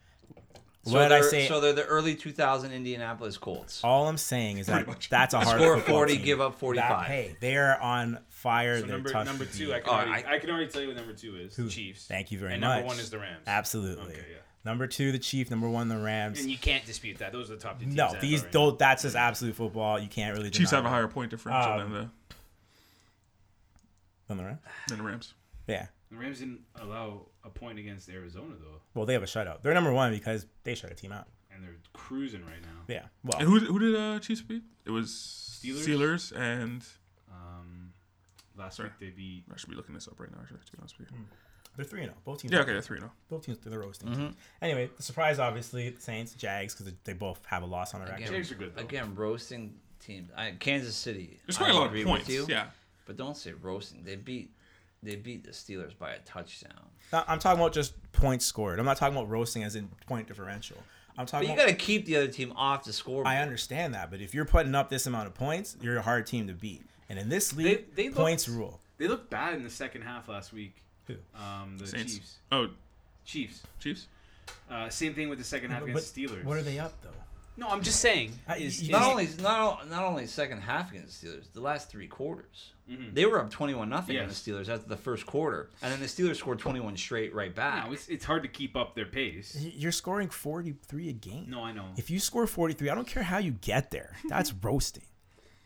so what did I they're- say? So they're the early 2000 Indianapolis Colts. All I'm saying is that that's a hard Score football 40, team. give up 45. That- hey, they are on fire. So They're number tough number to two, beat. I can, Oh, already, I- I, can already tell you what number two is. The Chiefs. Thank you very and much. number one is the Rams. Absolutely. Okay, yeah. Number two, the Chief. Number one, the Rams. And you can't dispute that. Those are the top two teams. No, that these are in. don't. That's just absolute football. You can't really. Chiefs deny have a it. higher point differential Um, than the than the Rams. than the Rams. Yeah. The Rams didn't allow a point against Arizona though, Well, they have a shutout. They're number one because they shut a team out. and they're cruising right now. Yeah. Well, And who who did uh, Chiefs beat? It was Steelers, Steelers? and Um, last Sorry. week they beat. I should be looking this up right now. Actually, to be honest with Hmm. you. they're three and zero. Both teams. Yeah. Okay. Three oh. now. Both teams through the roasting. Mm-hmm. Anyway, the surprise obviously the Saints, Jags because they both have a loss on their record. Jags are good, though. Again, roasting teams. I, Kansas City. They're I scoring a lot agree of with points. you, Yeah. But don't say roasting. They beat they beat the Steelers by a touchdown. No, I'm talking about just points scored. I'm not talking about roasting as in point differential. I'm But talking. you about, got to keep the other team off the scoreboard. I understand that, but if you're putting up this amount of points, you're a hard team to beat. And in this league, they looked- points rule. They looked bad in the second half last week. Who? Um, the Saints. Chiefs. Oh, Chiefs. Chiefs. Uh, same thing with the second half against the Steelers. What are they up though? No, I'm just saying. I- Is, you- is, Not only not o- not only second half against the Steelers, the last three quarters, they were up twenty one nothing on the Yes. Steelers after the first quarter, and then the Steelers scored twenty one straight right back. no, it's, it's hard to keep up their pace. You're scoring 43 a game. No, I know. If you score 43, I don't care how you get there. That's roasting.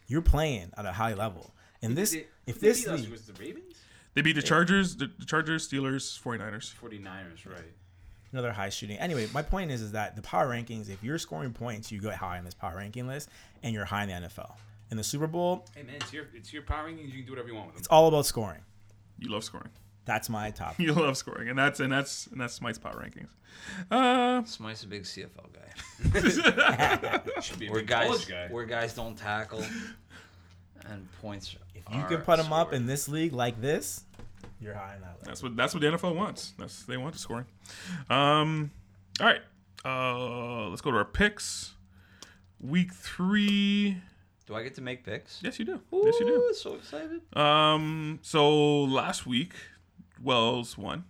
You're playing at a high level. And this, They- if they this beat us, league, was the Ravens, They beat the Chargers, the, the Chargers, Steelers, 49ers. 49ers, right? another high shooting. Anyway, my point is, is that the power rankings. If you're scoring points, you go high on this power ranking list, and you're high in the NFL. In the Super Bowl, Hey man, it's your it's your power rankings. You can do whatever you want with them. it's all about scoring. You love scoring. That's my top. You love scoring, and that's and that's and that's Smite's power rankings. Uh, Smite's a big CFL guy. Should be a We're big college guys. guy. We're guys don't tackle. and points. If You can put them up in this league like this. You're high in that level. That's what that's what the NFL wants. That's they want the scoring. Um, all right, uh, let's go to our picks. Week three. Do I get to make picks? Yes, you do. Yes, you do. Ooh, So excited. Um, so last week, Wells won.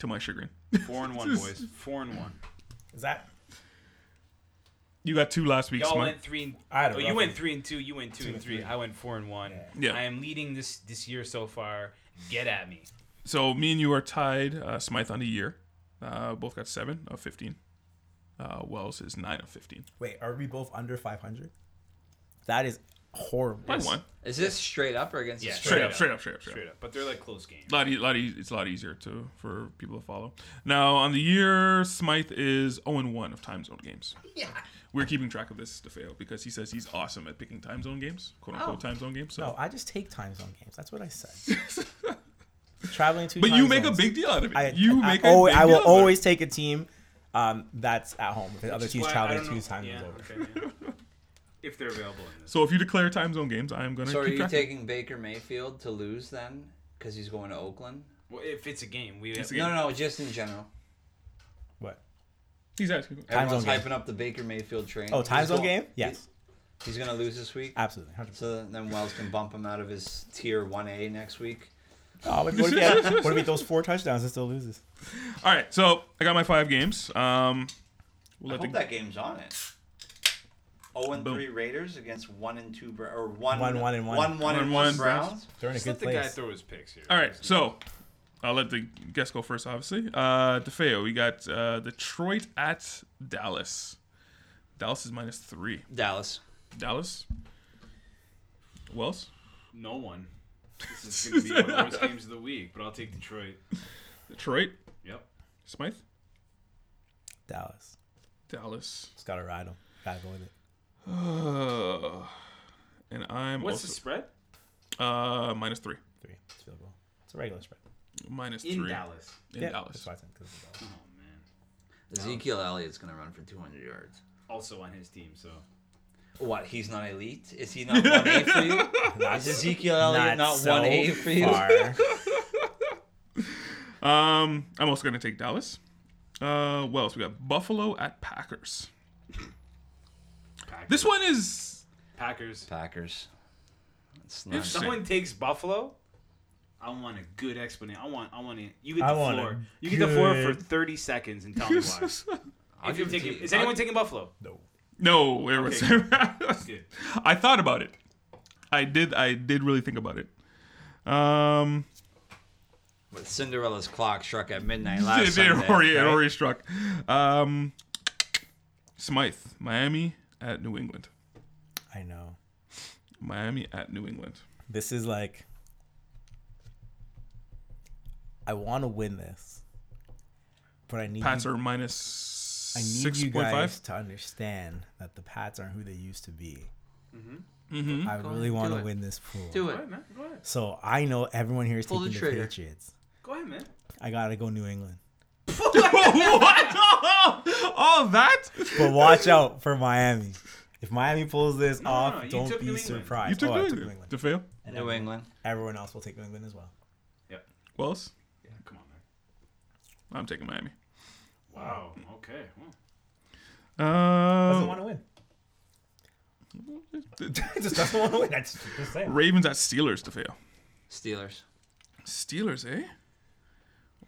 To my chagrin, Four and one, boys. Four and one. Is that you got two last week. Y'all Smug. went three and I had a oh, rough you went one. three and two. You went two, and three. I went four and one. Yeah. I am leading this this year so far. Get at me. So me and you are tied. Uh, Smythe on the year. Uh, both got seven of fifteen. Uh, Wells is nine of fifteen. wait? Are we both under 500? That is horrible. By one. Is this straight up or against? the Yeah, spread? Straight, Straight up, up. straight up, straight up, straight up. Straight up. But they're like close games. lot, e- lot e- it's a lot easier to for people to follow. Now on the year, Smythe is 0 1 of time zone games. Yeah. We're keeping track of this to fail because he says he's awesome at picking time zone games, quote Oh. unquote time zone games. So. No, I just take time zone games. That's what I said. Traveling to. but you make a big deal out of it. I, you I, make I, a always, big I will deal out of it. always take a team um, that's at home. The other Which is team's why I traveling don't two know- times yeah, is over. okay, yeah. if they're available in this. So if you declare time zone games, I am going to So are keep you track. of it. taking Baker Mayfield to lose then? Because he's going to Oakland. Well, if it's a game, we It's a No, no, no. Just in general. What? He's asking. Time Everyone's zone hyping up the Baker Mayfield train. Oh, time He's zone go- game? Yes, he- He's gonna lose this week. absolutely. 100%. So then Wells can bump him out of his tier one A next week. Oh, but what, if he had, what if he throws four touchdowns and still loses? All right, so I got my five games. Um, we'll I let hope the, that game's on it. 0 and Boom. 3 Raiders against 1 and 2 Bra- or 1 One, one, and one. 1 1 and 1 1 Browns. They're in a Just good let the guy place. throw his picks here. All right, so I'll let the guest go first, obviously. Uh, DeFeo, we got uh, Detroit at Dallas. Dallas is minus three. Dallas. Dallas. Wells. No one. This is going to be one of the worst games of the week, but I'll take Detroit. Detroit. Yep. Smythe. Dallas. Dallas. Just gotta ride him. Gotta go with it. Uh, and I'm What's the also spread? uh, minus three. Three. It's field goal. It's a regular spread. Minus In three Dallas. in Yeah, Dallas. That's why I said 'cause it's Dallas. Oh, man. Ezekiel Elliott's going to run for 200 yards. Also on his team, so. What? He's not elite? Is he not 1A for you? Is Ezekiel Elliott not, 1A for you? far. Um, I'm also gonna take Dallas. Uh, Wells. We got Buffalo at Packers. Packers. This one is Packers. Packers. It's If not someone takes Buffalo, I want a good explanation. I want, I want it. You get I the want a floor. You get the floor for good- 30 seconds and tell me why. if you're give it to taking, you. is anyone I'll- taking Buffalo? no. It was- Good. I thought about it. I did. I did really think about it. Um, With Cinderella's clock struck at midnight it, last it Sunday. already, it right? already struck. Um, Smythe, Miami at New England. I know. Miami at New England. This is like. I want to win this, but I need Pats you, are minus I need six you point guys five. to understand that the Pats aren't who they used to be. Mm-hmm. I really want do to it. win this pool. Do Go it. ahead, man. Go ahead. So I know everyone here is Pull the taking the, trigger. Patriots. Go ahead, man. I gotta go New England. what? All that? But watch out for Miami. If Miami pulls this off, no, you don't took be New England. surprised. You took Oh, I New took England. To fail? New England. Everyone else will take New England as well. Yep. Wells? Yeah, come on, I'm taking Miami. man. Wow. Okay. Well, Doesn't Uh, want to win. just doesn't want to win. That's just saying. Ravens at Steelers to fail. Steelers. Steelers, eh?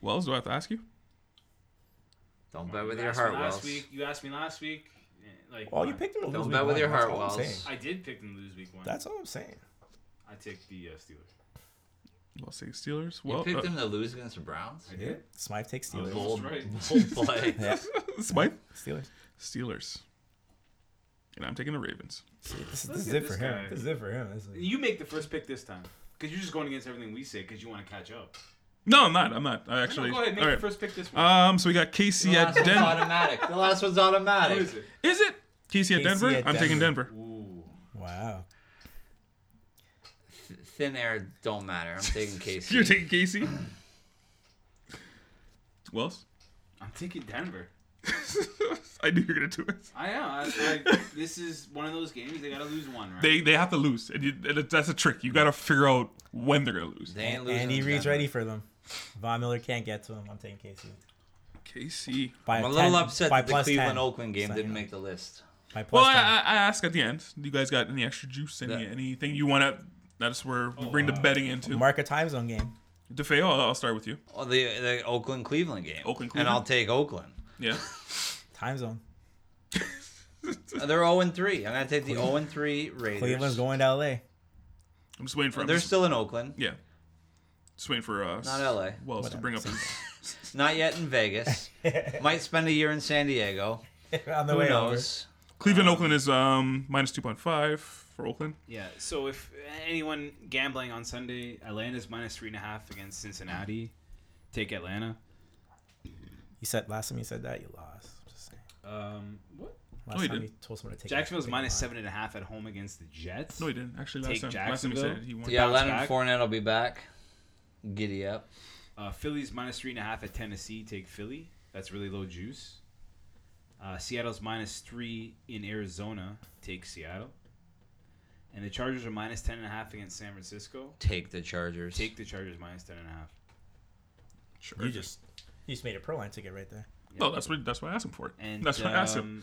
Wells, do I have to ask you? Don't bet with you your asked me heart, last Wells. week. You asked me last week. eh, Like, Well, you I- picked them to lose. Don't week bet with one. your That's heart, all I'm Wells. saying. I did pick them to lose week one. That's all I'm saying. I take the uh, Steelers. Wells takes Steelers. You Well, Oh. picked uh, him to lose against the Browns? I did. Smythe takes Steelers. Bold, right. bold play. Smythe? Steelers. Steelers. And I'm taking the Ravens. See, This, is- this is at it for this him. guy. This is it for him. This is- You make the first pick this time because you're just going against everything we say because you want to catch up. No, I'm not. I'm not. I No, actually. go ahead, make all the right. first pick this one. Um, so we got The KC at last one's Denver. automatic. The last one's Who automatic. is it? Is it KC at KC Denver? at I'm taking Denver. Ooh. Wow. Thin air don't matter. I'm taking KC. You're taking KC. Wells. I'm taking Denver. I knew you were gonna do it. I am. I, I, this is one of those games they gotta lose one, right? They they have to lose, and, you, and it- that's a trick. You gotta figure out when they're gonna lose. They ain't losing Andy this Reid's time. ready for them. Von Miller can't get to him. I'm taking KC. KC. By I'm 10 a little upset by that the plus 10. Cleveland Oakland game Sign didn't up. make the list. By Well, plus I, 10. I I ask at the end. You guys got any extra juice? Any Yeah. anything you want to? That's where we bring the betting into. Mark a time zone game. DeFeo, I'll, I'll start with you. Oh, the the Oakland Cleveland game. Oakland, And I'll Cleveland? take Oakland. Yeah. Time zone. Uh, They're 0 and 3. I'm gonna take the 0 and 3 Raiders. Cleveland's going to LA. I'm just waiting for. They're still in Oakland. Yeah. Just waiting for us. Not LA. Wells to bring up. Not yet in Vegas. Might spend a year in San Diego. On the Who way knows? Cleveland, Oakland is um minus two point five for Oakland. Yeah. So if anyone gambling on Sunday, Atlanta's minus three and a half against Cincinnati. Take Atlanta. over. You said last time you said that you lost. Just saying. Um, what? Last No, you time didn't. you told someone to take. Jacksonville's take minus a seven and a half at home against the Jets. No, he didn't. Actually, last Take time, last time he said it, Jacksonville. he won. Yeah, Bounce Leonard back. Fournette will be back. Giddy up. Uh, Philly's minus three and a half at Tennessee. Take Philly. That's really low juice. Uh, Seattle's minus three in Arizona. Take Seattle. And the Chargers are minus ten and a half against San Francisco. Take the Chargers. Take the Chargers minus ten and a half. Sure. lot. You just you just made a pro line ticket right there. no. That's what that's why I asked him for it. And that's why I asked him. um,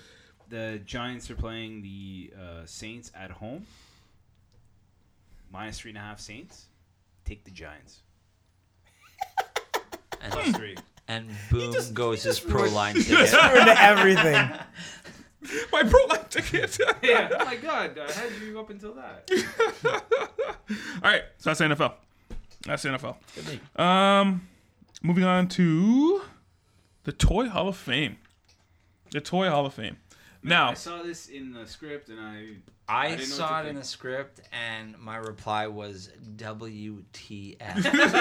the Giants are playing the uh, Saints at home. Minus three and a half Saints. Take the Giants. Plus And, three. and boom goes his pro line ticket. Ruined everything. um, My pro life ticket. yeah. Oh my God. I had you up until that. All right, so that's the NFL. That's the NFL. Um, moving on to the Toy Hall of Fame. The Toy Hall of Fame. Now, I saw this in the script and I. I I didn't know what saw to it in think. the script, and my reply was WTF.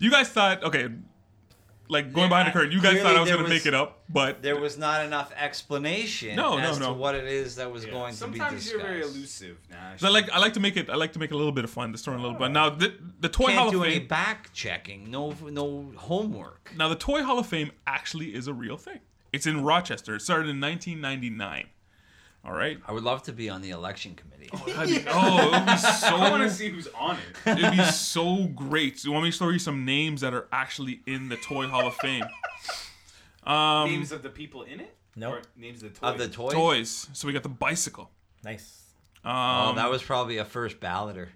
you guys thought okay, like going Yeah, behind the I- curtain. You guys clearly thought I was there gonna was- make it up, but there was not enough explanation No, no, as no. to what it is that was going to be Sometimes discussed. you're very elusive, Nash. I like I like to make it. I like to make it a little bit of fun. The story a little bit. Now the the Toy Hall Can't do of any Fame. back checking. No, no homework. Now, the Toy Hall of Fame actually is a real thing. It's in Rochester. It started in 1999. All right. I would love to be on the election committee. I mean, oh, it would be so. I want to see who's on it. It'd be so great. So, you want me to show you some names that are actually in the Toy Hall of Fame? Um, names of the people in it? Nope. Or names of the toys? of the toy. toys. So we got the bicycle. Nice. Oh, that was probably a first balloter.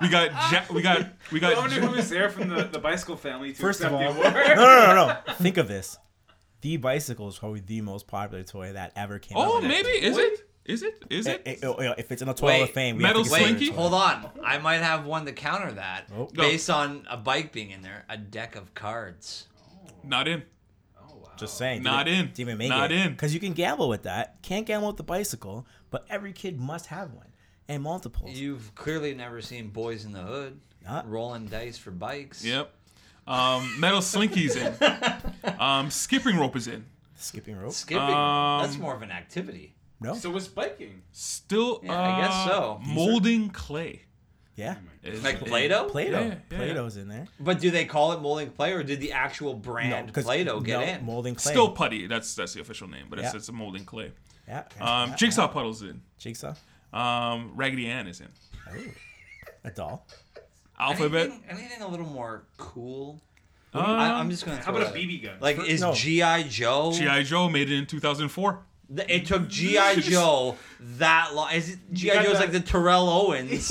We got ja- we got we I got wonder who was there from the, the bicycle family to First of all, accept no, the award. no, no, no, no. Think of this. The bicycle is probably the most popular toy that ever came out. Oh, maybe is it? Is it? Is Eh, it? eh, oh, yeah, if it's in the toy Hall of Wait, fame, we metal have to Wait, get Slinky? Toy. hold on. I might have one to counter that Nope. Go. based on a bike being in there, a deck of cards. Not in. Just saying. Not didn't- in. Didn't even make Not in. Because you can gamble with that. Can't gamble with the bicycle, but every kid must have one and multiples. You've clearly never seen Boys in the Hood Not- rolling dice for bikes. Yep. Um, metal slinky's in. Um, skipping rope is in. Skipping rope. Skipping. Um, that's more of an activity. So was biking. Still, Yeah, I guess uh, so. Molding clay. Yeah. is Like in. Play-Doh? Play-Doh. Oh, Yeah, yeah, yeah. Play-Doh's in there. But do they call it molding clay or did the actual brand 'cause- Play-Doh get no, in? Molding clay. Still putty. That's that's the official name, but it's, Yeah. it's a molding clay. Yeah. yeah, Um, yeah. jigsaw puddles in. Jigsaw. Um, Raggedy Ann is in. Ooh. A doll. Alphabet. Anything, anything a little more cool? I, Um, I'm just gonna. How Throw about a that out. BB gun? Like is no. GI Joe? GI Joe made it in 2004. Th- It took GI Joe that long. Is it, GI got Joe's the- like the Terrell Owens?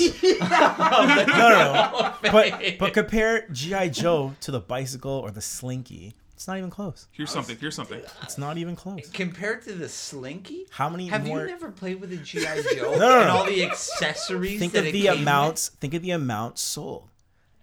of the No, no, no. fame. but but compare GI Joe to the bicycle or the Slinky. It's not even close. Oh, Here's something. Here's something. It's not even close. compared to the Slinky, How many have more- you never played with a GI no, Joe and no. all the accessories? Think that of it the came amounts. Think of the amount sold.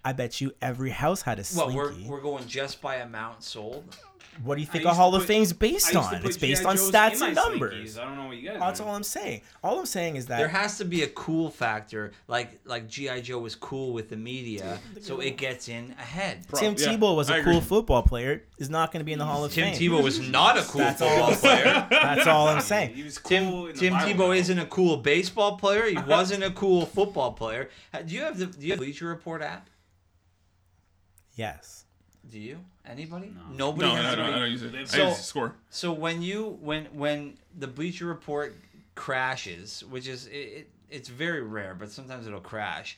I bet you every house had a With? What Slinky. Uh, we're, we're going just by amount sold. What do you think used a to Hall of put- Fame's I based used to on? put It's based G.I. on Joes in stats my and numbers. Slinkies. I don't know what you guys. That's are. all I'm saying. All I'm saying is There that has to be a cool factor, like like GI Joe was cool with the media, so it gets in ahead. Tim Yeah, Tebow was I a agree. cool football player. Is not going to be in the Hall of Tim Fame. Tebow was not a cool That's all football I'm player. That's all I'm He saying. was cool Tim, in the Tim Bible Tebow Belt. isn't a cool baseball player. He wasn't a cool football player. Ha- Do you have the do you have the Bleacher Report app? Yes. Do you? Anybody? Nobody No, no, has no, no, a I radio. don't use it. I So- use score. So when you when when the Bleacher Report crashes, which is it, it, it's very rare, but sometimes it'll crash.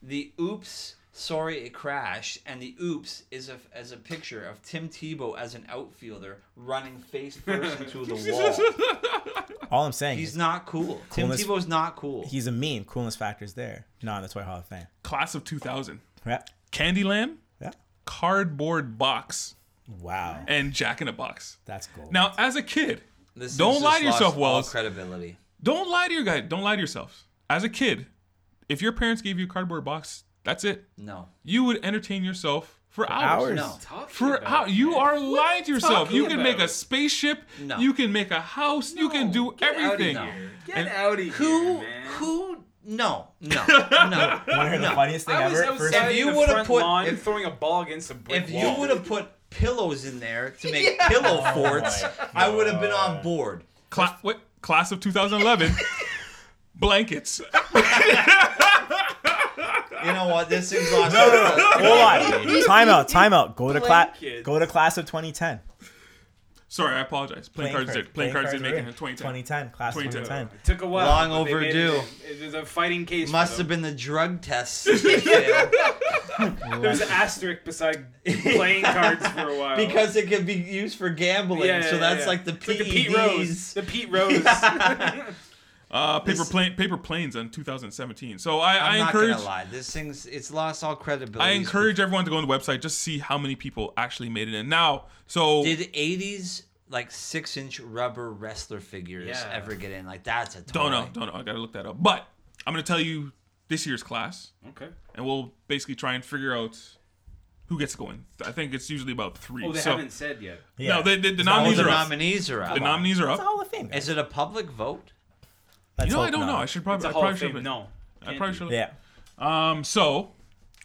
The oops, sorry it crashed, and the oops is a as a picture of Tim Tebow as an outfielder running face first into the wall. All I'm saying He's is not cool. Tim Coolness- Tebow's not cool. he's a meme. Coolness factor's there. Not in the Toy Hall of Fame. Class of 2000. Yeah. Candyland, Yeah. cardboard box, Wow. and Jack in a Box. That's gold. Now, as a kid, This Don't has lie just to yourself, lost all Wells. Credibility. don't lie to your guy. Don't lie to yourself. As a kid, if your parents gave you a cardboard box, that's it. No. You would entertain yourself for hours. hours? No. Talking For about how you that. are lying to yourself. You talking can make a about? spaceship. No. You can make a house. you can do get outta everything. here. Get out of here, Who man. who no. No. No. Want to hear the funniest thing I was ever? First- outside If you in the would've front put- lawn if- throwing a ball against a brick If wall. you would have put pillows in there to make pillow forts, Oh I would have been on board. Cla- what? Class of 2011. Blankets. You know what? This thing's lost. Hold on. Time out. Time out. Go to class. Blankets. Go to class of 2010. Sorry, I apologize. Playing, cards card- did. Playing cards did make it in 2010. 2010. Class of 2010. 2010. It took a while. Long but they made overdue. It, it was a fighting case. Must for have them. been the drug test. that failed. There was an asterisk beside playing cards for a while. because it could be used for gambling. Yeah, yeah, so yeah, that's yeah. like the E It's like the E Pete Rose. PEDs. The Pete Rose. Uh, paper plane, paper planes on 2017. So I, I I'm not encourage. gonna lie. This thing's it's lost all credibility. I encourage everyone to go on the website just see how many people actually made it in. Now, so Did 80s like six inch rubber wrestler figures Yeah. ever get in? Like that's a toy. don't know, don't know. I gotta look that up. But I'm gonna tell you this year's class, okay. and we'll basically try and figure out who gets going. I think it's usually about three. Oh, they so, haven't said yet. No, they, they, the All nominees the are up. nominees are The up. nominees are It's a up. Hall of Fame. Is it a public vote? You know, I don't know. I should It's probably. a I Hall probably of should. have Fame. been- No. I probably should. have- Yeah. Um. So,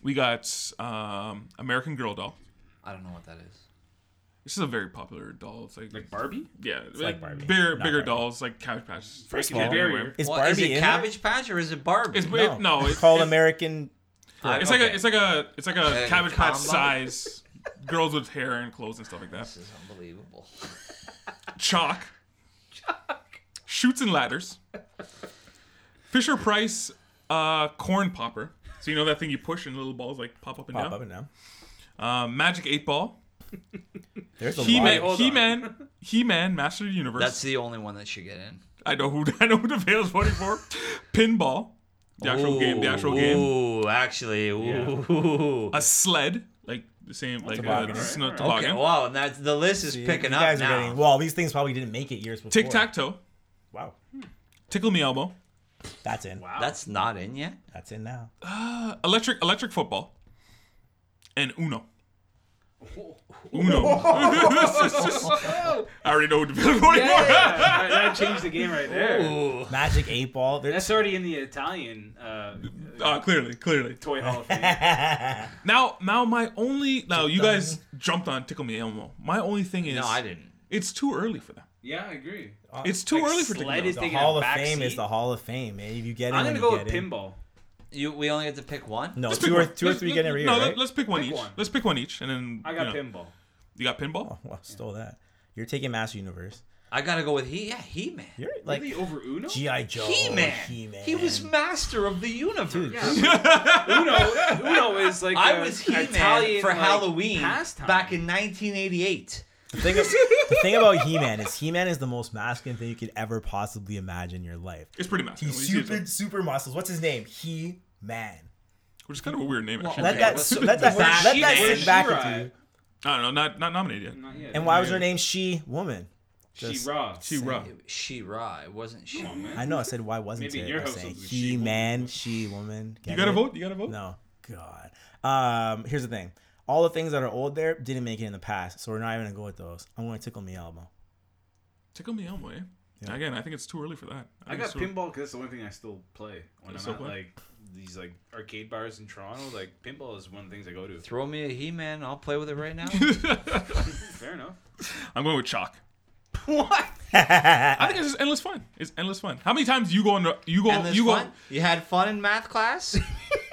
we got um American Girl doll. I don't know what that is. This is a very popular doll. It's like, Like Barbie? yeah, it's like Barbie, bigger, not bigger Barbie. dolls like Couch Patch. First Freaking everywhere. barrier. Is well, Barbie is in it there? Cabbage Patch or is it Barbie? It's it, no, It's it's called it's- American. I- It's like okay. a, it's like a, it's like a Uh, cabbage patch combo? size. Girls with hair and clothes and stuff like that. This is unbelievable. Chalk. Chalk. Shoots and ladders. Fisher Price uh, corn popper. So you know that thing you push and little balls like pop up and Pop down. up and down. Uh, Magic eight ball. There's a He lot. Man. of- hold He Man. He Man. Master of the Universe. That's the only one that should get in. I know who. I know who the veil's voting for. Pinball. The actual game. The actual game. Ooh, actually, ooh. A sled. Like the same. Like uh, toboggan, the right? snow Okay, toboggan. wow, and that's the list is You picking up guys are now. getting- Well, these things probably didn't make it years before. Tic tac toe. Wow. Tickle me elbow. That's in. That's not in yet. That's in now. electric electric football and uno uno Oh, i already know who the villain voting Yeah, for. that, that changed the game right there. Magic eight ball. There's That's already in the Italian uh, uh, clearly clearly toy hall of fame. now now my only now you guys jumped on tickle me elmo my only thing is No, I didn't. it's too early for them Yeah, I agree. it's too Like early for tickle me sled elmo. is the taking a Hall of back Fame is seat. the Hall of Fame, man. If you get in, I'm when gonna you go with get in. pinball. You, we only get to pick one. No, Let's two pick or one. two or Let's- three get in every year, no, let- right? let's pick one Pick each. one. Let's pick one each, and then I got you know, pinball. You got pinball. Well, stole that. You're taking Master Universe. I gotta go with he. Yeah, he man. You're like really over Uno? GI Joe. He man. He-Man. He was master of the universe. Uno, Uno is like I a was he man Italian for like, Halloween pastime. back in 1988. The thing, the thing about He-Man is He-Man is the most masculine thing you could ever possibly imagine in your life. It's pretty much. He's super, super muscles. What's his name? He-Man. Which is kind of a weird name, actually. Let that, what's- let that, where's let that She-Man? sit back She-Ra? with you. I don't know. Not not nominated yet. Not yet. And why was her name She-Woman? She Ra. She rough. She Ra. It wasn't she. I know. I said why wasn't Maybe it? your I was house saying was He-Man, She-Woman. You got to vote. You got to vote. No, God. Um, here's the thing. All the things that are old there didn't make it in the past, so we're not even gonna go with those. I'm gonna tickle me elbow. Tickle me Elmo. Eh? Again, I think it's too early for that. I think got it's too early. pinball because that's the only thing I still play when I'm still at play? like these like arcade bars in Toronto. Like pinball is one of the things I go to. Throw me a he man. I'll play with it right now. Fair enough. I'm going with chalk. what? I think it's just endless fun. It's endless fun. How many times you go on? the- You go. And this you go. fun? You had fun in math class?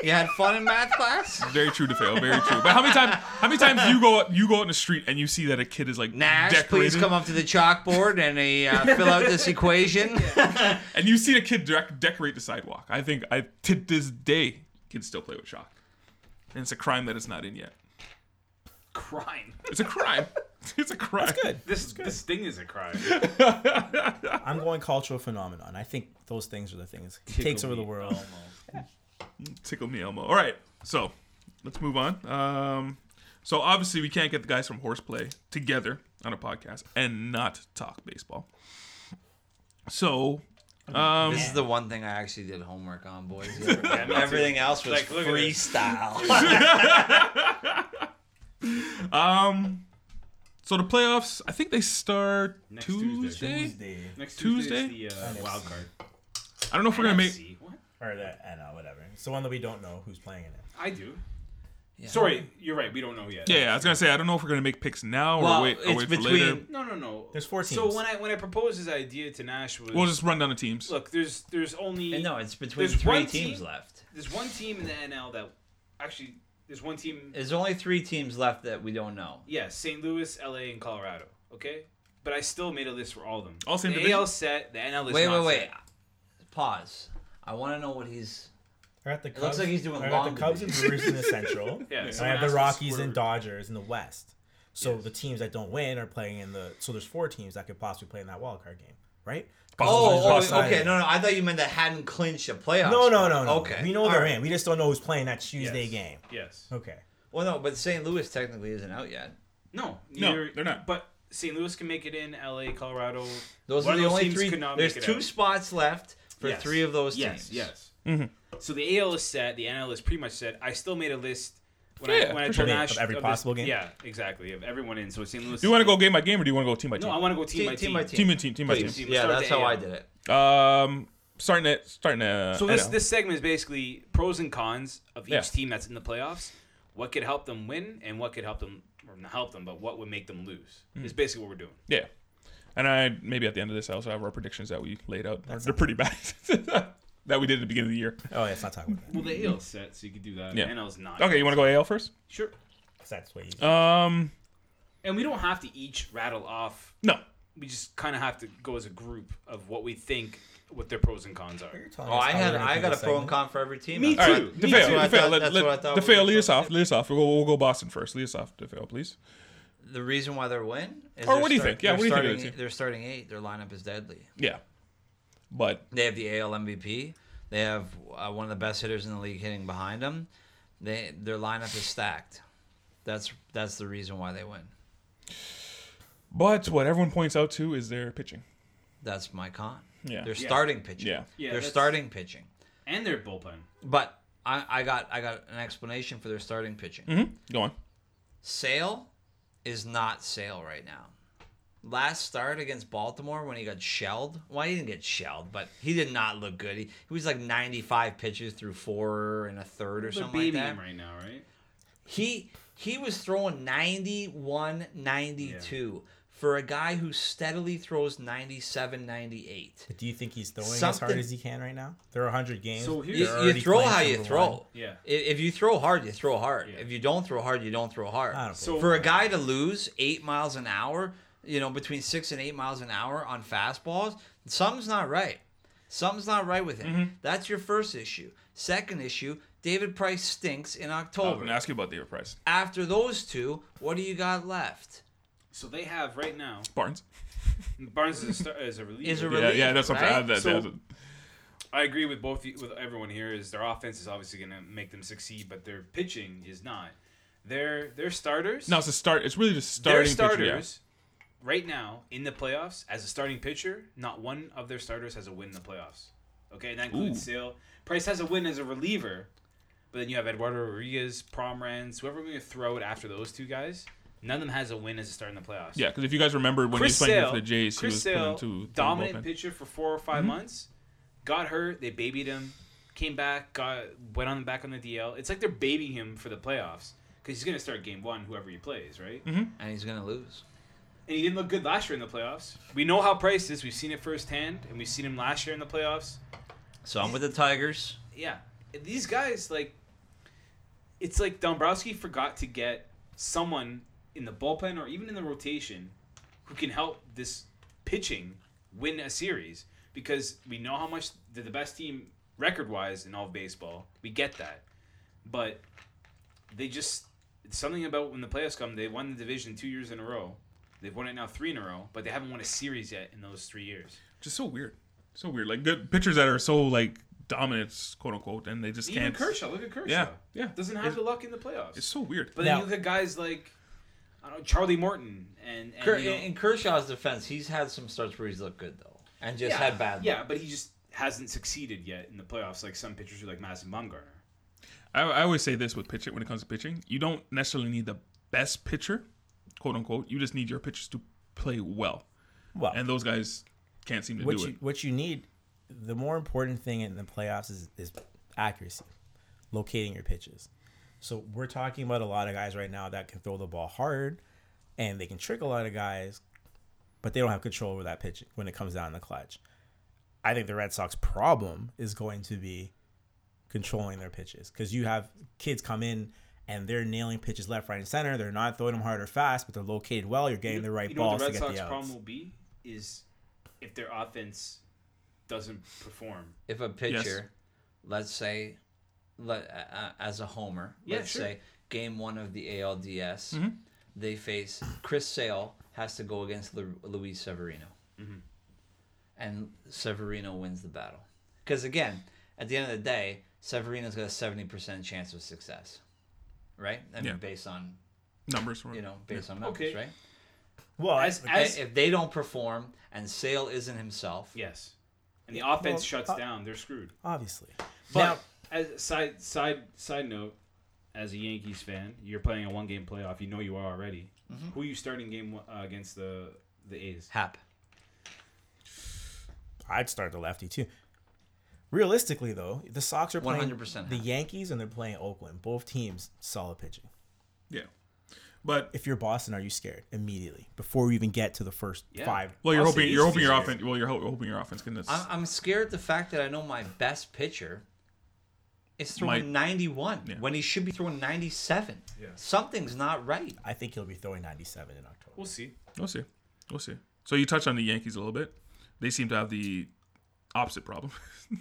You had fun in math class? Very true to fail. Very true. But how many times? How many times you go you go out in the street and you see that a kid is like Nash, please decorated, come up to the chalkboard and uh, fill out this equation. and you see a kid dec- decorate the sidewalk. I think I to this day kids still play with chalk, and it's a crime that it's not in yet. Crime. It's a crime. it's a crime. That's good. This this thing is a crime. I'm going cultural phenomenon. I think those things are the things. It takes over the world. Tickle me Elmo. All right, so let's move on. Um, so obviously we can't get the guys from Horseplay together on a podcast and not talk baseball. So Um, this is the one thing I actually did homework on, boys. Everything else was Like, look at this. freestyle. so the playoffs. I think they start Next Tuesday. Tuesday. Next Tuesday, Tuesday? is the uh, wild card. I don't know if we're gonna make. NFC? What? Or the, I know, whatever. It's the one that we don't know who's playing in it. I do. Sorry, you're right. We don't know yet. Yeah, yeah, I was gonna say I don't know if we're gonna make picks now or Well, wait. Or it's wait for between- later. No, no, no. There's four So teams. when I when I proposed this idea to Nash was We'll just run down the teams. look, there's there's only no, it's between There's three one teams team- left. there's one team in the NL that actually there's one team. There's only three teams left that we don't know. Yeah, St. Louis, LA, and Colorado. Okay, but I still made a list for all of them. All same the division? AL set. The NL is Wait, not wait, wait. set. Pause. I want to know what he's. I got the Cubs. looks like he's doing I got long the Cubs and Brewers in the Central. Yeah, I someone have the asked us Rockies and where- Dodgers in the West. So the teams that don't win are playing in the. So there's four teams that could possibly play in that wild card game, right? Oh, Possibly. oh, okay. No, no. I thought you meant that hadn't clinched a playoff. No, no, spot. no, no. Okay. We know All they're right. in. We just don't know who's playing that Tuesday Yes. game. Yes. Okay. Well, no, but St. Louis technically isn't out yet. No. No, neither- they're not. But St. Louis can make it in. LA, Colorado. Those One are the of only teams three. could not There's make it two out. spots left for Yes. three of those Yes, teams. yes. So the AL is set. The NL is pretty much set. I still made a list when Yeah, I when I for told sure. Nash Of every this- possible game. Yeah, exactly. Of everyone in. So St. Louis. do you want to go game by game or do you want to go team by No, team? I want to go team, by Team, team. team by team and team, team by Please. team. Team. Yeah, Start that's the how I AL. did it. Um, starting at starting at. So this NL. this segment is basically pros and cons of each Yeah. team that's in the playoffs. What could help them win, and what could help them or not help them, but what would make them lose? Is basically what we're doing. yeah, and I maybe at the end of this I also have our predictions that we laid out. They're pretty bad that we did at the beginning of the year. Oh, yeah, let's not talk about that. Well, the AL's set, so you could do that. Yeah. NL's not. Okay, you want to go AL first? Sure. 'Cause That's way easy. Um, And we don't have to each rattle off. no. We just kind of have to go as a group of what we think what their pros and cons are. Oh, I had I got a pro and con for every team. Me That's too. what I- Me that's DeFeo, what I DeFeo, thought- let, that's let, what I thought we DeFeo were lead us supposed off. Lead us off. We'll, we'll go Boston first. Lead us off, DeFeo, please. to- The reason why they're win is Or they're what do you start- think? Yeah, they're what do you think of starting, the team? They're starting eight. Their lineup is deadly. Yeah, but They have the AL MVP. They have uh, one of the best hitters in the league hitting behind them. They their lineup is stacked. That's that's the reason why they win. but what everyone points out too is their pitching. That's my con. Yeah. They're Yeah. starting pitching. Yeah. Yeah, They're that's- starting pitching. And their bullpen. But I, I got I got an explanation for their starting pitching. Go on. Sale is not Sale right now. Last start against Baltimore when he got shelled. Well, he didn't get shelled, but he did not look good. He, he was like 95 pitches through four and a third or They're something like babying that. him right now, right? He he was throwing 91, 92 for a guy who steadily throws 97, 98. Do you think he's throwing as hard Something- as he can right now? There are 100 games. So here's- You, They're you already throw playing how you number throw. one. Yeah. I- If you throw hard, you throw hard. Yeah. If you don't throw hard, you don't throw hard. I don't So- for a guy to lose eight miles an hour, you know, between six and eight miles an hour on fastballs, something's not right. Something's not right with Mm-hmm. him. That's your first issue. Second issue, David Price stinks in I'm October. gonna ask you about David Price, After those two, what do you got left? So they have right now. Barnes. Barnes is a, star, is a reliever. Is a Yeah, Relief, yeah, that's what right? I that. So- that- I agree with both you- with everyone here. Is their offense is obviously going to make them succeed, but their pitching is not. Their their starters. No, it's a start. It's really just starting. their pitcher, yeah. starters right now in the playoffs as a starting pitcher. Not one of their starters has a win in the playoffs. Okay, and that includes Ooh. Sale. Price has a win as a reliever, but then you have Eduardo Rodriguez, Pomeranz, whoever we're going to throw it after those two guys. None of them has a win as a start in the playoffs. Yeah, because if you guys remember when Chris he was playing here Sale, for the Jays, Chris he was Sale, put into the dominant bullpen. Mm-hmm. pitcher for four or 5 months, got hurt. They babied him, came back, got went on back on the DL. It's like they're babying him for the playoffs because he's gonna start game one, whoever he plays, right? And And he's gonna lose. he didn't look good last year in the playoffs. We know how Price is. We've seen it firsthand, and we've seen him last year in the playoffs. So I'm with the Tigers. Yeah, these guys like it's like Dombrowski forgot to get someone in the bullpen or even in the rotation who can help this pitching win a series because we know how much they're the best team record wise in all of baseball. We get that. But they just it's something about when the playoffs come, they won the division two years in a row. They've won it now three in a row, but they haven't won a series yet in those three years. Just so weird. So weird. Like good pitchers that are so like dominant, quote unquote, and they just Even can't. Kershaw, look at Kershaw. Yeah, yeah. Doesn't have the luck in the playoffs. It's so weird. But then Now- you look at guys like I don't know, Charlie Morton and, and Ker- you know- in, in Kershaw's defense, he's had some starts where he's looked good though, and just yeah, had bad. luck. Yeah, but he just hasn't succeeded yet in the playoffs like some pitchers do like Madison Bumgarner. I, I always say this with pitching when it comes to pitching, you don't necessarily need the best pitcher, quote unquote. You just need your pitchers to play well, Well, and those guys can't seem to what do you it. what you need the more important thing in the playoffs is, is accuracy locating your pitches so we're talking about a lot of guys right now that can throw the ball hard and they can trick a lot of guys but they don't have control over that pitch when it comes down in the clutch i think the red sox problem is going to be controlling their pitches because you have kids come in and they're nailing pitches left, right, and center. They're not throwing them hard or fast, but they're located well. You're getting the right you know balls what the to Red get Sox the outs. problem will be is if their offense doesn't perform. if a pitcher, let's say, let uh, as a homer, Yeah, let's sure. say game one of the ALDS, they face Chris Sale has to go against Lu- Luis Severino, Mm-hmm. and Severino wins the battle because again, at the end of the day, Severino's got a seventy percent chance of success, right? I mean, Yeah. based on Numbers, were- you know, based on numbers, Okay. right? Well, As, as, if they don't perform and Sale isn't himself, yes. And the offense Well, shuts uh, down, they're screwed. obviously. But as side side side note, as a Yankees fan, you're playing a one game playoff. You know you are already. Mm-hmm. Who are you starting game one- uh, against the the A's? Hap. I'd start the lefty too. Realistically, though, the Sox are playing 100% the half. Yankees and they're playing Oakland. Both teams solid pitching. yeah. But If you're Boston, are you scared immediately before you even get to the first Yeah. five? well, you're Boston hoping you're East hoping is your here. offense. Well, you're ho- hoping your offense can. I'm, I'm scared the fact that I know my best pitcher is Might- throwing 91 Yeah. when he should be throwing 97. Yeah. Something's not right. I think he'll be throwing 97 in October. We'll see. We'll see. We'll see. So you touched on the Yankees a little bit. They seem to have the opposite problem.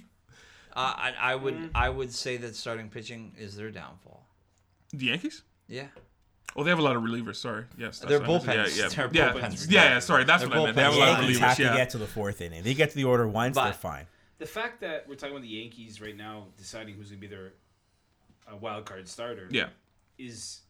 Uh, I, I would I would say that starting pitching is their downfall. the Yankees? Yeah. Oh, they have a lot of relievers. Sorry. Yes. that's Their what I meant. bullpens. Yeah, yeah. Their yeah. bullpens. yeah, yeah, Sorry, that's Their what I meant. They have a bullpens. lot of Yankees have relievers. to Yeah. get to the fourth inning. They get to the order once, they're But- fine. The fact that we're talking about the Yankees right now deciding who's going to be their uh, wild card starter yeah. is,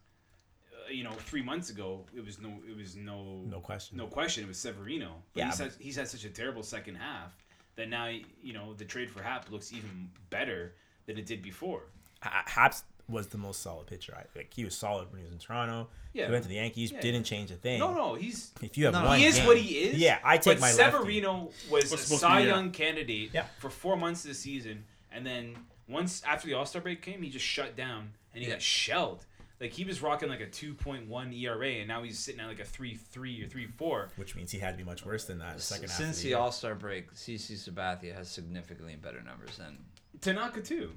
uh, you know, three months ago it was no it was no No question. no question it was Severino. But Yeah, he's, but- had, he's had such a terrible second half that now you know the trade for Hap looks even better than it did before. Ha- Haps was the most solid pitcher. I, like he was solid when he was in Toronto. Yeah. He went to the Yankees, Yeah, didn't change a thing. No, no, he's If you have No, one, He is game- what he is. Yeah, I take but my lefty. Severino was a supposed to be, Cy yeah. Young candidate Yeah. for four months of the season, and then once after the All Star break came, he just shut down and he Yeah. got shelled. Like he was rocking like a two point one ERA, and now he's sitting at like a three three or three four. which means he had to be much worse than that. The second half of Since the the year. All Star break, CC Sabathia has significantly better numbers than. Tanaka too,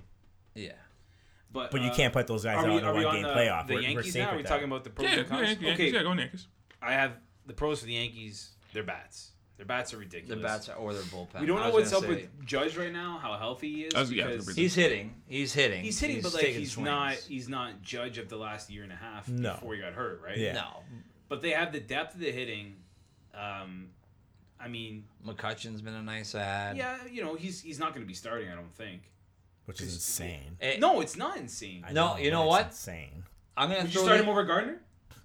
Yeah. but But you uh, can't put those guys Are out we, in a are we one on game the, playoff. the We're- we're Yankees safe now? Are with we that. talking about the pros Yeah, and yeah, cons? Yankees, okay, yeah, go Yankees. I have the pros for the Yankees. Their bats. Their bats are ridiculous. The bats are, or their bullpen. We don't I know was what's gonna up say, with Judge right now. How healthy he is? I was- yeah, I was because- gonna bring He's hitting. He's hitting. He's hitting, but like taking he's swings. not he's not judge of the last year and a half No. before he got hurt, right? Yeah. No. But they have the depth of the hitting. Um, I mean, McCutcheon's been a nice ad. yeah, you know, he's he's not going to be starting, I don't think. which is insane. Eh, No, it's not insane. I No, you know it's what? Insane. I'm gonna Would you throw start in- him over Gardner?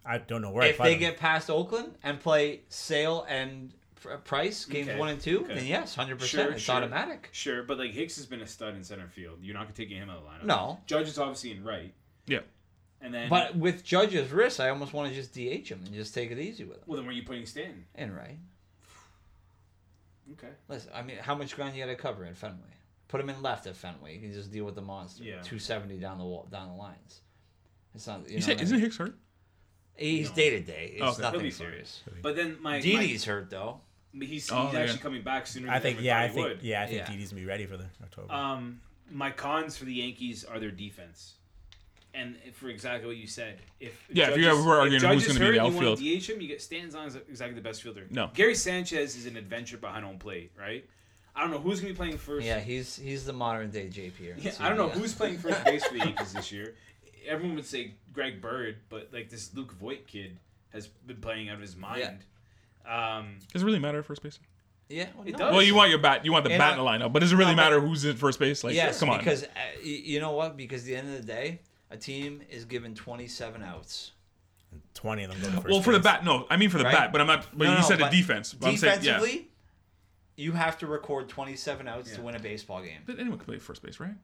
I don't know where. if they get past Oakland and play Sale and Pr- Price games Okay. one and two, Okay. then yes, hundred Sure, percent, it's sure. automatic. Sure, but like Hicks has been a stud in center field. You're not going to take him out of the lineup. No. Judge is obviously in right, Yeah. and then But with Judge's wrist, I almost want to just DH him and just take it easy with him. well, then where are you putting Stanton? And right, Okay. listen, I mean, how much ground you got to cover in Fenway? Put him in left at Fenway. You can just deal with the monster. Yeah. Two seventy down the wall, down the lines. It's not. You You know said, what I isn't mean? Hicks hurt? He's day to day. It's Okay. He'll nothing be fine. serious. But then my, my Didi's hurt though. he's, he's Oh, yeah. actually coming back sooner. Than I think everybody yeah, I think would. yeah, I think Yeah. Uh, DD's gonna be ready for the October. Um, my cons for the Yankees are their defense, and for exactly what you said, if Yeah, if you were arguing who's judges gonna be hurt the and you wanna outfield. DH him, you get Stan's on exactly the best fielder. No. Gary Sanchez is an adventure behind home plate, right? I don't know who's gonna be playing first. Yeah, he's he's the modern day JP. Here. Yeah, So, I don't know yeah. who's playing first base for the Yankees this year. Everyone would say Greg Bird, but like this Luke Voigt kid has been playing out of his mind. Um, Does it really matter at first base? Yeah, It no. does. Well, you want your bat, you want the And bat I- in the lineup, but does it really No, but- matter who's at first base? Like, yes, come on. because uh, y- you know what? Because at the end of the day, a team is given 27 outs. Twenty of them go to first well, for the base. bat, no, I mean for the Right? bat, but I'm not. But No, you no, said a but defense. But I'm saying, Defensively, yeah. you have to record 27 outs to Yeah. win a baseball game. But anyone can play first base, right?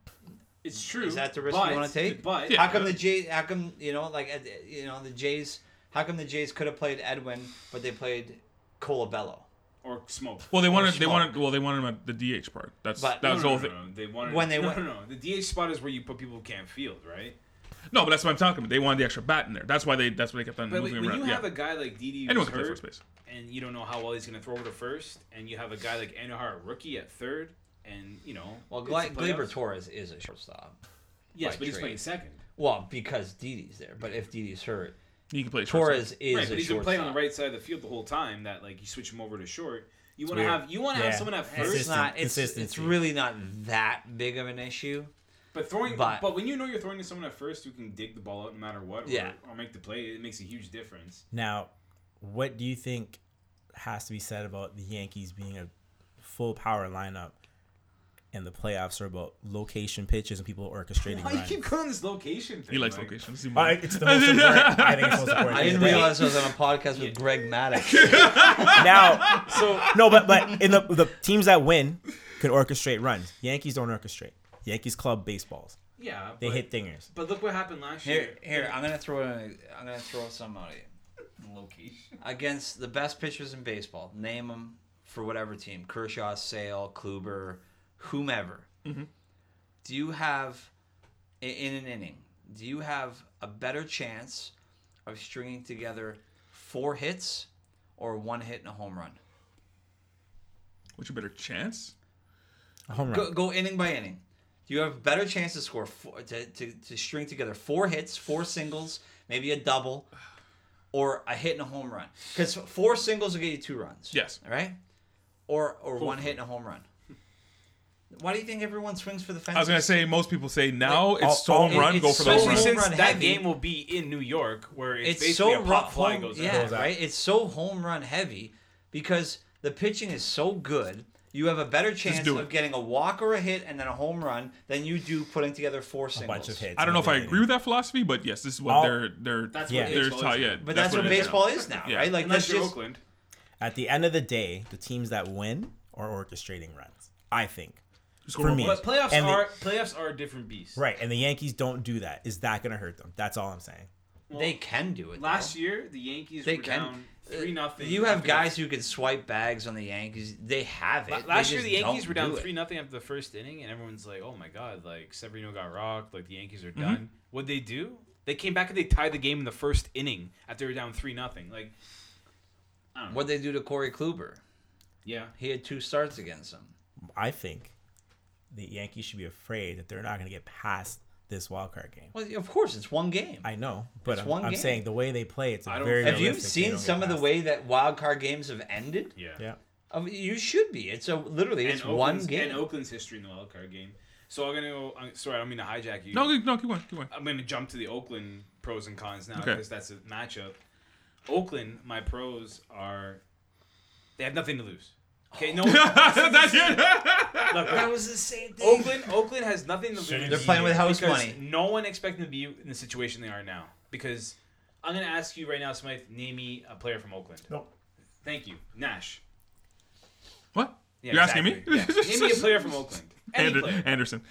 it's true. Is that the risk you but- wanna take? But Yeah. How come the Jays? How come you know like uh, you know the Jays? How come the Jays could have played Edwin, but they played Colabello? or smoke. Well, they wanted, they smoke. wanted, well, they wanted him at the DH part. That's But- that was no, the no, whole no, thing. no, They wanted When they no, went- no, no. The DH spot is where you put people who can't field, right? No, but that's what I'm talking about. They wanted the extra bat in there. That's why they, that's why they kept on But like, moving when around. you have yeah. a guy like Didi who's Anyone can play hurt, first base. and you don't know how well he's going to throw to first, and you have a guy like Anahar, rookie at third, and you know, Well, it's Gla- the playoffs. Gleyber Torres is a shortstop. yes, by but he's trade. playing second. Well, because Didi's there, but if Didi's hurt, You can play shortstop. Torres is right, a but he's been shortstop. playing on the right side of the field the whole time. That like you switch him over to short. You want to weird. have you want to have Yeah. someone at It's It's first, Consistent- not. It's it's consistency. really not that big of an issue. but throwing. But, but- when you know you're throwing to someone at first who can dig the ball out no matter what, or, Yeah. or make the play, it makes a huge difference. Now, what do you think has to be said about the Yankees being a full power lineup and the playoffs are about location pitches and people orchestrating Why you runs? keep calling this location thing? He likes like- locations. I- it's the most important. I think it's the most important. I didn't thing. realize I was on a podcast with Greg Maddox. now. So No, but but in the the teams that win can orchestrate runs. Yankees don't orchestrate. Yankees club baseballs. yeah, They but, hit dingers. But look what happened last Here, year. here, I'm gonna throw. in a- I'm gonna throw some out at you. Location. against the best pitchers in baseball. Name them for whatever team: Kershaw, Sale, Kluber, whomever. Mm-hmm. Do you have i- in an inning? Do you have a better chance of stringing together four hits or one hit and a home run? What's your better chance? A home run. Go, go inning by inning. Do you have a better chance to score four, to, to, to string together four hits, four singles, maybe a double, or a hit and a home run? Because four singles will get you two runs. Yes. Right? Or or one hit and a home run. Why do you think everyone swings for the fence? I was gonna say most people say now all- it's all- home it- run, it's go for the so home Especially run. Home since run that heavy. game will be in New York, where it's, it's basically a so pop rough. fly Home, goes yeah, out. right. It's so home run heavy because the pitching is so good. You have a better chance do of it. getting a walk or a hit and then a home run than you do putting together four a singles. bunch of hits. I don't in know the if I beginning. agree with that philosophy, but yes, this is what All- they're they're That's Yeah. what they're baseball taught. is. Yeah, But that's, what it is now. baseball is now, Yeah. right? Like Unless that's you're just Oakland. At the end of the day, the teams that win are orchestrating runs. I think. For me. But playoffs And the- are playoffs are a different beast. Right, and the Yankees don't do that. Is that going to hurt them? That's all I'm saying. they can do it. Last though. year, the Yankees they were can. Uh, down three nothing. You have guys who can swipe bags on the Yankees. They have it. They Last year, just the Yankees don't were down do it. three nothing after the first inning, and everyone's like, "Oh my god!" Like Severino got rocked. Like the Yankees are done. What'd they do? They came back and they tied the game in the first inning after they were down three nothing. Like, What they do to Corey Kluber? yeah, He had two starts against them. I think the Yankees should be afraid that they're not going to get past this wild card game. Well, of course, it's one game. I know, but I'm, one I'm game. saying the way they play, it's a I don't- very. have you realistic they seen don't get some of the past. way that wild card games have ended? yeah, Yeah, I mean, you should be. It's a literally it's And one Oakland's- game. And Oakland's history in the wild card game. So I'm gonna go. I'm, sorry, I don't mean to hijack you. No, no, keep going, keep going. I'm going to jump to the Oakland pros and cons now Okay. because that's a matchup. Oakland, my pros are they have nothing to lose. Okay, no. That's it. that was the same thing. Oakland, Oakland has nothing to lose. They're playing with house because money. No one expected to be in the situation they are now. Because I'm going to ask you right now, Smythe, name me a player from Oakland. Nope. Thank you, Nash. What? Yeah, You're asking exactly. me? Yeah. Name me a player from Oakland. Any Ander- player. Anderson.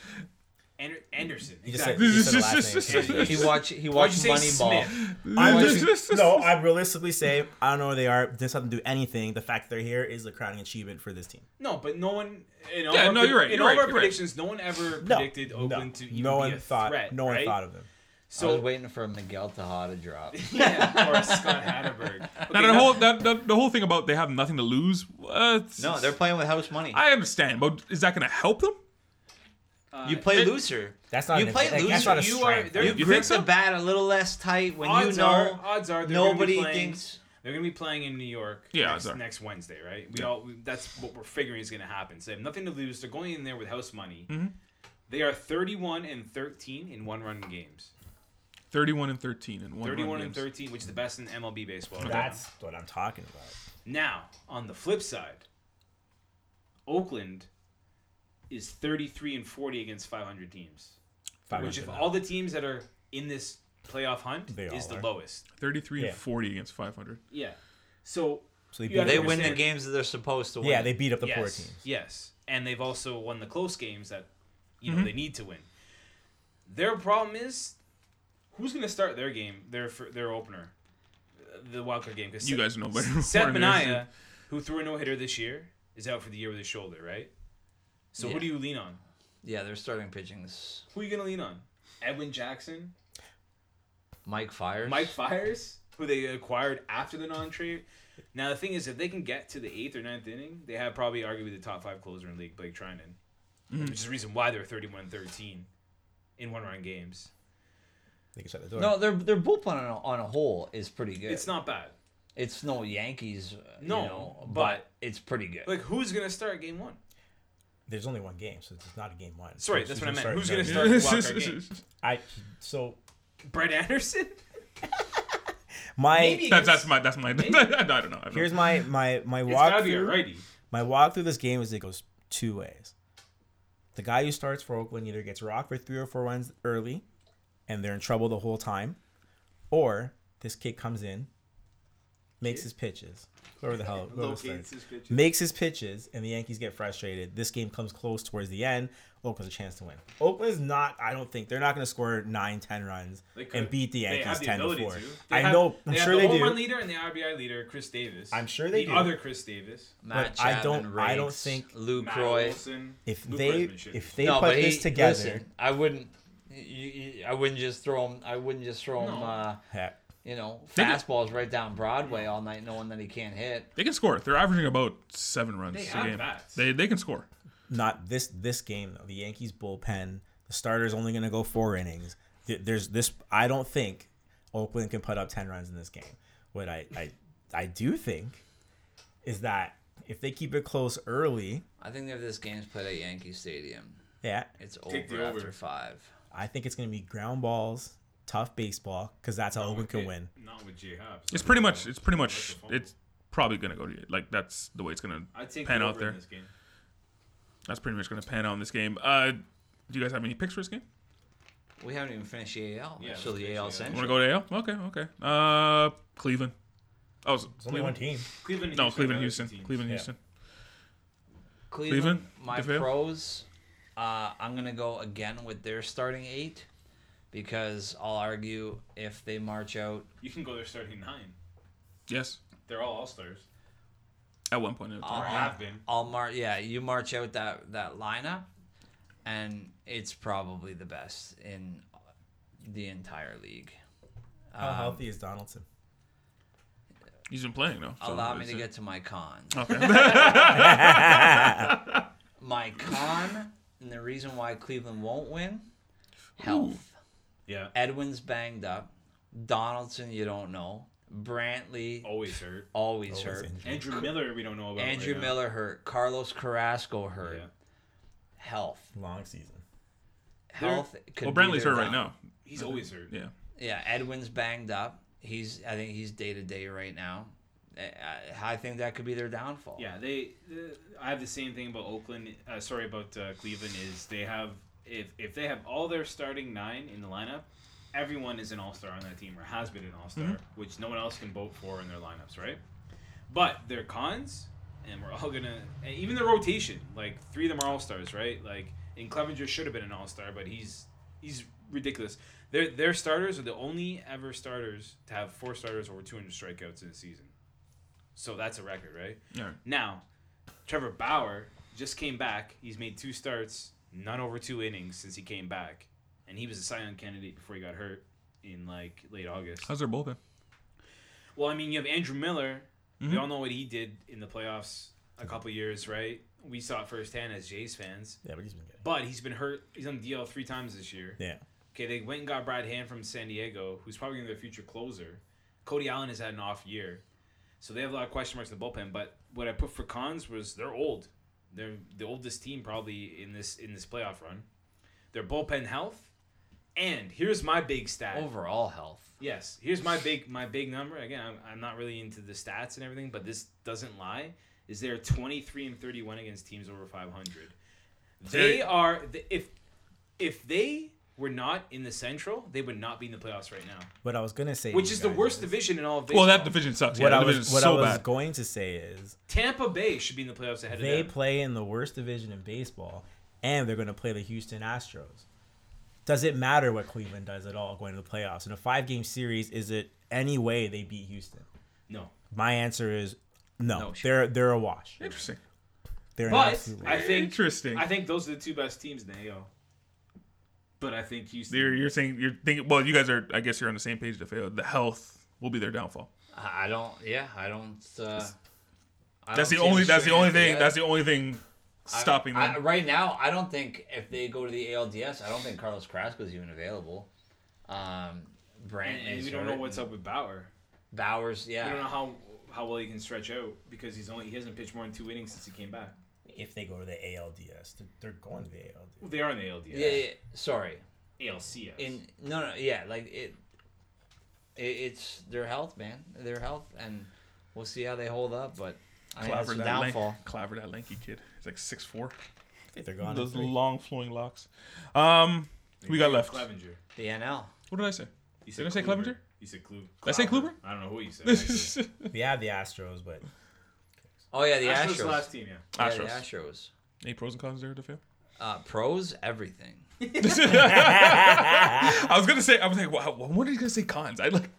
Ander- Anderson. You just said- Exactly. you said the last name. He watch he Why'd watched you say Moneyball. Smith? I just, no, I realistically say I don't know where they are. This doesn't do anything. The fact that they're here is the crowning achievement for this team. No, but no one. In all Yeah, of our no, pre- you're right, In you're all right, of our you're right. predictions, no one ever No, predicted Oakland no, to even no one be a thought. threat. no one right? thought of them. I was So waiting for Miguel Tejada to drop. yeah, or Scott Hatterberg. Okay, Now, the now- whole that, that, the whole thing about they have nothing to lose. Uh, no, they're playing with house money. I understand, but is that going to help them? you play it- looser. That's not you an play advantage. looser. That's not a you strength. are uh, You you, think grip so? the bat a little less tight when odds you know. are, odds are they're nobody gonna be playing, thinks. they're going to be playing in New York. Yeah, next, odds are. next Wednesday, right? We all we, that's what we're figuring is going to happen. So they have nothing to lose. They're going in there with house money. Mm-hmm. They are 31 and 13 in one-run games. 31 and 13 and one 31 and games. 13, which is the best in MLB baseball. right That's what I'm talking about. Now, on the flip side, Oakland is 33 and 40 against 500 teams, which 500 of now. all the teams that are in this playoff hunt They is all the are. lowest. 33 Yeah. and 40 against 500. Yeah. So, So they you beat have to They win the understand- games that they're supposed to win. yeah, they beat up the yes, poor teams. Yes. And they've also won the close games that you Mm-hmm. know they need to win. Their problem is who's going to start their game, their fir- their opener, the wildcard game cuz You guys know better. Seth than us. Mania, who threw a no hitter this year, is out for the year with his shoulder, right? So Yeah. who do you lean on? yeah, they're starting pitching this. Who are you gonna lean on? Edwin Jackson, Mike fires. Mike Fires, who they acquired after the non-trade. Now the thing is, if they can get to the eighth or ninth inning, they have probably arguably the top five closer in the league, Blake Trinan, Mm-hmm. which is the reason why they're 31-13 in one-run games. They can shut the door. No, their their bullpen on a, on a whole is pretty good. It's not bad. It's no Yankees. uh, you No, know, but- but it's pretty good. Like, who's gonna start game one? There's only one game, so it's not a game one. Sorry, So that's it's what I just meant. Who's starting gonna nine. start the wildcard game? I so Brett Anderson? my Maybe That's, that's my, that's my, I don't know. I don't here's my my my it's gotta be a walkthrough. righty. My walk through this game is it goes two ways. The guy who starts for Oakland either gets rocked for three or four runs early, and they're in trouble the whole time, or this kid comes in, makes his pitches, whoever the hell whoever starts, makes his pitches, and the Yankees get frustrated. This game comes close towards the end. Oakland's a chance to win. Oakland's not. I don't think they're not going to score nine, ten runs They could. and beat the They Yankees have the ten to ability four. to. They I have- know. I'm they sure have they the home run do. leader and the RBI leader, Chris Davis. I'm sure they the do. other Chris Davis. Matt but I don't- Chapman, I don't Rakes, think- Lou Matt Croy. Wilson. If Lou they Crossman should be. if they no, put but he, this together, listen, I wouldn't. You, you, I wouldn't just throw him. I wouldn't just throw him. No. Uh, heck, you know, They can- fastballs right down Broadway all night, knowing that he can't hit. They can score. They're averaging about seven runs They a have game. bats. They they can score. not this this game though. The Yankees bullpen, the starter's only going to go four innings. Th- There's this. I don't think Oakland can put up ten runs in this game. What I I, I do think is that if they keep it close early, I think if this game's played at Yankee Stadium, yeah, it's Take the over after over. five. I think it's going to be ground balls, tough baseball, because that's how Oakland can It- win. Not with J Hobbs. It's pretty much. It's pretty much. That's a It's probably gonna go to like that's the way it's gonna I take pan the out over in there. this game. That's pretty much gonna pan out in this game. Uh, do you guys have any picks for this game? We haven't even finished the AL. Yeah, Yeah, still let's the finish AL the AL. Want to Central. go to AL? Okay, okay. Uh, Cleveland. Oh, it's Only one Cleveland. team. Cleveland. and No, Cleveland, Houston are the other Houston. two teams. Cleveland, Yeah. Housleton. Cleveland, Cleveland, my DeVille. pros. Uh, I'm gonna go again with their starting eight, because I'll argue if they march out You can go there starting nine. Yes. They're all all stars. At one point. I'll, Or have been. I'll march. Yeah, you march out that that lineup, and it's probably the best in the entire league. How Um, healthy is Donaldson? He's been playing though. so Allow me it's- to get to my cons. Okay. My con, and the reason why Cleveland won't win, health. Yeah. Edwin's banged up. Donaldson, you don't know. Brantley, Always hurt. always, Always hurt. injured. Andrew Miller, we don't know about. Andrew Oh, right now. Miller hurt. Carlos Carrasco hurt. Yeah. Health. Long season. Health. well, could be Brantley's their hurt right down- now. He's always hurt. Yeah. Yeah, Edwin's banged up. He's I think he's day to day right now. I, I I think that could be their downfall. Yeah, they. the I have the same thing about Oakland. Uh, sorry about uh, Cleveland. Is they have if if they have all their starting nine in the lineup, everyone is an all star on that team or has been an all star, which no one else can vote for in their lineups, right? But their cons, and we're all gonna and even the rotation. Like three of them are all stars, right? Like and Clevenger should have been an all star, but he's he's ridiculous. Their their starters are the only ever starters to have four starters over 200 strikeouts in a season. So that's a record, right? Yeah. Now, Trevor Bauer just came back. He's made two starts, none over two innings since he came back, and he was a Cy Young candidate before he got hurt in like late August. How's their bullpen? Well, I mean, you have Andrew Miller. We all know what he did in the playoffs a couple years, right? we saw it firsthand as Jays fans. Yeah, but he's been getting. But he's been hurt. He's on DL three times this year. Yeah. Okay, they went and got Brad Hand from San Diego, who's probably going to be their future closer. Cody Allen has had an off year. So they have a lot of question marks in the bullpen. But what I put for cons was they're old. They're the oldest team probably in this in this playoff run. Their bullpen health. And here's my big stat. Overall health. Yes, here's my big my big number. Again, I'm, I'm not really into the stats and everything, but this doesn't lie. Is they're 23 and 31 against teams over 500. They are th- if if they were not in the Central, they would not be in the playoffs right now, What I was gonna say, which to is you the guys worst division in all of baseball. Well, that division sucks. Yeah, What that I was, division's what so I was bad. going to say is Tampa Bay should be in the playoffs ahead they of them. play in the worst division in baseball, and they're going to play the Houston Astros. Does it matter what Cleveland does at all going to the playoffs in a five-game series? Is it any way they beat Houston? no, My answer is no. No, they're sure. they're a wash. Interesting. They're an but absolute I wash. think Interesting. I think those are the two best teams in the AL. But I think Houston. You're, you're saying you're thinking. Well, you guys are. I guess you're on the same page. To fail, the health will be their downfall. I I don't. Yeah, I don't. Uh, I That's don't the see only. That's them the stringing only it thing. together. That's the only thing I- stopping I- them. right now, I don't think if they go to the ALDS, I don't think Carlos Carrasco is even available. Um, and, Brand and is we don't hurt. know what's up with Bauer. Bowers, yeah. I don't know how how well he can stretch out because he's only he hasn't pitched more than two innings since he came back. if they go to the ALDS, they're, they're going to the ALDS. Well, they are in the ALDS. yeah, yeah, sorry. ALCS. In no, no, yeah, like it, it. It's their health, man. Their health, and we'll see how they hold up. But I mean, that's Claver the that, lank, downfall. Claver that lanky kid. He's like six four. I think they're gone. in Those three. long flowing locks. Um, we got left. What Clevenger. The NL. did I say? You I say Clevenger? You said Kluber. I say Kluber? I don't know who you said. actually. We have the Astros, but Oh yeah, the Astros Astros. was the last team, yeah. Yeah, Astros. The Astros. Any pros and cons there to fail? Uh, pros, everything. I was gonna say. I was like, wow, what are you gonna say cons? I like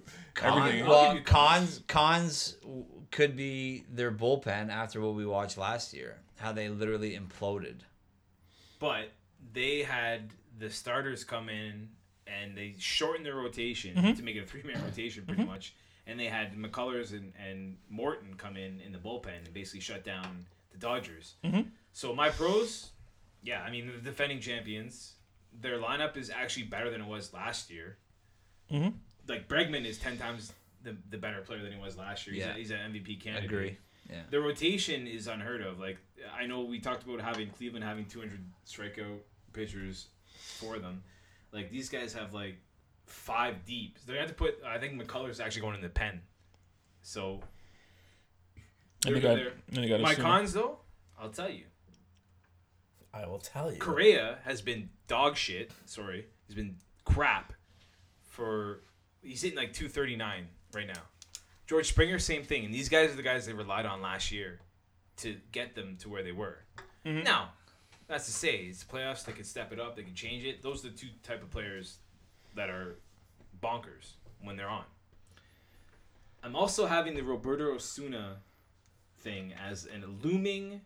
everything. Con, I'll give well, you cons cons w- could be their bullpen after what we watched last year, how they literally imploded. But they had the starters come in and they shortened their rotation to make it a three man rotation pretty much. And they had McCullers and, and Morton come in in the bullpen and basically shut down the Dodgers. So my pros, yeah, I mean the defending champions, their lineup is actually better than it was last year. Like Bregman is ten times the, the better player than he was last year. Yeah. He's, a, he's an MVP candidate. Agree. Yeah. The rotation is unheard of. Like I know we talked about having Cleveland having 200 strikeout pitchers for them. Like these guys have like five deep. So they're gonna have to put. I think McCullers actually going in the pen. So And they they're- got- they're- and they got a my sooner. cons though, I'll tell you. I will tell you. Correa has been dog shit. Sorry, he's been crap for. He's hitting like 239 right now. George Springer, same thing. And these guys are the guys they relied on last year to get them to where they were. Now, that's to say, it's playoffs. They can step it up. They can change it. Those are the two type of players that are bonkers when they're on. I'm also having the Roberto Osuna thing as an looming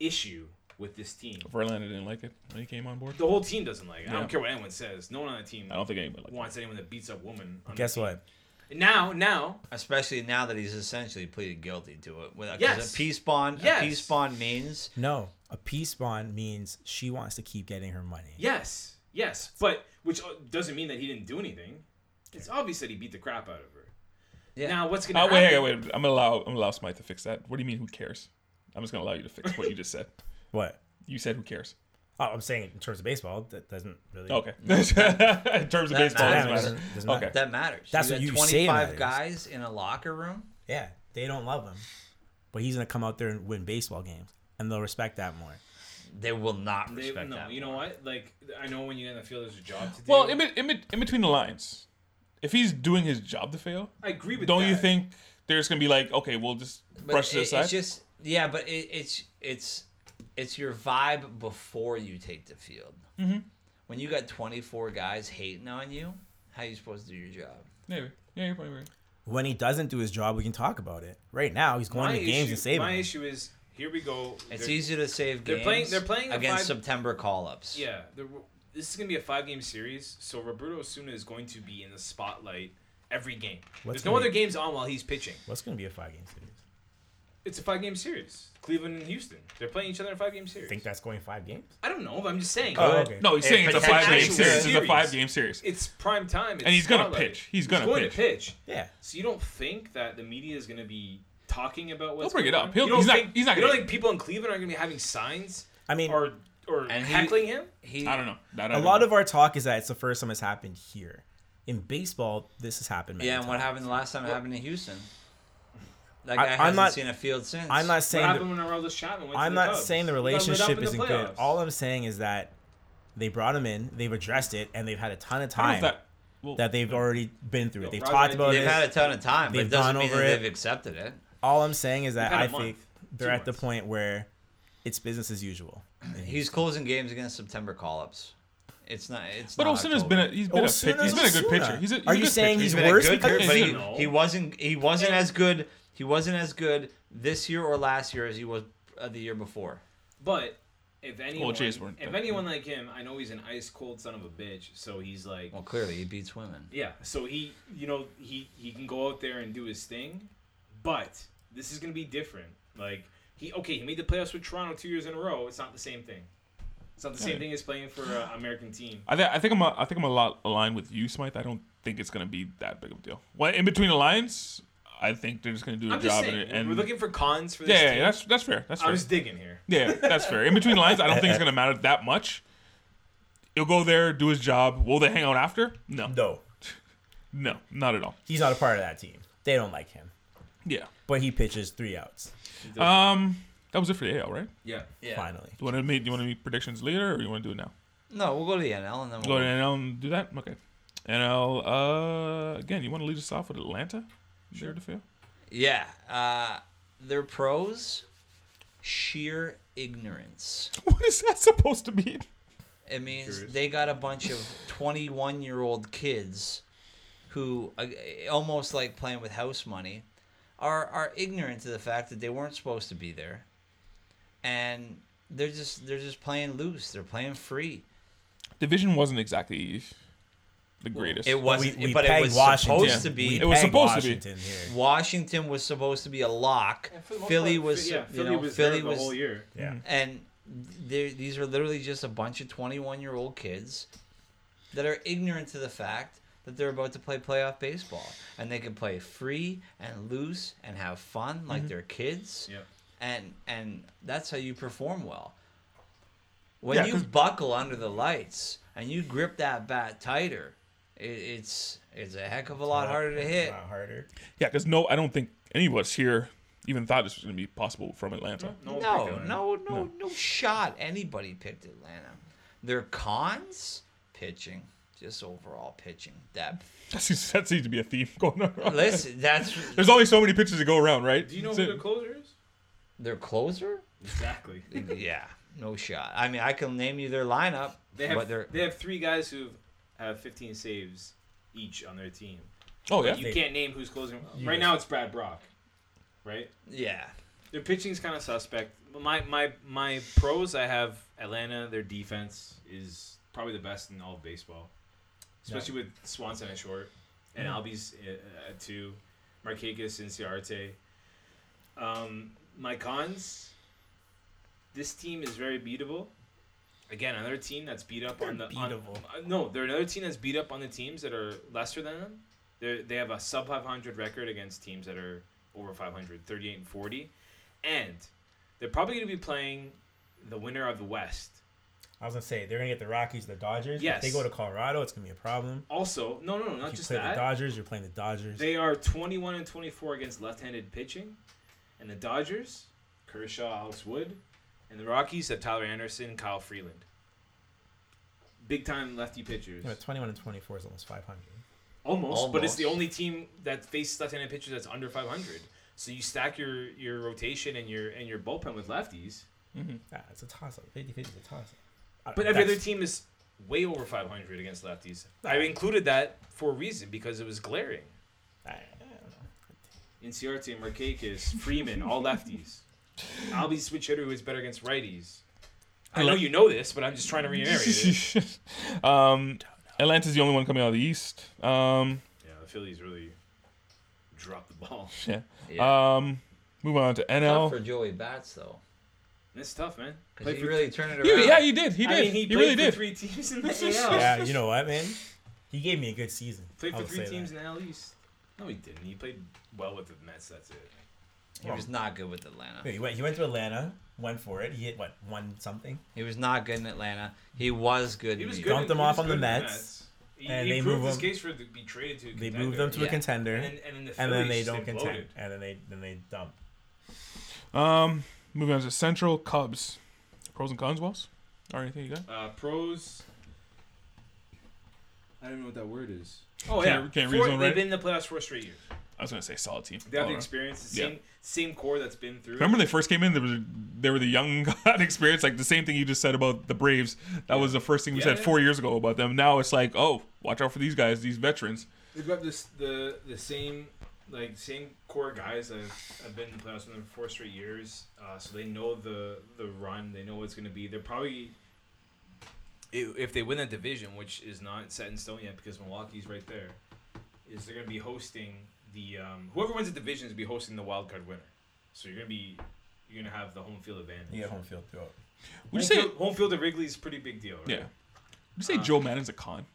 issue with this team. Verlander didn't like it when he came on board. The whole team doesn't like it. I Yeah. don't care what anyone says. No one on the team I don't think anybody liked wants anyone that beats up women. On Guess the team. what? Now, now, Especially now that he's essentially pleaded guilty to it. With, 'cause Yes. A peace bond. Yes. A peace bond means No, a peace bond means she wants to keep getting her money. yes, yes, but which uh, doesn't mean that he didn't do anything. It's obvious that he beat the crap out of her. Yeah. Now, what's gonna Oh, happen? wait, wait, wait. I'm gonna allow. I'm gonna allow Smythe to fix that. What do you mean? Who cares? I'm just gonna allow you to fix what you just said. What? You said who cares? Oh, I'm saying in terms of baseball, that doesn't really. Okay. in terms of baseball, it That doesn't matters. matter. Doesn't matter. Okay. that matters. That's what got you say 25 matters. guys in a locker room. Yeah, they don't love him, but he's gonna come out there and win baseball games, and they'll respect that more. They will not They, respect no, that. you know what? Like, I know when you get in the field, there's a job to do. Well, in, be- in, be- in between the lines, if he's doing his job to fail, I agree with don't you that. think there's gonna be like, okay, we'll just But brush it- this aside? It's just yeah, but it, it's it's it's your vibe before you take the field. Mm-hmm. When you got 24 guys hating on you, how you supposed to do your job? Maybe. Yeah, you're probably right. When he doesn't do his job, we can talk about it. Right now, he's going my to games issue, and saving. my them. issue is here we go. It's They're- easy to save they're games. playing- they're playing a against five- September call-ups. Yeah, the, this is gonna be a five-game series, so Roberto Osuna is going to be in the spotlight every game. What's there's no gonna other be- games on while he's pitching. What's gonna be a five game series? It's a five game series. Cleveland and Houston. They're playing each other in a five game series. Think that's going five games? I don't know, but I'm just saying. Oh, okay. No, he's saying it's a potential five game series. series. It's a five game series. It's prime time. It's And he's gonna spotlight. pitch. He's gonna going pitch. to pitch. Yeah. So you don't think that the media is going to be talking about what's They'll bring it going up. on? He'll- you don't he's not- think, he's not You gonna- don't think people in Cleveland are going to be having signs? I mean- or or And he- heckling him? He, I don't know. That I A don't lot know. of our talk is that it's the first time it's happened here. In baseball, this has happened. Many Yeah, and what times. happened the last time it happened in Houston? That I- guy I'm hasn't not- seen a field since. I'm not What saying. happened when Aroldis Chapman went to I'm the not Cubs? saying the He got lit up in relationship the isn't good. playoffs. All I'm saying is that they brought him in, they've addressed it, and they've had a ton of I don't know if time that- well, that they've already been through it. They've Roger, talked about They've it. had a ton of time, but They've it doesn't gone mean over that it. they've accepted it. All I'm saying is that They've had I a month, think two they're at the months. point where it's business as usual. He's closing games against September call-ups. It's not. It's But not Osuna's October. been a he's been a Osuna- pick, he's been a good Osuna. pitcher. He's a, he's Are a you good saying pitcher. he's He's been a worse good because pitcher, but he's- he, he wasn't. He wasn't as good. He wasn't as good this year or last year as he was uh, the year before. But if anyone, Jays weren't if that anyone like him, I know he's an ice cold son of a bitch. So he's like, Well, clearly he beats women. yeah. So he, you know, he he can go out there and do his thing. But this is gonna be different. Like he, okay, he made the playoffs with Toronto two years in a row. It's not the same thing. It's not the same thing as playing for an American team. I, th- I think I'm a, I think I'm a lot aligned with you, Smythe. I don't think it's gonna be that big of a deal. Well, in between the lines, I think they're just gonna do a I'm just job. in saying, it and we're looking for cons for this yeah, yeah, team. that's that's fair. That's I fair. was digging here. Yeah, that's fair. In between lines, I don't think it's gonna matter that much. He'll go there, do his job. Will they hang out after? No, No, no, not at all. he's not a part of that team. They don't like him, Yeah. but he pitches three outs. Um, that was it for the AL, right? Yeah. Yeah. Finally, Do you want to make do you want to make predictions later, or you want to do it now? No, we'll go to the NL and then Go we'll. to NL and do that. Okay. NL. Uh, again, you want to lead us off with Atlanta? Sure. To feel. Yeah. Uh, their pros, sheer ignorance. What is that supposed to mean? It means they got a bunch of 21 year old kids who, uh, almost like playing with house money, are, are ignorant to the fact that they weren't supposed to be there. And they're just they're just playing loose. They're playing free. Division wasn't exactly the greatest. It wasn't, we but it pegged was Washington. supposed Yeah. to be. We It was pegged supposed to be. Washington Here. Washington was supposed to be a lock. For the most Philly part, was, yeah, you Philly know, was Philly there the was whole year. Yeah. Mm-hmm. and they're- these are literally just a bunch of 21 year old kids that are ignorant to the fact that they're about to play playoff baseball and they can play free and loose and have fun Mm-hmm. like they're kids Yeah. and and that's how you perform well when Yeah, you 'cause- buckle under the lights and you grip that bat tighter it, it's it's a heck of a lot harder to hit Not harder. yeah, because no, I don't think any of us here even thought this was going to be possible from Atlanta. No, No, freaking- no, no, no shot. Anybody picked Atlanta. Their cons, pitching, just overall pitching depth. That seems that seems to be a theme going on. Listen, that's There's only so many pitches to go around, right? Do you know That's who it. their closer is? their closer. Exactly. Yeah, no shot. I mean, I can name you their lineup, They but have they're they have three guys who have 15 saves each on their team. Oh yeah. You can't name who's closing. Right now, it's Brad Brock, right? yeah. Their pitching's kind of suspect. But my my my pros, I have Atlanta. Their defense is probably the best in all of baseball, especially with Swanson and Short, and Albies uh, uh, too, Marquez and Ciarte. Um, my cons. This team is very beatable. Again, another team that's beat up on the on- beatable. uh, no, they're another team that's beat up on the teams that are lesser than them. They they have a sub 500 record against teams that are over 500, 38 and 40, and they're probably going to be playing the winner of the West. I was gonna say they're gonna get the Rockies, the Dodgers. If Yes. they go to Colorado, it's gonna be a problem. Also, no, no, no, not If you just play the that. Dodgers, you're playing the Dodgers. They are 21 and 24 against left-handed pitching, and the Dodgers, Kershaw, Alex Wood, and the Rockies have Tyler Anderson, Kyle Freeland. Big time lefty pitchers. Yeah, but 21 and 24 is almost 500. Almost, but it's the Almost. only team that faces left-handed pitchers that's under 500. So you stack your your rotation and your and your bullpen with lefties, Yeah, it's a toss up. 50 50 is a toss up. but every other team is way over 500 against lefties. I included that for a reason because it was glaring. I, I don't know. Inciarte, Marquez, Freeman, all lefties. Albie switch hitter who is better against righties. I know you know this, but I'm just trying to reiterate it. um, Atlanta's the only one coming out of the East. Um, Yeah, the Phillies really dropped the ball. yeah. Yeah. Um, Move on to Not NL. for Joey Bats though, It's tough, man. because he for really turned it Yeah, around. yeah, he did. He I did. mean, he, he played really for did. three teams in the AL. yeah, you know what, man? He gave me a good season. Played I for will three say teams that. in the AL East. No, he didn't. He played well with the Mets. That's it. He was not good with Atlanta. Wait, He went, he went to Atlanta, went for it. He hit what one something, He was not good in Atlanta. He was good. He in was New good. York. Dumped them he off was on the good with Mets, He, and he they proved move his him- case for the, be traded to. a they contender. moved them to a Yeah. contender, And and, then, and then the then they Phillies don't just contend, imploded. and then they then they dump. Um, moving on to Central Cubs. Pros and cons, Wells? Or anything you got? Uh, pros. I don't know what that word is. Oh yeah, Can't- can't read Four, zone, they've right? been in the playoffs for straight years. I was gonna say solid team. They have the Colorado. experience. The Yeah. same same core that's been through. Remember when they first came in, there was they were the young god experience, like the same thing you just said about the Braves. That was the first thing we Yeah, said yeah. four years ago about them. Now it's like, oh, watch out for these guys, these veterans. They've got this the the same like same core guys that have, have been in the playoffs with them for four straight years. Uh, so they know the the run. They know what's going to be. They're probably i- if they win that division, which is not set in stone yet because Milwaukee's right there, is they're going to be hosting the um, whoever wins the division is gonna be hosting the wild card winner. So you're going to be you're going to have the home field advantage. You get home field throughout. Would you home, say, field, home field at Wrigley is a pretty big deal. Right? yeah? Would you say Joe Madden's a con?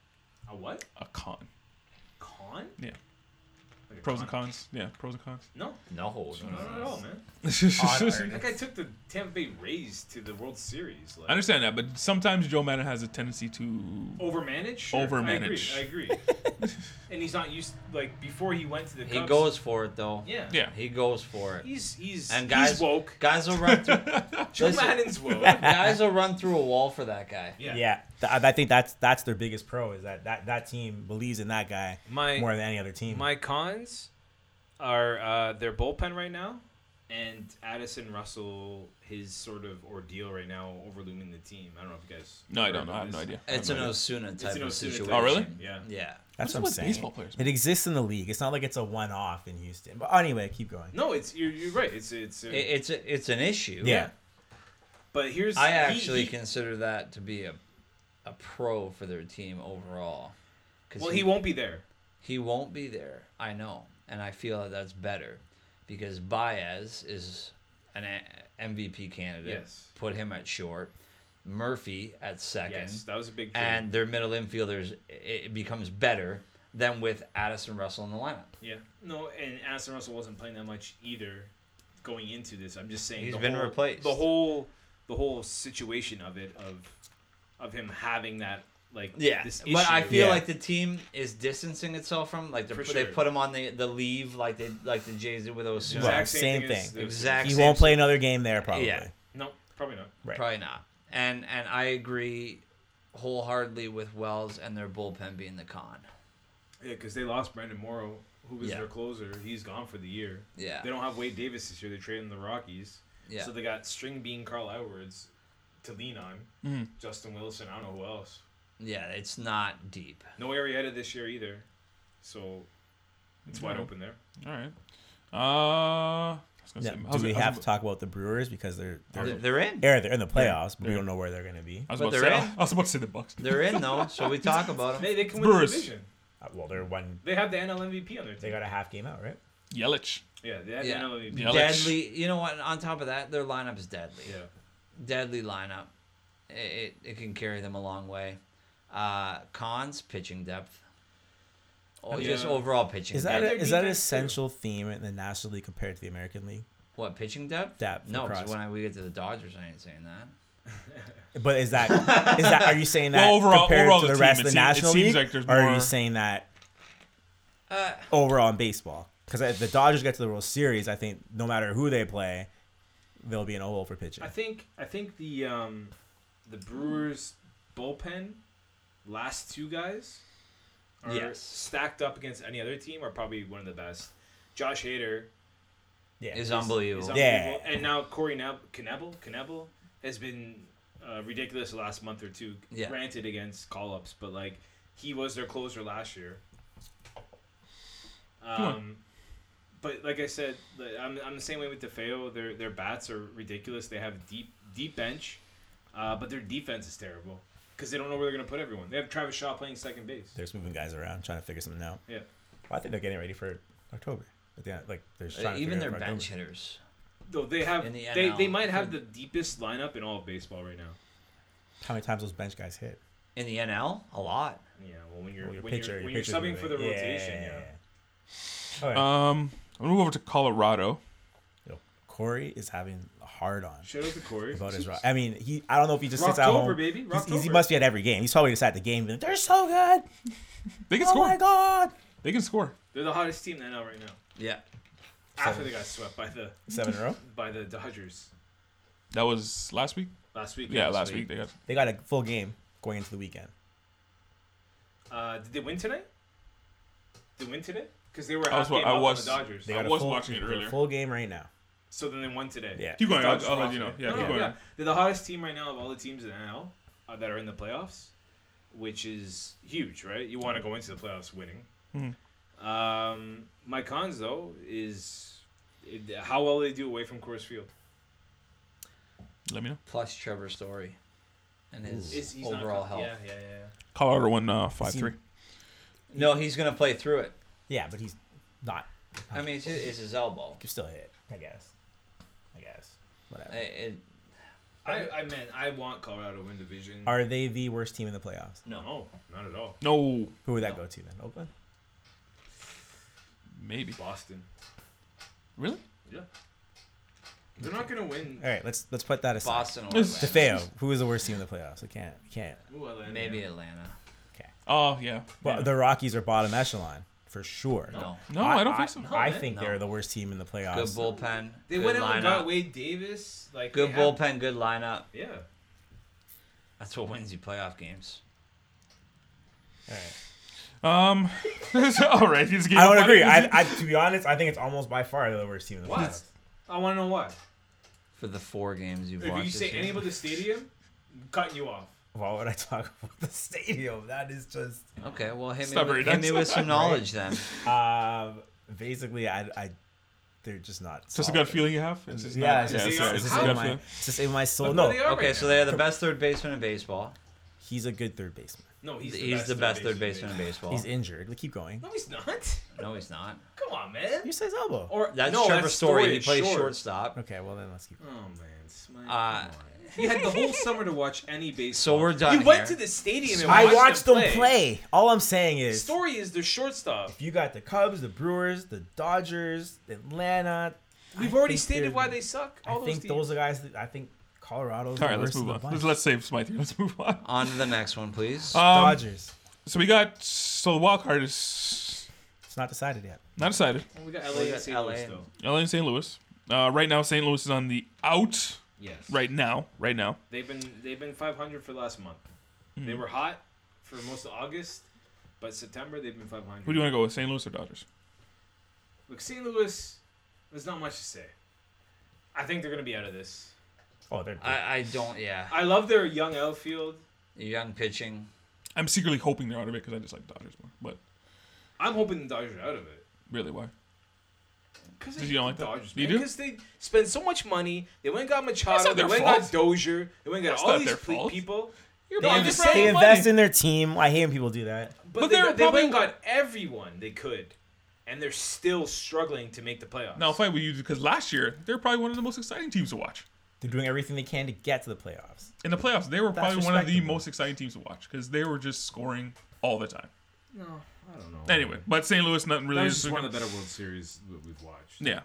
A what? A con? Con? Yeah. Like a Pros and con? cons. Yeah, pros and cons. No, No, no, not at no, all, no. man. Odd That guy took the Tampa Bay Rays to the World Series. Like, I understand that, but sometimes Joe Madden has a tendency to. Overmanage? Sure. Overmanage. I agree. I agree. and he's not used like before he went to the. He Cubs, goes for it though. Yeah. Yeah. He goes for it. He's he's And guys, he's woke. guys will run through. Joe listen, Madden's woke. guys will run through a wall for that guy. Yeah. Yeah, th- I I think that's that's their biggest pro is that that, that team believes in that guy My- more than any other team. My cons are uh, their bullpen right now, and Addison Russell his sort of ordeal right now over looming the team. I don't know if you guys. No, I heard don't know. I about have no this. idea. Eh. I have It's no an idea. Osuna type an Osuna of type. situation. Oh, really? Yeah. Yeah. that's What's what I'm with saying. baseball players, It exists in the league. It's not like it's a one off in Houston. But anyway, keep going. No, it's you're, you're right. It's it's. uh, It, it's a, it's an issue. yeah. but here's I he- actually he- consider that to be a a pro for their team overall. 'Cause Well, he won't be there. He won't be there. I know, and I feel that that's better because Baez is an a- MVP candidate. Yes. Put him at short. Murphy at second. Yes, that was a big. trade. and their middle infielders, it it becomes better than with Addison Russell in the lineup. Yeah. No, and Aston Russell wasn't playing that much either going into this. I'm just saying He's the been whole, replaced. The whole the whole situation of it of of him having that like Yeah, this issue. but I feel Yeah. like the team is distancing itself from like For they're they sure. put him on the, the leave like they like the Jays did with Osuna. Well, same as thing. the- Exact He same won't play another game there probably. Yeah. No, probably not. Right. Probably not. And and I agree wholeheartedly with Wells and their bullpen being the con. Yeah, because they lost Brandon Morrow, who was Yeah. their closer. He's gone for the year. Yeah. They don't have Wade Davis this year. They traded him to the Rockies. Yeah. So they got String Bean Carl Edwards to lean on. Mm-hmm. Justin Wilson. I don't know who else. Yeah, it's not deep. No Arietta this year either. So it's wide Yeah. open there. All right. Uh, I was gonna Yeah, say, Do how's it- we how's have it- to talk about the Brewers because they're They're, they're, they're in. yeah, they're in the playoffs, but we don't know where they're going to be. Uh, I was But about to say. they're in. I was about to say the Bucks. They're in though, so we talk about them. They, they can win Brewers. the division. Uh, Well, they're one. They have the NL MVP on their team. They got a half game out, right? Yelich. yeah, they have Yeah. the NL MVP. Yeah. Alex. Deadly. You know what? On top of that, their lineup is deadly. Yeah. Deadly lineup. It, it, it can carry them a long way. Uh, cons pitching depth. Oh, just Yeah. overall pitching. Is that depth. a, their is that an defense, too. essential theme in the National League compared to the American League? what pitching depth? Depth for No, because Crosby. when we get to the Dodgers, I ain't saying that. But is that is that are you saying that Well, overall- compared overall to the the team, rest of it the seem- it National seems League, like there's or are more- you saying that Uh, overall in baseball? Because the Dodgers get to the World Series, I think no matter who they play, there'll be an hole for pitching. I think I think the um, the Brewers bullpen last two guys are Yes. stacked up against any other team are probably one of the best. Josh Hader yeah, is is unbelievable. unbelievable, Yeah. and now Corey Neb- Knebel Knebel has been uh, ridiculous the last month or two. Yeah. Granted, against call ups, but like he was their closer last year. on. Um, but like I said, like, I'm, I'm the same way with DeFeo. Their their bats are ridiculous. They have deep deep bench, uh, but their defense is terrible because they don't know where they're gonna put everyone. They have Travis Shaw playing second base. they're just moving guys around trying to figure something out. Yeah, Well, I think they're getting ready for October. But yeah, like they're just trying to E, Uh, Even figure out their for bench October. hitters though they have In the they, NL, they might have I the deepest lineup in all of baseball right now. How many times those bench guys hit? In the NL, a lot. Yeah, well when you're Well, your when pitcher, you're, your when you're pitcher's subbing moving. for the Yeah, rotation, yeah. All right. Um, I'm gonna move over to Colorado. Yo, Corey is having a hard on Shout out to Corey. about his. I mean, he. I don't know if he just sits out Rocktober, home. baby, He's- he's- he Rocktober. must be at every game. He's probably just at the game. being like, They're so good. They can Oh score. my god. They can score. They're the hottest team in the NL right now. Yeah. After they got swept by the Seven in a row. by the Dodgers That was last week. last week. Yeah, last week they got. They got a full game going into the weekend. Uh, did they win tonight? Did they win today? Because they were I was half game wa- I up on was- the Dodgers. They I got a was full, watching it they got a earlier. Full game right now. So then they won today. Yeah. Keep going. I'll, Dodgers I'll let lost you know. today. Oh, Yeah, No, keep no, going. yeah. They're the hottest team right now of all the teams in the NL uh, that are in the playoffs, which is huge, right? You want to go into the playoffs winning. Hmm. Um, my cons though is it, how well they do away from Coors Field. Let me know. Plus Trevor Story, and his Is he's not- overall health. Yeah, yeah, yeah. Colorado won uh, five See- three. No, he's gonna play through it. Yeah, but he's not. Oh. I mean, it's his, it's his elbow. He still hit. I guess. I guess. Whatever. I- it- I, I meant I want Colorado to win division. Are they the worst team in the playoffs? no, not at all. No, Who would that go to then? Oakland. maybe. Boston. Really? Yeah. They're not gonna win. All right. Let's let's put that aside. Boston or It's Atlanta. DeFeo, who is the worst team in the playoffs? We can't. We can't. Ooh, Atlanta. Maybe Atlanta. Oh yeah. Well, Yeah. the Rockies are bottom echelon for sure. No. no, I, don't think so. I man, think no. they're the worst team in the playoffs. Good bullpen. They good went out lineup. and got Wade Davis. Like Good they have- bullpen. Good lineup. Yeah. That's what wins you playoff games. All right. Um, all right. He's getting I don't agree. I, I, to be honest, I think it's almost by far the worst team in the What? playoffs. I want to know why. For the four games you've If watched. you say this year. anything about the stadium, I'm cutting you off. Why would I talk about the stadium? That is just okay, well, hit It's me, not with, very hit me nice. with some knowledge then. um, basically, I, I, they're just not. Just a solid. gut feeling you have. It's just Yeah, not- it's just, Yeah, it's, it's- it's it's just how- in gut my, feeling. it's just in my soul. Look No, where they are Okay, right so now. they have the best third baseman in baseball. he's a good third baseman. No, he's, He's, the best third baseman in baseball. Hease injured. Like, keep going. Oh. No, he's not. no, he's not. Come on, man. You say his elbow. Or That's no, Trevor that's Story. He Story, plays sure. shortstop. okay, well then let's keep. Oh man, Smite. Uh, come on. you had the whole summer to watch any baseball. So we're done. You went to here. the stadium and I watched, watched them them play. All I'm saying is, Story is the shortstop. if you got the Cubs, the Brewers, the Dodgers, Atlanta, We've I already think stated they're- why they suck. All I those think teams. those are guys. That, I think Colorado's. All the right, worst let's in move the on. bunch. Let's, let's save Smythe. Let's move on. On to the next one, please. Uh, Um, Dodgers. so we got so the wild card is It's not decided yet. not decided. Well, we got LA We and got St. LA Louis, and- though. LA and St. Louis. Uh, right now, St. Louis is on the out. Yes. Right now, right now. They've been they've been 500 for last month. They Hmm. were hot for most of August, but September they've been 500. Who do you want to go with, St. Louis or Dodgers? Look, St. Louis, there's not much to say. I think they're gonna be out of this. Oh, they're. I, I don't, yeah. I love their young outfield. Young pitching. I'm secretly hoping they're out of it because I just like Dodgers more. But I'm hoping the Dodgers are out of it. really, why? Because Did you don't like that? Dodgers, You man, do? Because they spend so much money. They went and got Machado. not They their went and got fault. Dozier. They went and That's got all not these their ple- fault. people. You're They buying invest- the wrong they money. invest in their team. I hate when people do that. But, But they, they're got, they went and probably- got everyone they could, and they're still struggling to make the playoffs. Now, I'll fight with you because last year they're probably one of the most exciting teams to watch. They're doing everything they can to get to the playoffs. In the playoffs, they were That's probably one of the respectable. most exciting teams to watch because they were just scoring all the time. no, I don't know. Anyway, but St. Louis, nothing really. that was is- just one of the better World Series that we've watched. Yeah,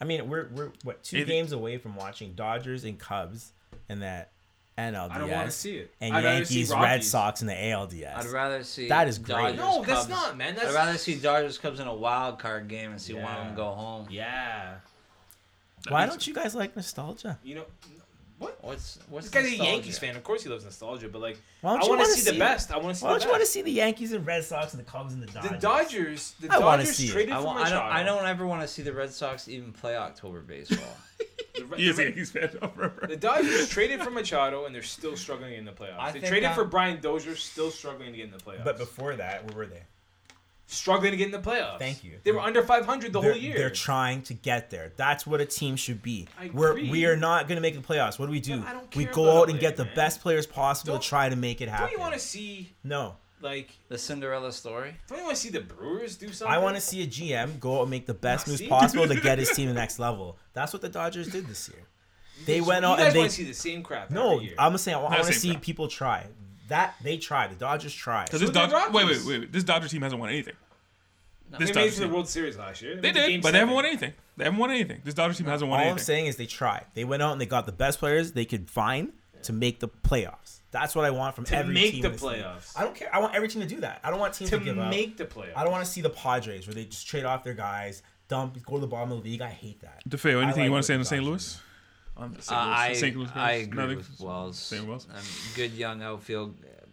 I mean, we're we're what two It- games away from watching Dodgers and Cubs and that NLDS. I don't want to see it. And I'd rather see Yankees, Red Rockies. Sox, and the ALDS. I'd rather see. That is great. Dodgers, No, that's Cubs. not, man. That's I'd rather see Dodgers Cubs in a wild card game and see one of Yeah. them go home. Yeah. Why don't you guys like nostalgia? You know, what? What's what's This guy's a nostalgia? Yankees fan. Of course he loves nostalgia, but like, Why don't I you want to wanna see the see- best. I want to see Why don't the you want to best. see the Yankees and Red Sox and the Cubs and the Dodgers? the Dodgers. The I wanna Dodgers see it. traded I, for want, I Machado. don't. I don't ever want to see the Red Sox even play October baseball. The, Re- He is the, a Re- Yankees fan. I'll remember. the Dodgers traded for Machado, and they're still struggling in the playoffs. I they think traded I'm- for Brian Dozier, still struggling to get in the playoffs. But before that, where were they? struggling to get in the playoffs. Thank you. They were under 500 the they're, whole year. they're trying to get there. That's what a team should be. I We're agree. we are not going to make the playoffs. What do we do? But I don't We care go about out and LA, get the man. best players possible Don't- to try to make it happen. don't you want to see? No, Like, The Cinderella story. don't you want to see the Brewers do something? I want to see a GM go out and make the best Nah, moves see? possible to get his team to the next level. That's what the Dodgers did this year. They went You out guys and they want to see the same crap? no. every year. I'm saying I want to same see crowd. people try. That they tried. The Dodgers tried. Because this So did Dodger, wait, wait, Rockies. wait, wait. This Dodger team hasn't won anything. This they made it Dodgers to the team. World Series last year. They made it to Game did, but they haven't Seven. won anything. They haven't won anything. This Dodger team hasn't All won I'm anything. saying is they tried. They went out and they got the best players they could find to make the playoffs. That's what I want from To every make team the in this league. playoffs. I don't care. I want every team to do that. I don't want teams to, to give up. make the playoffs. I don't want to see the Padres where they just trade off their guys, dump, go to the bottom of the league. I hate that. DeFeo, anything like you want what to say the on the St. Dodgers Louis? On the St. Uh, Louis, I, St. Louis I guys? agree Nothing? with Wells. St. Wells. Um, good young outfield, uh,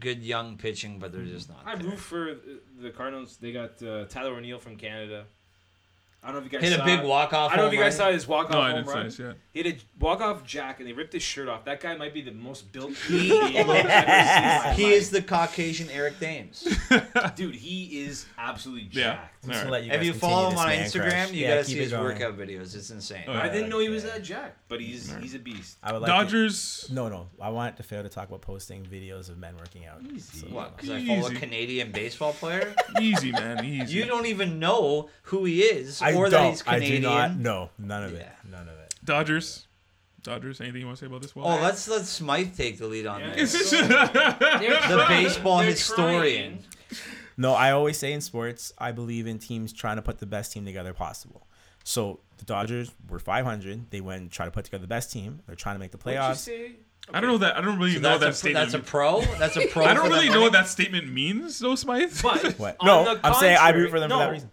good young pitching, but they're just not. I there. root for the- the Cardinals. They got uh, Tyler O'Neill from Canada. I don't know if you guys Hit saw a big walk off. I don't know if you guys saw his walk off No, I home didn't say run. this yet. He had a walk off jack, and they ripped his shirt off. That guy might be the most built human being I've ever seen. in my He is the Caucasian Eric Dames. life. dude. He is absolutely Yeah. jacked. All Just to right. let you if guys you continue follow him this on man Instagram, crush. you Yeah, gotta keep see it his going. workout videos. It's insane. Oh, yeah. I didn't know he was Okay. that jacked, but he's he's a beast. I would like Dodgers. Dodgers. no, no. I want to fail to talk about posting videos of men working out. So- What? Because I follow a Easy. Canadian baseball player. Easy, man. Easy. you don't even know who he is I or don't. that he's I Canadian. do not. No, none of it. Yeah. None of it. Dodgers. Dodgers. Anything you want to say about this? Oh, Wells? let's let Smythe take the lead on Yeah. this. The The baseball historian. No, I always say in sports, I believe in teams trying to put the best team together possible. So the Dodgers were 500. They went and tried to put together the best team. They're trying to make the playoffs. I don't know that. I don't really So know that's, that a, pro- statement. that's a pro. That's a pro. I don't for really them know what winning? that statement means, though, Smythe. But What? on No, the I'm saying I root contrary- for them for no, that reason.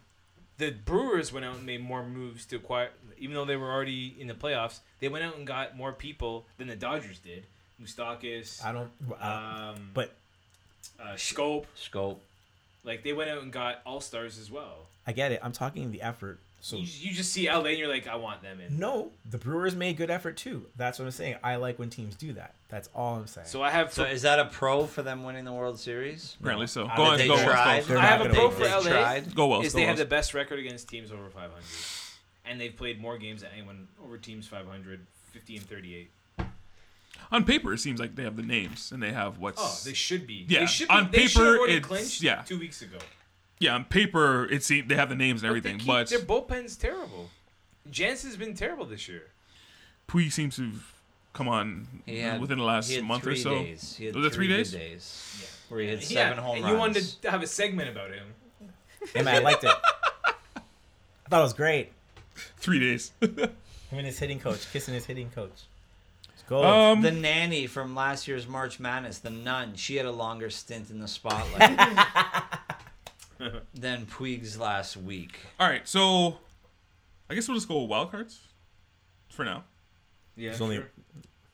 The Brewers went out and made more moves to acquire, even though they were already in the playoffs. They went out and got more people than the Dodgers did. Mustakis, I don't. Uh, um, but uh, Scope, Scope. like they went out and got all stars as well. I get it. I'm talking the effort. So You, you just see LA and you're like, I want them in. no, the Brewers made good effort too. That's what I'm saying. I like when teams do that. That's all I'm saying. So I have So for, is that a pro for them winning the World Series? Apparently so. I Go think on. they Go tried. Wells. Go. They're I not have a gonna pro win. for They LA tried. Go Wells. is go they have the Wells. best record against teams over 500, and they've played more games than anyone over teams 500, 50 and 38. On paper, it seems like they have the names and they have what's. Oh, they should be. Yeah, they should be. on they should have paper, already it's- clinched yeah. two weeks ago. yeah, on paper, it seems they have the names and everything, But but, they keep- their bullpen's terrible. Jansen's been terrible this year. Puig seems to have come on He had- within the last he had month or three so. Days. He had Was it three good days? Where he had seven home and runs. You wanted to have a segment about him. Hey, man, I liked it. I thought it was great. Three days. Him and his hitting coach, kissing his hitting coach. Let's go. um, the nanny from last year's March Madness, the nun, she had a longer stint in the spotlight than Puig's last week. all right, so I guess we'll just go with wild cards for now. Yeah, There's only sure.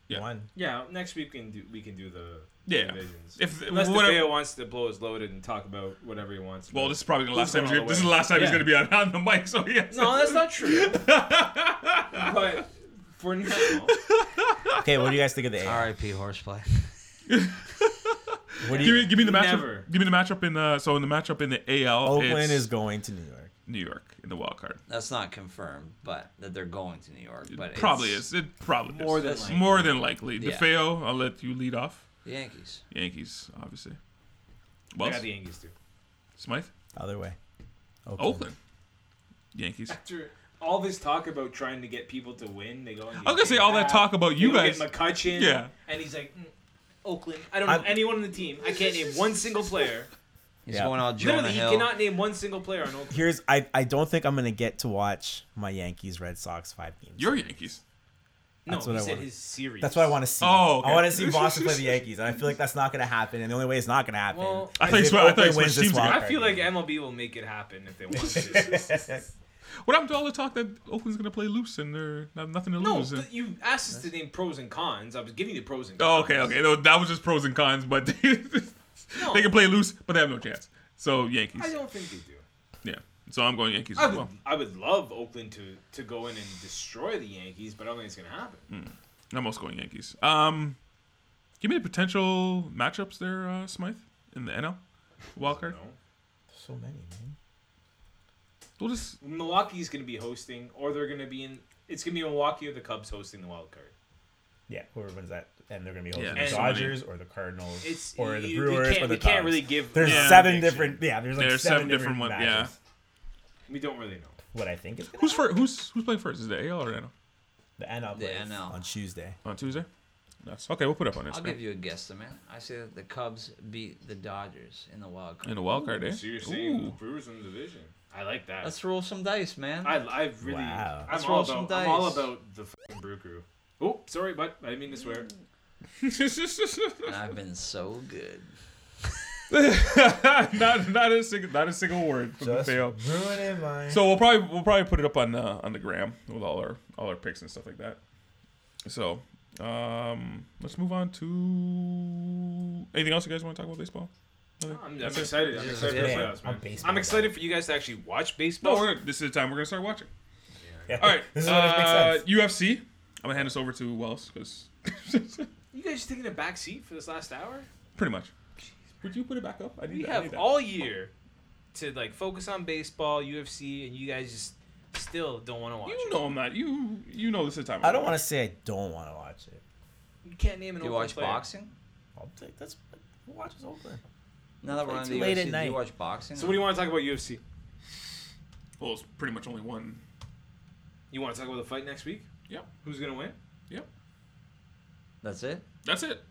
yeah. one. yeah. Next week we can do we can do the Yeah. divisions. If Unless whatever- DeFeo wants to blow his loaded and talk about whatever he wants. well, but- this is probably the last Who's time. He's going gonna, all the this is way? the last time he's Yeah. gonna be on, on the mic. So yes. no, that's not true. but for now, Okay, what do you guys think of the A? R.I.P. Horseplay. What do Give you? me, give me the matchup. Never. Give me the matchup in the so in the matchup in the AL. it's Oakland is going to New York. New York in the wild card. That's not confirmed, but that they're going to New York. But probably it's is. It probably More is. than likely. More than likely. Yeah. DeFeo, I'll let you lead off. The Yankees. Yankees, obviously. I Well, got the Yankees too. Smythe, Other way. Oakland, Yankees. After all this talk about trying to get people to win, they go. I was gonna say all that talk about you guys. Get McCutcheon. Yeah. And he's like, mm, Oakland. I don't know I'm- anyone on the team. I can't name one single player. He's Yeah. going all Jonah Literally, you Hill. cannot name one single player on Oakland. Here's I. I don't think I'm gonna get to watch my Yankees Red Sox five games. Your Yankees. No, That's what he I said wanted. his series. That's what I want to see. Oh, okay. I want to see Boston play the Yankees, and I feel like that's not gonna happen. And the only way it's not gonna happen. Well, I thought you if sw- I thought you Oakland switched wins this teams again. wild I card feel like game. MLB will make it happen if they want to. What happened to all the talk that Oakland's gonna play loose and they're have nothing to no, lose? and- th- you asked us to name pros and cons. I was giving you the pros and cons. oh, okay, okay. No, that was just pros and cons, but No, they can play loose, but they have no chance. So I Yankees. don't think they do. Yeah. So I'm going Yankees I as would, well. I would love Oakland to, to go in and destroy the Yankees, but I don't think it's going to happen. Mm. I'm also going Yankees. Um, give me the potential matchups there, uh, Smythe, in the NL wild card. No. so many, man. We'll just Milwaukee's going to be hosting, or they're going to be in. It's going to be Milwaukee or the Cubs hosting the wild card. Yeah, whoever wins that and they're going to be hosting Yeah. the And- Dodgers or the Cardinals It's- or you- the you Brewers can't- or the we can't Cubs. really give There's a seven prediction. different. Yeah, there's like There's seven, seven different, different one- yeah. matches. We don't really know. What I think is gonna Who's first? Who's who's playing first? Is it AL or NL the NL. The plays. NL. on Tuesday. on Tuesday? That's okay. We'll put up on I'll Instagram give you a guesstimate. I say that the Cubs beat the Dodgers in the wild card. in the wild card, eh? So you're saying the Ooh. Brewers in the division? I like that. Let's roll some dice, man. I, I really. Wow. I'm, Let's all roll some about, I'm all dice. about the fucking brew crew. Oh, sorry, but I didn't mean to swear. I've been so good. not not a single not a single word from the fail. Ruining my. So we'll probably we'll probably put it up on uh, on the gram with all our all our picks and stuff like that. So um, let's move on to anything else you guys want to talk about baseball? I'm, I'm excited. I'm excited for the Yeah, playoffs, I'm man. baseball I'm excited for you guys to actually watch No, baseball. we're gonna, this is the time we're gonna start watching. Yeah. All right, This is what makes uh, sense. UFC. I'm gonna hand this over to Wells because you guys taking a back seat for this last hour? pretty much. Would you put it back up? I need We that, I need have that. all year to like focus on baseball, UFC, and you guys just still don't want to watch. You it. know I'm not. You you know this is the time. I don't want to say I don't want to watch it. You can't name an Do you Oakland watch player. boxing? I'll take that's who watches Oakland. Now that we're on It's the late UFC, at do night. you watch boxing? So what do you want to talk about UFC? Well, it's pretty much only one. You want to talk about the fight next week? Yep. Who's gonna win? Yep. That's it. That's it.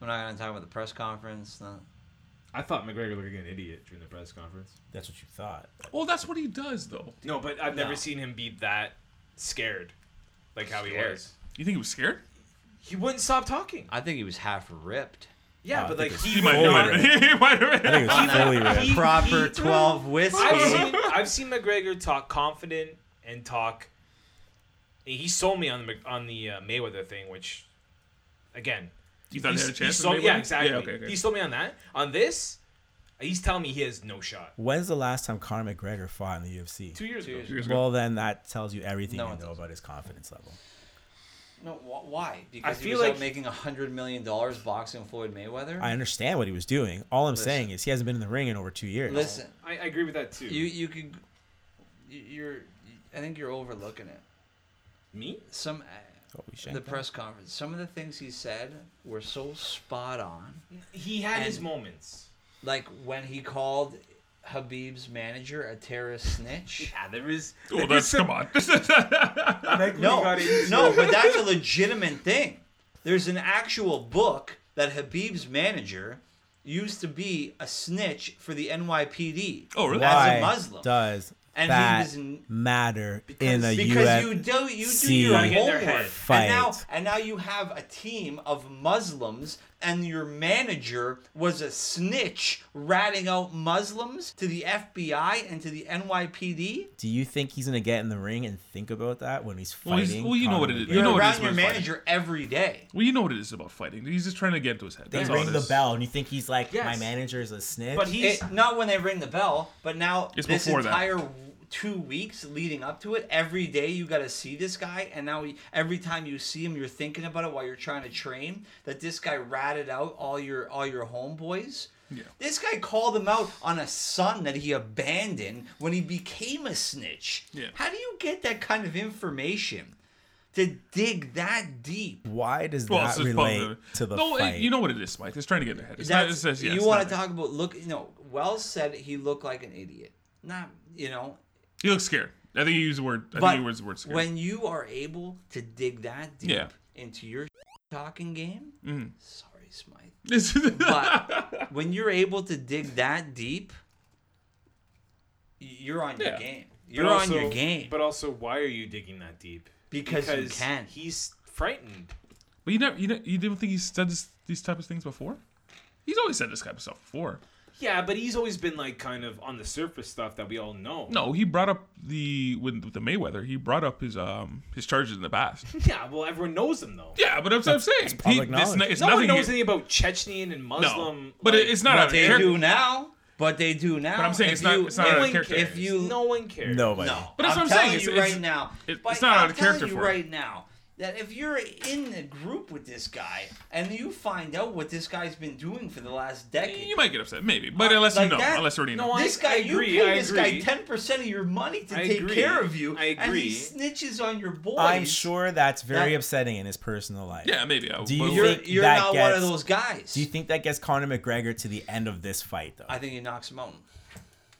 We're not gonna talk about the press conference. No. I thought McGregor looked like an idiot during the press conference. That's what you thought. Well, that's what he does though. No, but I've never No. seen him be that scared, like how he Scared. was. You think he was scared? He wouldn't stop talking. I think he was half ripped. Yeah, I but like think he, Uh, He might would have not- been. He might have I been. think it was fully He- red. he- Proper twelve I've whiskey. seen, I've seen McGregor talk confident and talk. He sold me on the Mc- on the uh, Mayweather thing, which, again, You thought he he's- had a chance? he with sold, yeah, Mayweather? exactly. Yeah, okay, okay. He sold me on that. On this, he's telling me he has no shot. When's the last time Conor McGregor fought in the UFC? Two years ago, Years ago. Well, then that tells you everything No, you it know doesn't. about his confidence level. No, wh- why? Because he feel was like- out making hundred million dollars boxing Floyd Mayweather. I understand what he was doing. All I'm Listen. saying is he hasn't been in the ring in over two years. Listen, I, I agree with that too. you you could, you- you're, I think you're overlooking it. me? Some uh, Oh, we the shanked him. press conference. Some of the things he said were so spot on. He had his And- moments. Like when he called Habib's manager a terrorist snitch. Yeah, there is. Well, that's come on. No, no, but that's a legitimate thing. There's an actual book that Habib's manager used to be a snitch for the NYPD. Oh, really? As Why a Muslim. does And he that was in- matter in a because UFC? you do you do see your Gotta get in their head. homework. And now Fight. and now you have a team of Muslims and your manager was a snitch ratting out Muslims to the FBI and to the NYPD. do you think he's gonna get in the ring and think about that when he's Well, fighting? he's- well, you know Conor what it is. McGregor? You know You're what it is around your when he's fighting. manager every day. well, you know what it is about fighting. He's just trying to get into his head. They That's all ring it the is. bell, and you think he's like, Yes. my manager is a snitch. But he's It- not when they ring the bell, but now It's this before that. entire w- two weeks leading up to it, every day you got to see this guy, and now he, every time you see him, you're thinking about it while you're trying to train. That this guy ratted out all your all your homeboys. Yeah. This guy called him out on a son that he abandoned when he became a snitch. Yeah. How do you get that kind of information to dig that deep? why does Well, it's that just relate probably- to the no, it- fight? you know what it is, Mike. It's trying to get in their head. It's not, That's, it's just, yeah, you it's want not- to talk about look? No, Wells said he looked like an idiot. Not you know He looks scared. I think he used the word. I But think he used the word scared. when you are able to dig that deep Yeah. Mm-hmm. into your talking game, sorry, Smythe, This is- but when you're able to dig that deep, y- you're on your Yeah. game. but You're also- on your game But also, why are you digging that deep? because, you can. He's frightened. but you never, you, ne- you didn't think he said this, these type of things before. He's always said this type of stuff before. Yeah, but he's always been like kind of on the surface stuff that we all know. No, he brought up the with, with the Mayweather. He brought up his um his charges in the past. Yeah, well, everyone knows him though. yeah, but that's what I'm saying. public He- this- knowledge. it's No nothing. one knows he- anything about Chechenian and no, Muslim. but um, like, it, it's not But a they character. do now. But they do now. But I'm saying If it's not- you- it's not no if- out of one character. cares. If you- no one cares. Nobody. No, But that's I'm what I'm saying, telling it's- you it's- right now. it- but it's not I'm out of telling character you for him. right now. that if you're in the group with this guy and you find out what this guy's been doing for the last decade, You might get upset, maybe, but unless you like know, that? unless you already know. No, I- this guy, agree, you pay I this agree. guy ten percent of your money to I take agree. care of you, I and agree. he snitches on your boys. I'm sure that's very That- upsetting in his personal life. yeah, maybe. I, Do you well, you're, think you're that not one of gets- those guys. Do you think that gets Conor McGregor to the end of this fight, though? I think he knocks him out.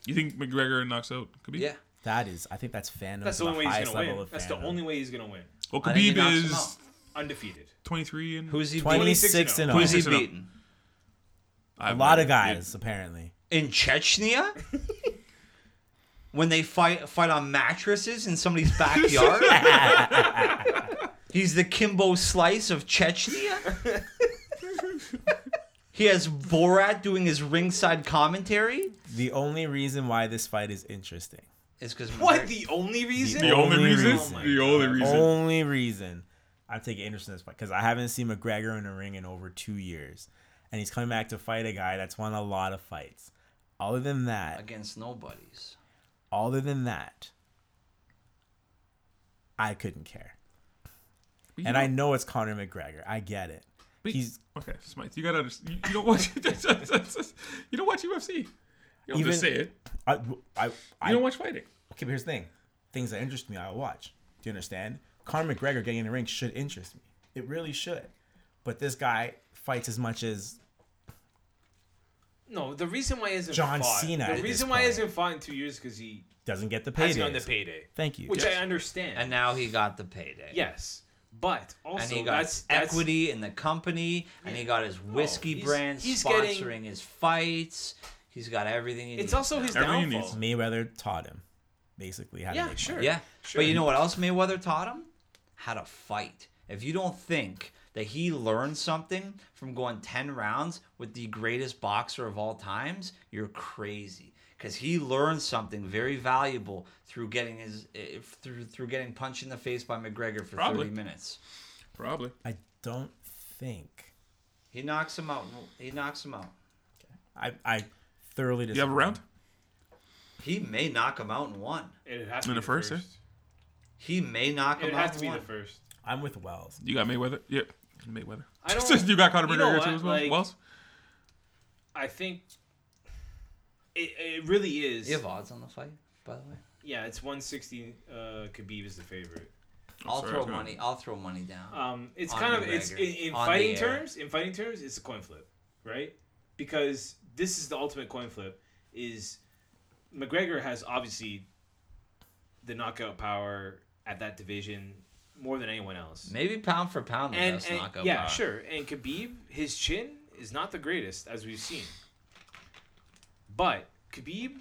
you think McGregor knocks out Khabib? Yeah, that is, I think that's fandom. That's to the only way he's highest gonna level win. of That's the fandom. only way he's gonna win. Well, I think he Khabib knocks him is out. Undefeated. 23 and Who's he? beating? 26 and oh. 26 0. Who's he 26 and up. beaten? I A have no oh. lot of idea. Yeah. guys, apparently. In Chechnya? when they fight fight on mattresses in somebody's backyard? He's the Kimbo Slice of Chechnya? he has Borat doing his ringside commentary? The only reason why this fight is interesting. It's because What? The only reason? The only Only reason. reason. Oh my the only reason. Only reason I take interest in this fight because I haven't seen McGregor in a ring in over two years, and he's coming back to fight a guy that's won a lot of fights. Other than that, against nobodies. other than that, I couldn't care. But you And know- I know it's Conor McGregor. I get it. but- He's okay, Smythe. You gotta understand. You, you don't watch. you don't watch UFC. You don't Even- just say it. I, I, I You don't watch fighting. okay. But here's the thing: things that interest me, I will watch. Do you understand? Conor McGregor getting in the ring should interest me. It really should. But this guy fights as much as No, the reason why he hasn't John fought. Cena at The this reason why he point. hasn't fought in two years because he doesn't get the hasn't gotten the paydays. payday. Thank you. Which Yes. I understand. And now he got the payday. yes, but also and he got that's, that's equity in the company, and he got his whiskey Oh, he's- brand he's sponsoring getting- his fights. He's got everything. He It's needs also now. his Everything he downfall. Mayweather taught him basically how to Yeah, make sure. Yeah. Sure. But you know what else Mayweather taught him? How to fight. If you don't think that he learned something from going 10 rounds with the greatest boxer of all times, you're crazy. Because he learned something very valuable through getting his eh, through through getting punched in the face by McGregor for Probably. 30 minutes. Probably. I don't think He knocks him out. He knocks him out. I I thoroughly You have a disagree. round. He may knock him out in one. It has In to be the the first, first. He may knock him It has out to in be one. the first. I'm with Wells. You got Mayweather. Yeah, Mayweather. I don't- you got Conor you know McGregor what, too as well. like- Wells. I think it, it really is. You have odds on the fight, by the way. Yeah, it's 160. Uh, Khabib is the favorite. I'll sorry, I throw was gonna- money. I'll throw money down. Um, it's On kind of it's McGregor. in, in On fighting the air. terms. In fighting terms, it's a coin flip, right? Because this is the ultimate coin flip. Is McGregor has obviously the knockout power at that division more than anyone else. Maybe pound for pound, the And, best and- knockout. yeah, power. sure. And Khabib, his chin is not the greatest as we've seen, but Khabib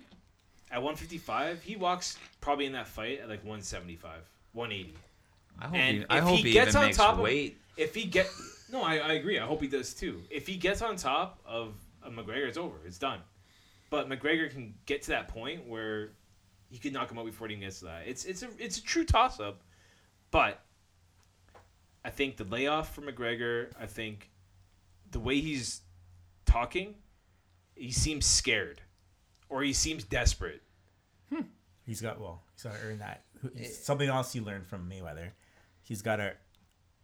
at 155, he walks probably in that fight at like 175, 180. I hope And he, I if hope he he gets even on makes top of- weight. If he get no, I, I agree. I hope he does too. If he gets on top of, of McGregor, it's over. It's done. But McGregor can get to that point where he could knock him out before he even gets to that. It's it's a it's a true toss up. But I think the layoff for McGregor. I think the way he's talking, he seems scared, or he seems desperate. He's got well, he's got to earn that. Who- Eh. Something else he learned from Mayweather, he's got to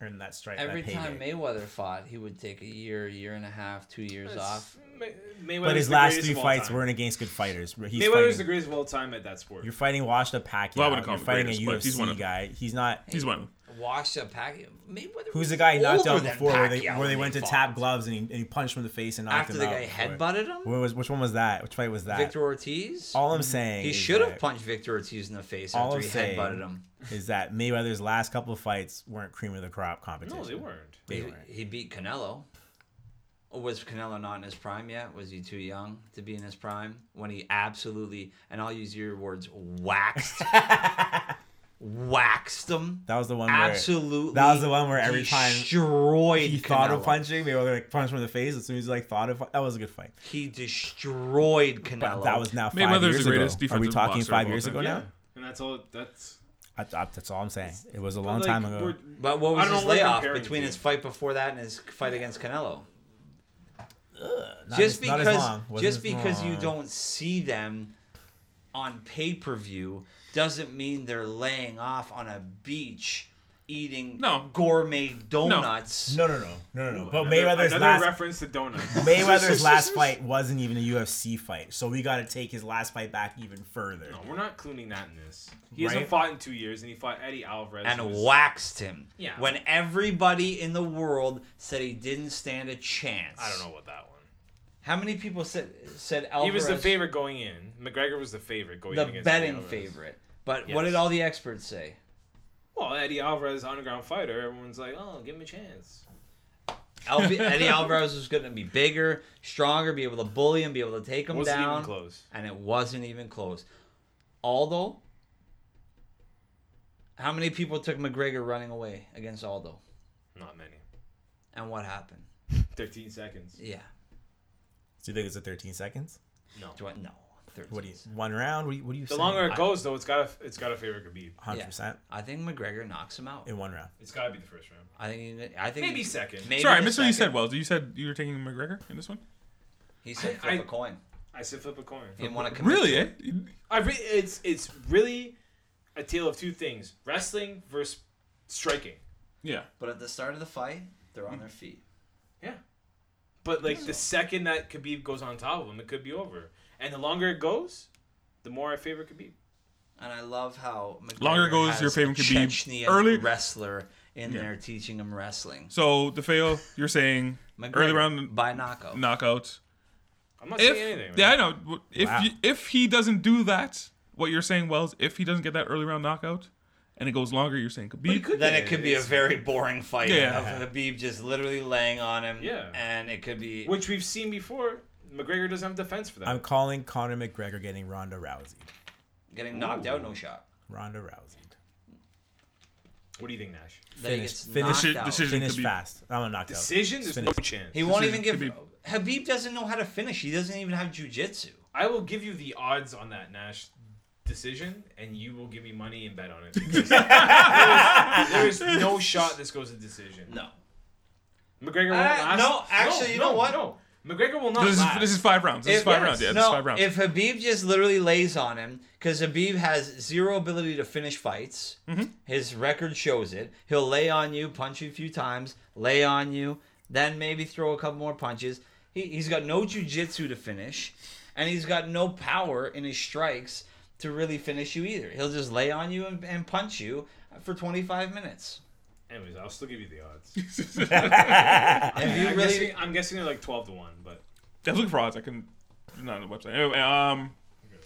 earn that strike. Every that time payday. Mayweather fought, he would take a year, year and a half, two years off. May- Mayweather's but his the last greatest three of all fights time. weren't against good fighters. Where He's Mayweather's the fighting, greatest of all time at that sport. you're fighting Washed Up Pacquiao. Well, I wouldn't call you're him the fighting a greatest, but he's one UFC of- guy. He's not. He's one of them. Washed up Pacquiao. Mayweather. Who's was the guy he knocked older out than before where they, Pacquiao where they when went to fought. tap gloves and he, and he punched him in the face and knocked after him the out? guy before? headbutted him? What was which one was that? Which fight was that? Victor Ortiz. All I'm saying he is should have that- punched Victor Ortiz in the face All after I'm he saying- headbutted him. is that Mayweather's last couple of fights weren't cream of the crop competition. no, they weren't. They He, weren't. he beat Canelo. Or Was Canelo not in his prime yet? Was he too young to be in his prime when he absolutely and I'll use your words waxed, waxed him? That was the one. absolutely. Where, that was the one where every time destroyed he thought of Canelo. punching, Mayweather like punched him in the face. As soon as he like thought of that was a good fight. He destroyed Canelo. But that was now five Mayweather's years the greatest ago. Are we defensive talking boxer of five all years time. ago Yeah, now? and that's all. That's I, I, that's all I'm saying. It was a but, long like, time ago. we're- But I what was don't his know what you're layoff comparing between to. his fight before that and his fight against Canelo? Not as- just not as because long. Wasn't just as because you long. don't see them on pay per view doesn't mean they're laying off on a beach eating No. gourmet donuts. No, no, no, no, no, no. But another, Mayweather's another last reference to donuts. Mayweather's last fight wasn't even a UFC fight, so we got to take his last fight back even further. No, we're not including that in this. He hasn't Right? fought in two years, and he fought Eddie Alvarez. who And was- waxed him. Yeah. When everybody in the world said he didn't stand a chance. I don't know about that one. How many people said said Alvarez? He was the favorite going in. McGregor was the favorite going in the against Eddie betting Alvarez. favorite. But what Yes. did all the experts say? Well, Eddie Alvarez, underground fighter. Everyone's like, oh, give him a chance. Alv- Eddie Alvarez was going to be bigger, stronger, be able to bully him, be able to take him Wasn't down. even close. And it wasn't even close. Aldo. How many people took McGregor running away against Aldo? Not many. And what happened? Thirteen seconds. Yeah. Do you think it's a 13 seconds? Do I, no. 13. What do you? One round? What do you? What do you The say? longer it goes, though, it's gotta it's gotta favor Khabib. 100 Yeah. percent I think McGregor knocks him out. in one round. It's gotta be the first round. I think. he- I think Maybe he- second. Maybe Sorry, I the missed what you second. said, Wells. You said you were taking McGregor in this one? He said I- flip a coin. I said flip a coin. He didn't want to commit. Really? Eh? I re- it's it's really a tale of two things: wrestling versus striking. Yeah. But at the start of the fight, they're on their feet. Yeah. But like the second that Khabib goes on top of him, it could be over. And the longer it goes, the more I favor Khabib. And I love how McGregor Longer goes, has your favorite a could be Chechnyan early- wrestler in there teaching him wrestling. So, DeFeo, you're saying McGregor, early round by knockout. knockouts. I'm not If, saying anything. man. yeah, I know. If, Wow. you, if he doesn't do that, what you're saying, Wells, if he doesn't get that early round knockout and it goes longer, you're saying But he Khabib. could Then get it could be a It's- very boring fight Yeah. of Habib just literally laying on him. Yeah. And it could be. which we've seen before. McGregor doesn't have defense for that. I'm calling Conor McGregor getting Ronda Rousey. getting knocked out, no shot. Ronda Rousey. what do you think, Nash? Then he Finish- gets finish knocked it- out. decision. Finish could be- fast. I'm a knockout. Decision? There's no Finish. chance. He won't even give. Decision Habib doesn't know how to finish. He doesn't even have jujitsu. I will give you the odds on that Nash decision, and you will give me money and bet on it. Because there, is, there is no shot this goes to decision. No. McGregor will Uh, last. no, actually, you know what? No, McGregor will not This is, last. this is five rounds. This is If- five rounds. Yeah, this is no, five rounds. If Habib just literally lays on him, because Habib has zero ability to finish fights, Mm-hmm. his record shows it. He'll lay on you, punch you a few times, lay on you, then maybe throw a couple more punches. He, he's got no jujitsu to finish, and he's got no power in his strikes to really finish you either. He'll just lay on you and, and punch you for 25 minutes. Anyways, I'll still give you the odds. If you I'm, really, guessing, I'm guessing they're like twelve to one, but I was looking for odds. I couldn't. Not on the website. Anyway, um,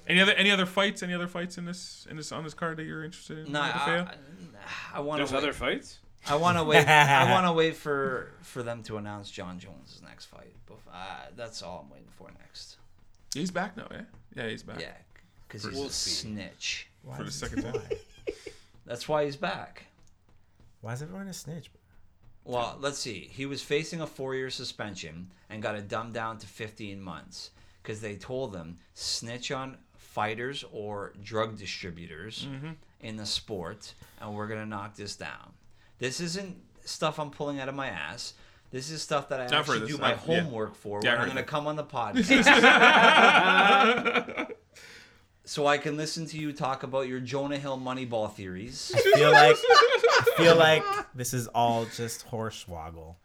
any other any other fights? Any other fights in this in this on this card that you're interested in? no, DeFeo? I, want there's to. other fights. I want to wait. I want to wait for for them to announce John Jones' next fight. Bef- Uh, that's all I'm waiting for next. he's back now. Yeah, yeah, he's back Yeah, because he's We'll a see. snitch. for the second time. That's why he's back. Why is everyone a snitch? Well, let's see. He was facing a four-year suspension and got it dumbed down to 15 months because they told him snitch on fighters or drug distributors Mm-hmm. in the sport, and we're gonna knock this down. This isn't stuff I'm pulling out of my ass. This is stuff that I I've heard actually do this. my I've- yeah. homework for Yeah, I when I'm heard gonna that. come on the podcast. so I can listen to you talk about your Jonah Hill Moneyball theories. I feel like I feel like this is all just hornswoggle.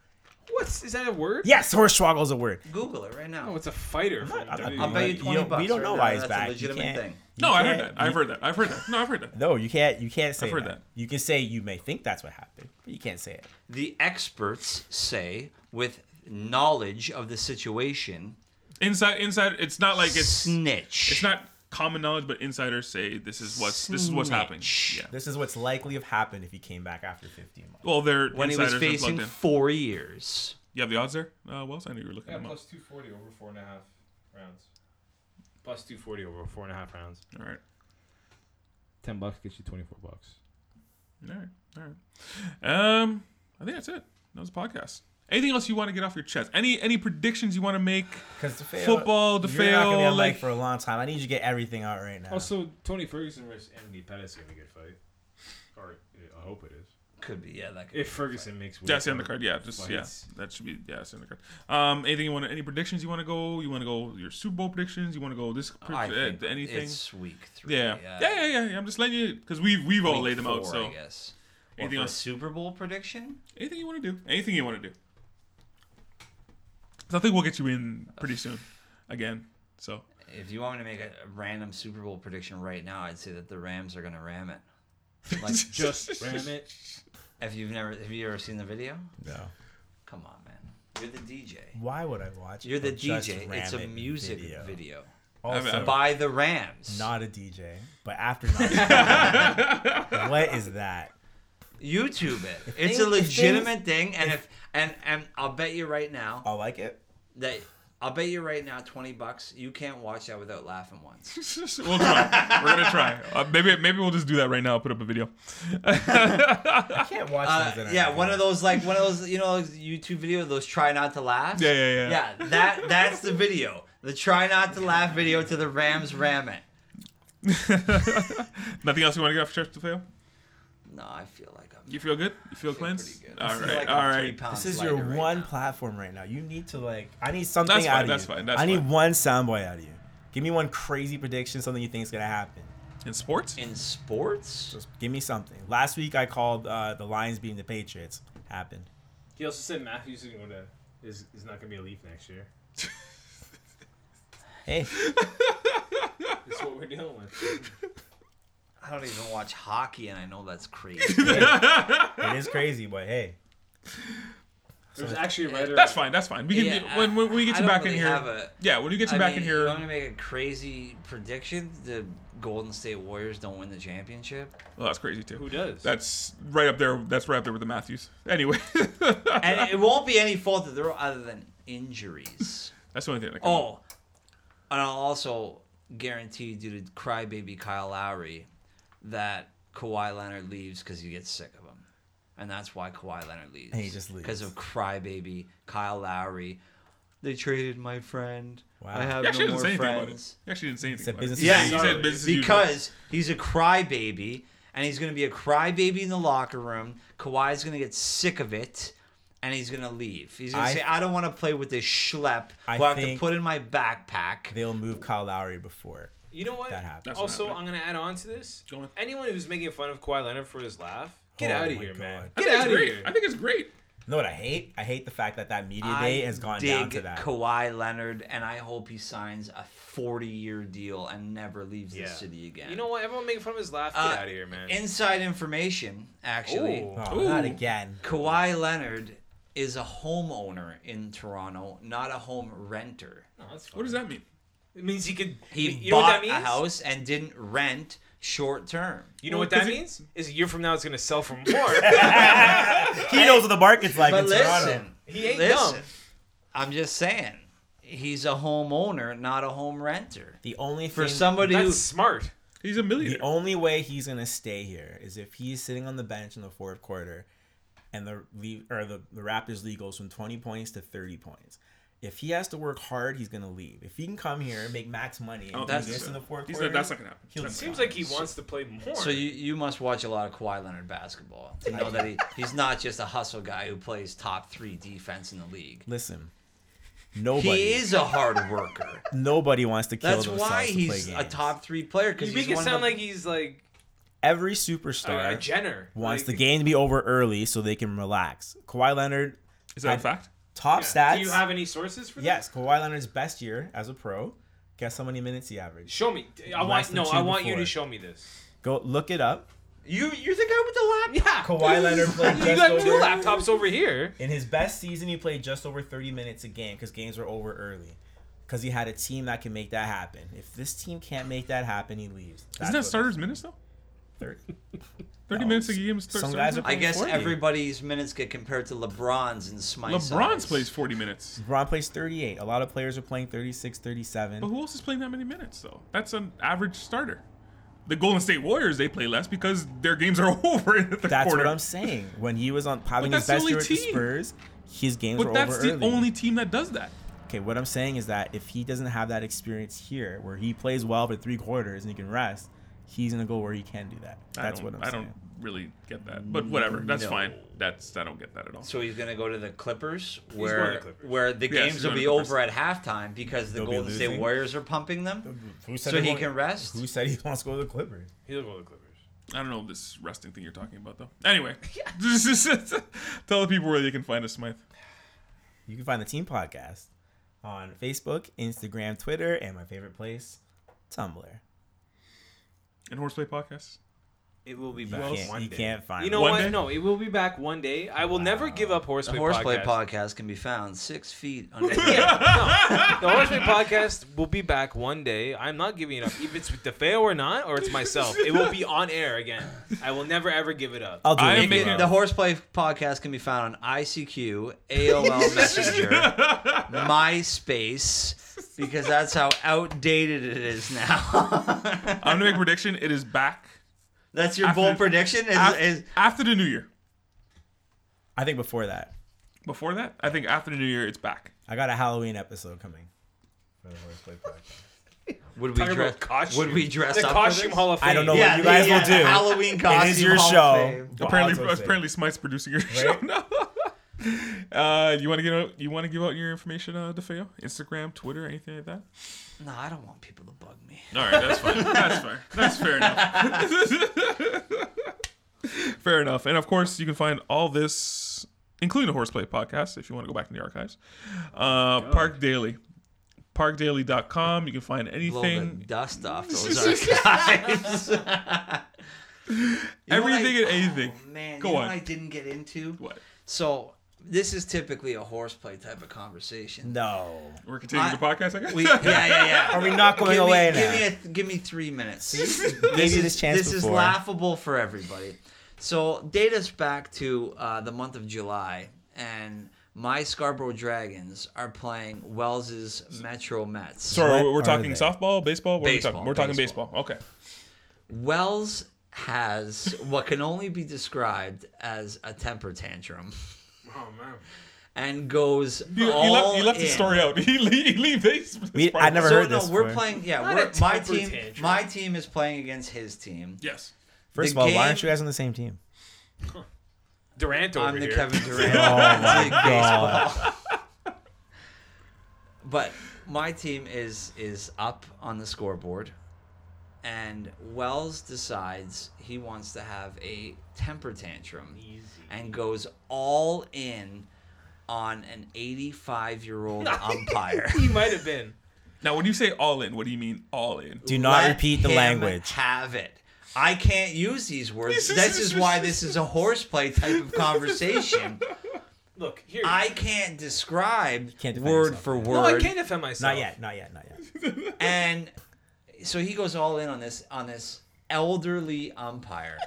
What's is that a word? Yes, hornswoggle is a word. Google it right now. Oh, No, it's a fighter. from I'm not- WWE. I'll bet you You 20 don't- bucks. we don't right know now why he's that's back. You A legitimate can't- thing. No, I heard that. can't- I've heard that. I've heard that. No, I've heard that. No, you can't. You can't say. I've heard that. that. You can say you may think that's what happened, but you can't say it. The experts say, with knowledge of the situation, Inside, inside. It's not like it's snitch. it's not common knowledge, but insiders say this is what's this is what's happening. Snitch. Yeah. This is what's likely have happened if he came back after 15 months. Well, they're when he insiders was are facing plugged in. four years. You have the odds there, uh, Wells. I knew you were looking Yeah, them up. plus 240 over four and a half rounds. Plus 240 over four and a half rounds. All right. 10 bucks gets you 24 bucks. All right, all right. Um, I think that's it. That was the podcast. Anything else you want to get off your chest? Any any predictions you want to make? Because the fail, you're Football, the not gonna be fail, Oh, on mic like for a long time. I need you to get everything out right now. Also, Tony Ferguson versus Anthony Pettis is going to be a good fight. Or I hope it is. Could be, yeah. That could If Ferguson makes weight. that's the undercard. Yeah, just yeah, Fights. that should be yeah, that's the undercard. Um, anything you want? to Any predictions you want to go? You want to go your Super Bowl predictions? You want to go this? be. Pre- I uh, think anything? It's week three. Yeah. yeah, yeah, yeah, yeah. I'm just letting you because we've we've all Week laid them out. four, So I guess. Or Anything for a else? Super Bowl prediction? Anything you want to do. Anything you want to do. So I think we'll get you in pretty soon, again. So If you want me to make a, a random Super Bowl prediction right now, I'd say that the Rams are gonna ram it. Like Just ram it. if you've never, have you ever seen the video? No. Come on, man. You're the DJ. Why would I watch? You're the a Just DJ. It's a Ram It music video. Also, I've- by the Rams. not a DJ, but after. Not what is that? YouTube it. It's things- a if legitimate thing, and if and and I'll bet you right now I like it. that I'll bet you right now twenty bucks you can't watch that without laughing once. we'll try. We're gonna try. Uh, maybe maybe we'll just do that right now. Put up a video. I can't watch. Uh, things that are yeah, not one of those like one of those you know those YouTube video those try not to laugh. Yeah, yeah, yeah. Yeah, that that's the video. The try not to laugh video to the Rams ram it. Nothing else you want to get off your chest to fail? No, I feel like I'm. You feel good? You feel, cleansed? pretty good. I All feel right, like I'm all three right. pounds This is your lighter right one now. platform right now. You need to like. I need something That's out fine, of that's you. fine, that's I need fine. one soundbite out of you. Give me one crazy prediction, something you think is gonna happen. In sports? in sports. Just give me something. Last week I called uh, the Lions beating the Patriots. Happened. He also said Matthews is going to is, is not going to be a Leaf next year. Hey, That's what we're dealing with. I don't even watch hockey, and I know that's crazy. it is crazy, but hey, There's actually a writer. That's fine. That's fine. We can Yeah, do- when, when we get I you don't back in really here. have a- yeah, when you get you I back mean, in here. You want to make a crazy prediction? The Golden State Warriors don't win the championship. Well, Oh, that's crazy too. Who does? That's right up there. That's right up there with the Matthews. Anyway, and it won't be any fault of their own other than injuries. that's the only thing. That can Oh, and I'll also guarantee due to crybaby Kyle Lowry that Kawhi Leonard leaves because he gets sick of him, and that's why Kawhi Leonard leaves. And he just leaves. because of crybaby Kyle Lowry. They traded my friend. Wow. I have He actually didn't no more say anything about it. friends. He actually didn't say anything. said about business it. as Yeah, he usual. said business as usual. because he's a crybaby and he's going to be a crybaby in the locker room. Kawhi's going to get sick of it and he's going to leave. He's going to I- say, I don't want to play with this schlep I who I have to think- put in my backpack. they'll move Kyle Lowry before. You know what? That happened. That's what also, happened. I'm going to add on to this. Go on. Anyone who's making fun of Kawhi Leonard for his laugh, get Oh out of my here, man. God. I Get think it's out of great. here. I think it's great. You know what I hate? I hate the fact that that media day has gone down to that. Kawhi Leonard and I hope he signs a 40 year deal and never leaves Yeah. the city again. You know what? Everyone making fun of his laugh. Get Uh, out of here, man. Inside information, actually. Ooh. oh, Ooh. not again. Kawhi Leonard is a homeowner in Toronto, not a home renter. No, that's fine. What does that mean? It means he could. He you know what that bought a means? house and didn't rent short term. You know what Well, that 'cause he- means? Is a year from now it's gonna sell for more. He knows what the market's like But in Toronto. listen, He ain't listen. dumb. I'm just saying, he's a homeowner, not a home renter. The only For thing- somebody who That's smart. He's a millionaire. The only way he's gonna stay here is if he's sitting on the bench in the fourth quarter, and the leave or the, the Raptors lead goes from twenty points to thirty points. If he has to work hard, he's gonna leave. If he can come here and make max money and I do don't think this so. in the fourth He said quarter, that's not gonna happen. he'll That's be Seems fine. like he wants to play more. So you, you must watch a lot of Kawhi Leonard basketball to know that he, he's not just a hustle guy who plays top three defense in the league. Listen, nobody, He is a hard worker. nobody wants to kill That's themselves why to he's play a games. top three player because you he's make it one sound of the, like he's like Every uh, superstar a Jenner. Oh, wants Like, the game to be over early so they can relax. Kawhi Leonard, Is that a I- fact? top yeah. stats. Do you have any sources for that? yes, Kawhi Leonard's best year as a pro. Guess how many minutes he averaged? Show me. I Less want than no. two I want you before. to show me this. Go look it up. you you're the guy with the laptop. Yeah. Kawhi Leonard played You just got over, two laptops over here. in his best season. He played just over 30 minutes a game because games were over early. Because he had a team that can make that happen. If this team can't make that happen, he leaves. Isn't that That's what- starters minutes though? 30. Thirty No, minutes a game. Is some starters guys are- I guess 40. everybody's minutes get compared to LeBron's and Smite. LeBron's plays forty minutes. LeBron plays 38. A lot of players are playing 36, 37. But who else is playing that many minutes though? That's an average starter. The Golden State Warriors they play less because their games are over in the third that's quarter. what I'm saying. When he was on having But his that's best the year only at the team. Spurs, his games But were that's over the early. only team that does that. Okay, what I'm saying is that if he doesn't have that experience here, where he plays well for three quarters and he can rest, he's gonna go where he can do that. That's I don't, what I'm I saying. don't really get that. But whatever, that's No. fine. That's I don't get that at all. So he's gonna go to the Clippers, going where to Clippers. where the Yes, he's games will going to be Clippers. over at halftime because the They'll be Golden State losing. Warriors are pumping them. Who So he can rest? Who said he wants to go to the Clippers? He'll go to the Clippers. I don't know this resting thing you're talking about though. Anyway, tell the people where they can find us, Smythe. You can find the team podcast on Facebook, Instagram, Twitter, and my favorite place, Tumblr. And horseplay podcasts. It will be You back. can't, you can't find You know One what? day? No, it will be back one day. I will never give up The horseplay. Horseplay podcast. podcast can be found six feet under. Yeah, no. The Horseplay podcast will be back one day. I'm not giving it up. If it's with DeFeo or not, or it's myself, it will be on air again. I will never, ever give it up. I'll do I it. am making- the Horseplay podcast can be found on ICQ, AOL Messenger, MySpace, because that's how outdated it is now. I'm gonna make a prediction. It is back that's your After- bold prediction. Is, af- is after the new year. I think before that, Before that, I think after the new year, it's back. I got a Halloween episode coming for the horseplay podcast. would we Talking dress? about costume. Would we dress the up? costume for this? hall of fame. I don't know what you guys the- will do. Halloween It costume. is your Hall of show. Fame. Well, that's apparently, what I'm saying. apparently, Smythe's producing your show now. Uh, you want to get out? You want to give out your information, uh, DeFeo? Instagram, Twitter, anything like that? No, I don't want people to bug me. All right, that's fine. That's fair. That's fair enough. fair enough. And of course, you can find all this, including the Horseplay podcast, if you want to go back in the archives. Uh, Park Daily, parkdaily.com. You can find Blow the anything, dust off those archives. You know what everything, I- and anything. Oh, man, Go you know on. what I didn't get into. What? So this is typically a horseplay type of conversation. No. We're continuing I- the podcast, I guess. We, yeah, yeah, yeah. Are we not going give away me, now? Give me, a, give me three minutes. Gave you this chance This before. is laughable for everybody. So date us back to uh, the month of July, and my Scarborough Dragons are playing Wells's Metro Mets. Sorry, What we're are talking they? softball, baseball. What are Baseball, we talking? We're talking baseball. baseball. Okay. Wells has what can only be described as a temper tantrum. Oh man. And goes You, you all left, you left the in. story out. He le- he leave this. this We- part I never out. So heard no, this we're before. playing. Yeah, Not we're, a my temper team. tantrum. My team is playing against his team. Yes. First the of all, why aren't game- you guys on the same team? Durant over I'm the here. Kevin Durant. Oh my Big god. baseball. but my team is is up on the scoreboard, and Wells decides he wants to have a temper tantrum, and goes all in on an 85 year old umpire. He might have been. Now, when you say all in, what do you mean all in? Do not Let repeat the him language. Have it. I can't use these words. this is why this is a horseplay type of conversation. Look here. I can't describe can't defend word yourself. for word. no, I can't defend myself. Not yet, not yet, not yet. And so he goes all in on this on this elderly umpire.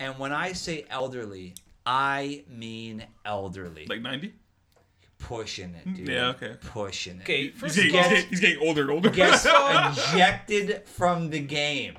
and when I say elderly, I mean elderly. Like ninety? pushing it, dude. Yeah, okay. Pushing it. Okay, He's first getting, of he's all, getting- he's getting older and older. Gets ejected from the game.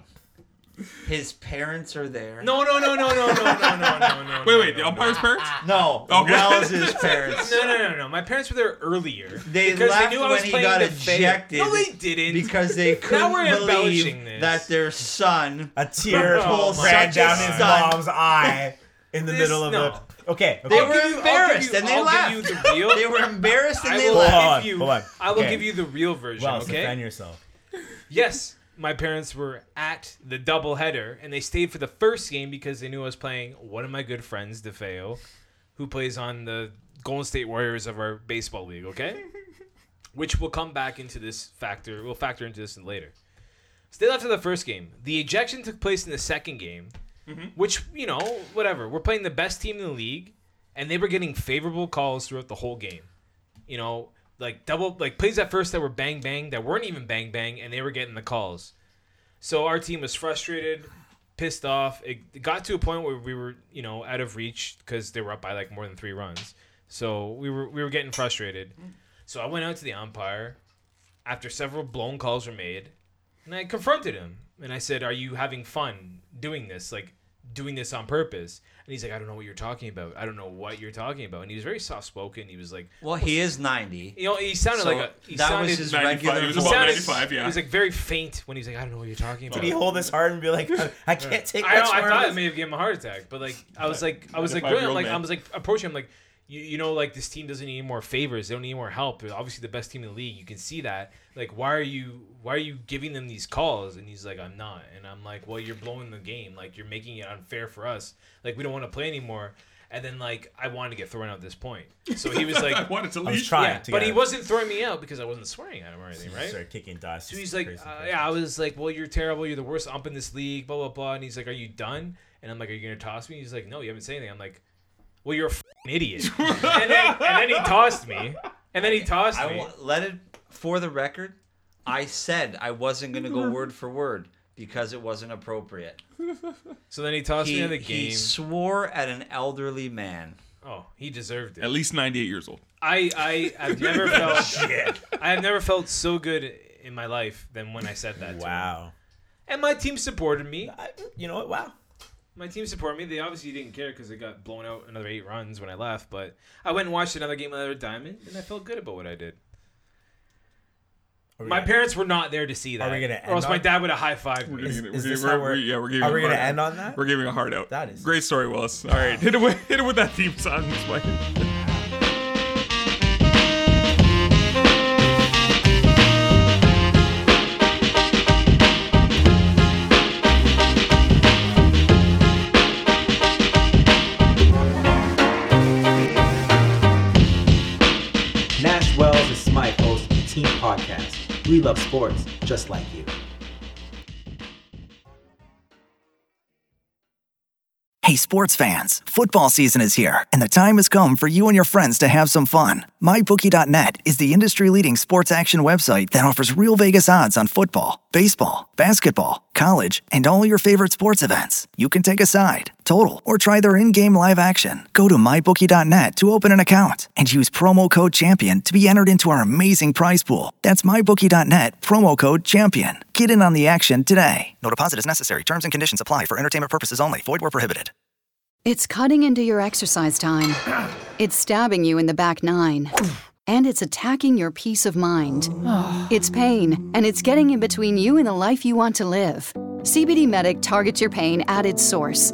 His parents are there. no, no, no, no, no, no, no, no, no, no. wait, wait, the umpire's parents? No, Okay. Wells's parents. No, no, no, no. My parents were there earlier. They because left they knew I was when he playing got the fair. ejected. No, they didn't. Because they couldn't we're embellishing this. believe that their son. A tear Oh my ran God. down his Son. mom's eye in the This- middle of no. the. Okay, okay. They I'll were give you- I'll give embarrassed you- and they I'll left. Give you the real, They were embarrassed and I they will left. on, give you. hold on. I will Okay. give you the real version. Wells, okay. defend yourself. Yes, my parents were at the doubleheader, and they stayed for the first game because they knew I was playing one of my good friends, DeFeo, who plays on the Golden State Warriors of our baseball league. Okay, which will come back into this factor. We'll factor into this later. So they left for the first game. The ejection took place in the second game, which you know, whatever. We're playing the best team in the league, and they were getting favorable calls throughout the whole game you know, like double like plays at first that were bang bang that weren't even bang bang, and they were getting the calls. So our team was frustrated, pissed off. It got to a point where we were, you know, out of reach because they were up by like more than three runs. So we were we were getting frustrated. So I went out to the umpire after several blown calls were made, and I confronted him and I said, "Are you having fun doing this? Like doing this on purpose?" And he's like, "I don't know what you're talking about. I don't know what you're talking about." And he was very soft spoken. He was like, Well, he is 90. you know, he sounded So like a. He that sounded, was his 95, regular he was he voice. about sounded, 95, yeah. He was like very faint when he was like, I don't know what you're talking about. Did he hold his heart and be like, I can't take I much know. I more thought of it this? may have given him a heart attack, but like I was like I was like 95-year-old really, like I man. was like approaching him like, you, you know, like this team doesn't need more favors. They don't need more help. They're obviously the best team in the league. You can see that. Like, why are you why are you giving them these calls? And he's like, I'm not. And I'm like, well, you're blowing the game. Like, you're making it unfair for us. Like, we don't want to play anymore. And then like I wanted to get thrown out at this point. So he was I like, wanted to I was leave. trying yeah, to. but get he him. wasn't throwing me out because I wasn't swearing at him or anything, right? Started kicking dust. So he's like, Crazy uh, person. yeah, I was like, well, you're terrible. You're the worst ump in this league, blah, blah, blah. And he's like, are you done? And I'm like, are you going to toss me? He's like, no, you haven't said anything. I'm like, well, you're a f***ing idiot. and, then, and then he tossed me. And then he tossed I me. wa- let it for the record. I said I wasn't gonna go word for word because it wasn't appropriate. so then he tossed me He, in the he game. swore at an elderly man. oh, he deserved it. At least 98 years old. I, I, I've never felt I have never felt so good in my life than when I said that. to him. wow. And my team supported me. I, you know what? Wow. My team supported me. They obviously didn't care because they got blown out another eight runs when I left. But I went and watched another game of another diamond, and I felt good about what I did. Are we My gonna- parents were not there to see that. we gonna Or else end my on- dad would have high fived We're me. giving Is- is it- we're this giving- how we're- we're- yeah, we're giving are him we a gonna hard end out. on that? We're giving a hard out. That is- great story, Willis. All right, hit it with hit it with that theme song. It's like- Nash Wells and Smythe host the Team Podcast. We love sports just like you. Hey, sports fans, football season is here, and the time has come for you and your friends to have some fun. MyBookie.net is the industry leading sports action website that offers real Vegas odds on football, baseball, basketball, college, and all your favorite sports events. You can take a side, total, or try their in game live action. Go to MyBookie.net to open an account and use promo code CHAMPION to be entered into our amazing prize pool. That's MyBookie.net, promo code CHAMPION. Get in on the action today. No deposit is necessary. Terms and conditions apply for entertainment purposes only. Void where prohibited. It's cutting into your exercise time. It's stabbing you in the back nine. And it's attacking your peace of mind. It's pain, and it's getting in between you and the life you want to live. CBD Medic targets your pain at its source.